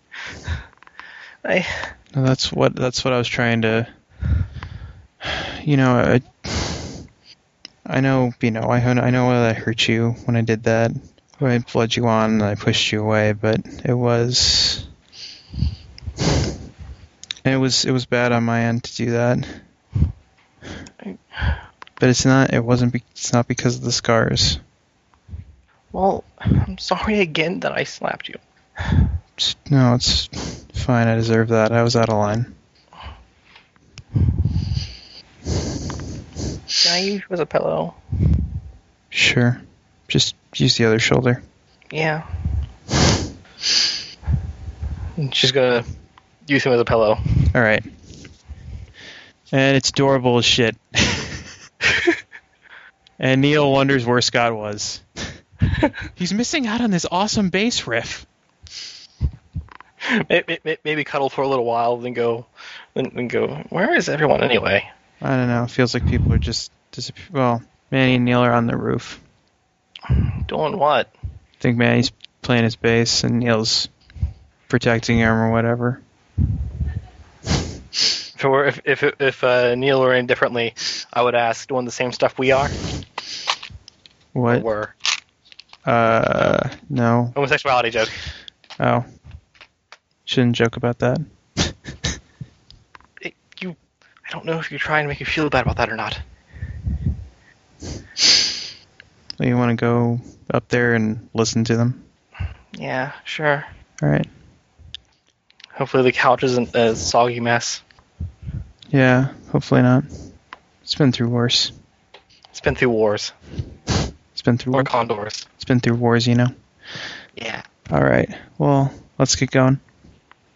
Speaker 5: I
Speaker 2: And that's what that's what I was trying to. You know, I, I know, you know, I I know that I hurt you when I did that. When I fled you on and I pushed you away, but it was. It was it was bad on my end to do that. But it's not. It wasn't. Be, it's not because of the scars.
Speaker 5: well, I'm sorry again that I slapped you.
Speaker 2: It's- No, it's fine. I deserve that. I was out of line.
Speaker 5: Can I use you as a pillow?
Speaker 2: Sure. Just use the other shoulder.
Speaker 5: Yeah. And she's gonna use him as a pillow.
Speaker 2: All right. And it's adorable as shit. and Neil wonders where Scott was. He's missing out on this awesome bass riff.
Speaker 5: May- may- may- Maybe cuddle for a little while, then go, then, then go. Where is everyone anyway?
Speaker 2: I don't know. It feels like people are just disappear. Well, Manny and Neil are on the roof.
Speaker 5: Doing what?
Speaker 2: I think Manny's playing his bass and Neil's protecting him or whatever.
Speaker 5: If it were, if if if uh, Neil were in differently, I would ask doing the same stuff we are.
Speaker 2: What?
Speaker 5: Were
Speaker 2: Uh, no.
Speaker 5: homosexuality joke.
Speaker 2: Oh, shouldn't joke about that.
Speaker 5: It, you, I don't know if you're trying to make you feel bad about that or not.
Speaker 2: You want to go up there and listen to them?
Speaker 5: Yeah, sure.
Speaker 2: All right.
Speaker 5: Hopefully the couch isn't a soggy mess.
Speaker 2: Yeah. Hopefully not. It's been through worse.
Speaker 5: It's been through wars
Speaker 2: It's been through.
Speaker 5: or
Speaker 2: Wars.
Speaker 5: condors.
Speaker 2: It's been through wars, you know.
Speaker 5: Yeah.
Speaker 2: All right. Well, let's get going.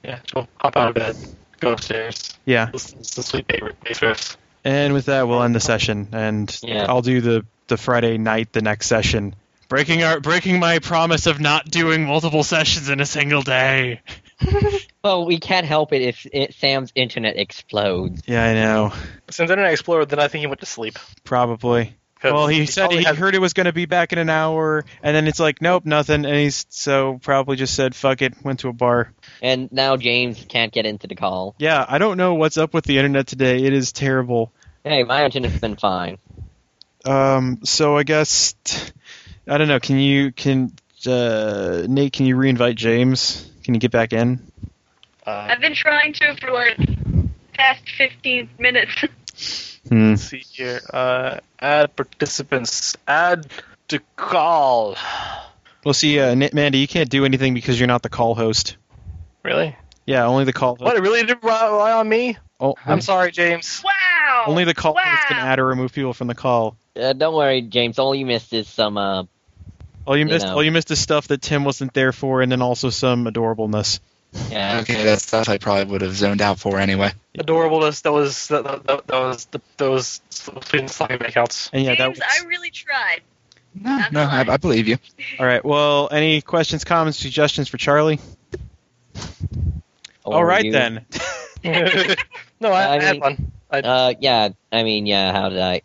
Speaker 5: Yeah. So hop out of bed, go upstairs,
Speaker 2: Yeah.
Speaker 5: listen to some sweet bass riffs.
Speaker 2: And with that, we'll end the session, and
Speaker 3: Yeah.
Speaker 2: I'll do the the Friday night the next session. Breaking our breaking my promise of not doing multiple sessions in a single day.
Speaker 3: Well, we can't help it if it, Sam's internet explodes.
Speaker 2: Yeah, I know.
Speaker 5: Since Internet Explorer, then I think he went to sleep.
Speaker 2: Probably.
Speaker 5: 'Cause
Speaker 2: Well, he said
Speaker 5: probably
Speaker 2: he
Speaker 5: has-
Speaker 2: heard it was going to be back in an hour, and then it's like, nope, nothing. And he's so probably just said, fuck it, went to a bar.
Speaker 3: And now James can't get into the call.
Speaker 2: Yeah, I don't know what's up with the internet today. It is terrible.
Speaker 3: Hey, my internet's been fine.
Speaker 2: Um, so I guess I don't know. Can you can uh, Nate? Can you reinvite James? Can you get back in?
Speaker 5: Uh,
Speaker 8: I've been trying to for like past 15 minutes.
Speaker 2: Hmm.
Speaker 5: let's see here. Uh, add participants. Add to call.
Speaker 2: Well, see, uh, N- Mandy, you can't do anything because you're not the call host.
Speaker 5: Really? Hmm.
Speaker 2: Yeah, only the call.
Speaker 5: What? It really did rely on me?
Speaker 2: Oh,
Speaker 5: I'm sorry, James.
Speaker 8: Wow!
Speaker 2: only the call host can
Speaker 8: Wow.
Speaker 2: add or remove people from the call.
Speaker 3: Uh, don't worry, James. All you missed is some. Uh,
Speaker 2: All you
Speaker 3: You
Speaker 2: missed,
Speaker 3: know.
Speaker 2: all you missed is stuff that Tim wasn't there for, and then also some adorableness.
Speaker 3: yeah.
Speaker 4: Okay, that stuff I probably would have zoned out for anyway.
Speaker 5: Adorableness. That was that, that, that, that was the, those between sloppy makeouts.
Speaker 2: And yeah, that.
Speaker 8: James,
Speaker 2: Was,
Speaker 8: I really tried.
Speaker 4: No, no, I, I believe you.
Speaker 2: All right. Well, any questions, comments, suggestions for Charlie?
Speaker 3: or
Speaker 2: all right
Speaker 3: Oh, you-
Speaker 2: then.
Speaker 5: no, I, I,
Speaker 3: I
Speaker 5: had
Speaker 3: mean-
Speaker 5: one. I,
Speaker 3: Uh, yeah. I mean, yeah. How did I?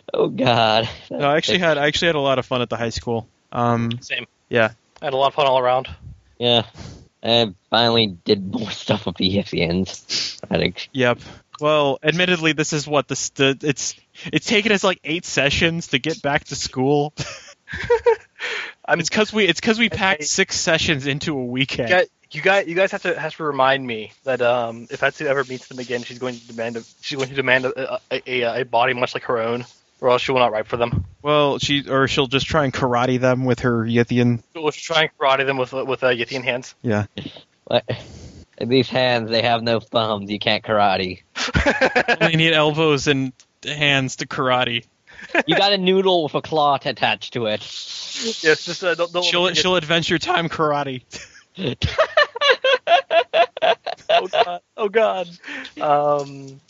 Speaker 3: oh God.
Speaker 2: No, I actually had I actually had a lot of fun at the high school. Um,
Speaker 5: same.
Speaker 2: yeah.
Speaker 5: I had a lot of fun all around.
Speaker 3: Yeah. I finally did more stuff with the Ethiopians. I think.
Speaker 2: Yep. Well, admittedly, this is what this the it's it's taken us like eight sessions to get back to school.
Speaker 5: I'm
Speaker 2: It's because we it's because we packed
Speaker 5: I-
Speaker 2: six sessions into a weekend.
Speaker 5: You guys, you guys, you guys have to have to remind me that um, if Atsu ever meets them again, she's going to demand a, she's going to demand a, a, a, a body much like her own, or else she will not write for them.
Speaker 2: Well, she or she'll just try and karate them with her Yithian.
Speaker 5: She'll try and karate them with with uh, Yithian hands.
Speaker 2: Yeah.
Speaker 3: What? These hands, they have no thumbs. You can't karate.
Speaker 2: Only need elbows and hands to karate.
Speaker 3: You got a noodle with a claw attached to it.
Speaker 5: yes, just uh, don't, don't
Speaker 2: She'll she'll adventure time karate.
Speaker 5: oh god, oh god. Um,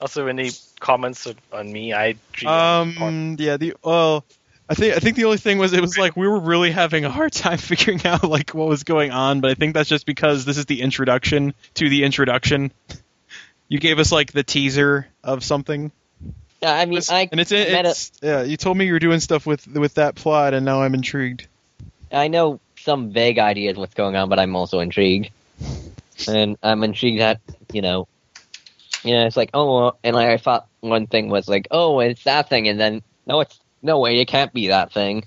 Speaker 5: also, any comments on- on me? I
Speaker 2: Um. Yeah. The well, I think I think the only thing was it was like we were really having a hard time figuring out like what was going on, but I think that's just because this is the introduction to the introduction. You gave us like the teaser of something,
Speaker 3: Yeah, I mean, I
Speaker 2: and it's,
Speaker 3: met a-
Speaker 2: it's yeah. You told me you were doing stuff with with that plot, and now I'm intrigued.
Speaker 3: I know some vague ideas what's going on, but I'm also intrigued, and I'm intrigued that you know, you know, it's like oh, uh, and like, I thought one thing was like oh, it's that thing, and then no, it's no way, it can't be that thing.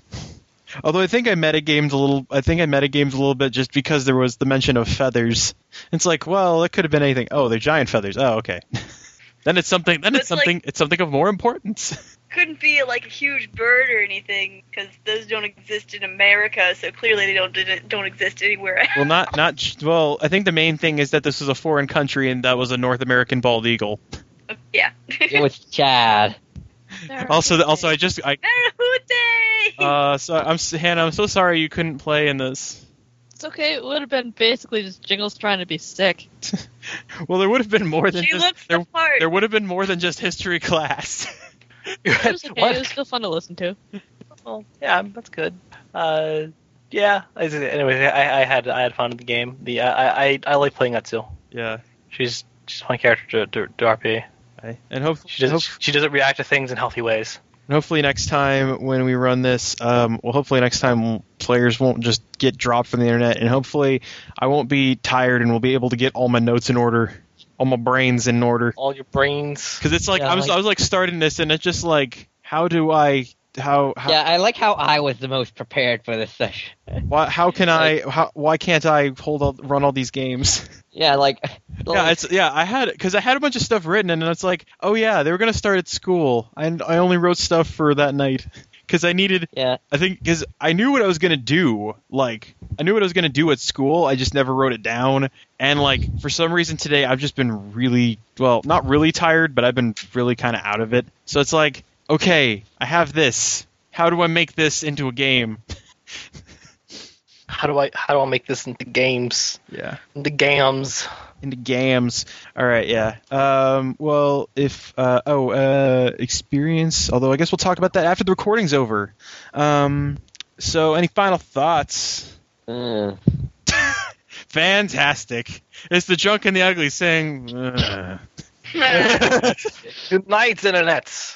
Speaker 2: Although I think I metagamed a little. I think I metagamed a little bit just because there was the mention of feathers. It's like, well, it could have been anything. Oh, they're giant feathers. Oh, okay. then it's something. Then it's
Speaker 8: It's like-
Speaker 2: something. it's something of more importance.
Speaker 8: Couldn't be like a huge bird or anything because those don't exist in America. So clearly they don't didn't, don't exist anywhere. else.
Speaker 2: Well, not not j- well. I think the main thing is that this was a foreign country and that was a North American bald eagle.
Speaker 8: yeah.
Speaker 3: It was Chad.
Speaker 2: Also, also, I just I
Speaker 8: Merahute!
Speaker 2: uh, so I'm s- Hannah. I'm so sorry you couldn't play in this.
Speaker 7: It's okay. It would have been basically just Jingles trying to be sick.
Speaker 2: Well, there would have been more than
Speaker 8: she
Speaker 2: just
Speaker 8: looks
Speaker 2: there.
Speaker 8: the part.
Speaker 2: There would have been more than just history class.
Speaker 7: It was okay.
Speaker 5: What?
Speaker 7: It was still fun to listen to.
Speaker 5: Well, yeah, that's good. Uh, yeah. I- Anyway, I, I had I had fun in the game. The uh, I I, I like playing Utsil.
Speaker 2: Yeah.
Speaker 5: She's she's a fun character to, to, to RP.
Speaker 2: I- And hopefully,
Speaker 5: She doesn't she doesn't react to things in healthy ways.
Speaker 2: And hopefully next time when we run this, um, well, hopefully next time players won't just get dropped from the internet, and hopefully I won't be tired and will be able to get all my notes in order, all my brains in order.
Speaker 5: All your brains.
Speaker 2: Because it's like
Speaker 3: Yeah,
Speaker 2: I was,
Speaker 3: like-
Speaker 2: I was like starting this, and it's just like, how do I, how, how,
Speaker 3: Yeah, I like how I was the most prepared for this session.
Speaker 2: why, how can I, how, why can't I hold, all, run all these games?
Speaker 3: Yeah, like,
Speaker 2: yeah, it's yeah. I had because I had a bunch of stuff written, and it's like, oh yeah, they were gonna start at school, and I only wrote stuff for that night because I needed
Speaker 3: yeah,
Speaker 2: I think because I knew what I was gonna do. Like I knew what I was gonna do at school. I just never wrote it down. And like for some reason today, I've just been really well, not really tired, but I've been really kind of out of it. So it's like, okay, I have this. How do I make this into a game?
Speaker 5: How do I how do I make this into games?
Speaker 2: Yeah.
Speaker 5: The gams.
Speaker 2: Into games. All right. Yeah. Um, well, if uh, oh uh, experience. Although I guess we'll talk about that after the recording's over. Um, so any final thoughts?
Speaker 3: uh,
Speaker 2: Fantastic. It's the drunk and the ugly saying. "Ugh."
Speaker 5: Good night, internets.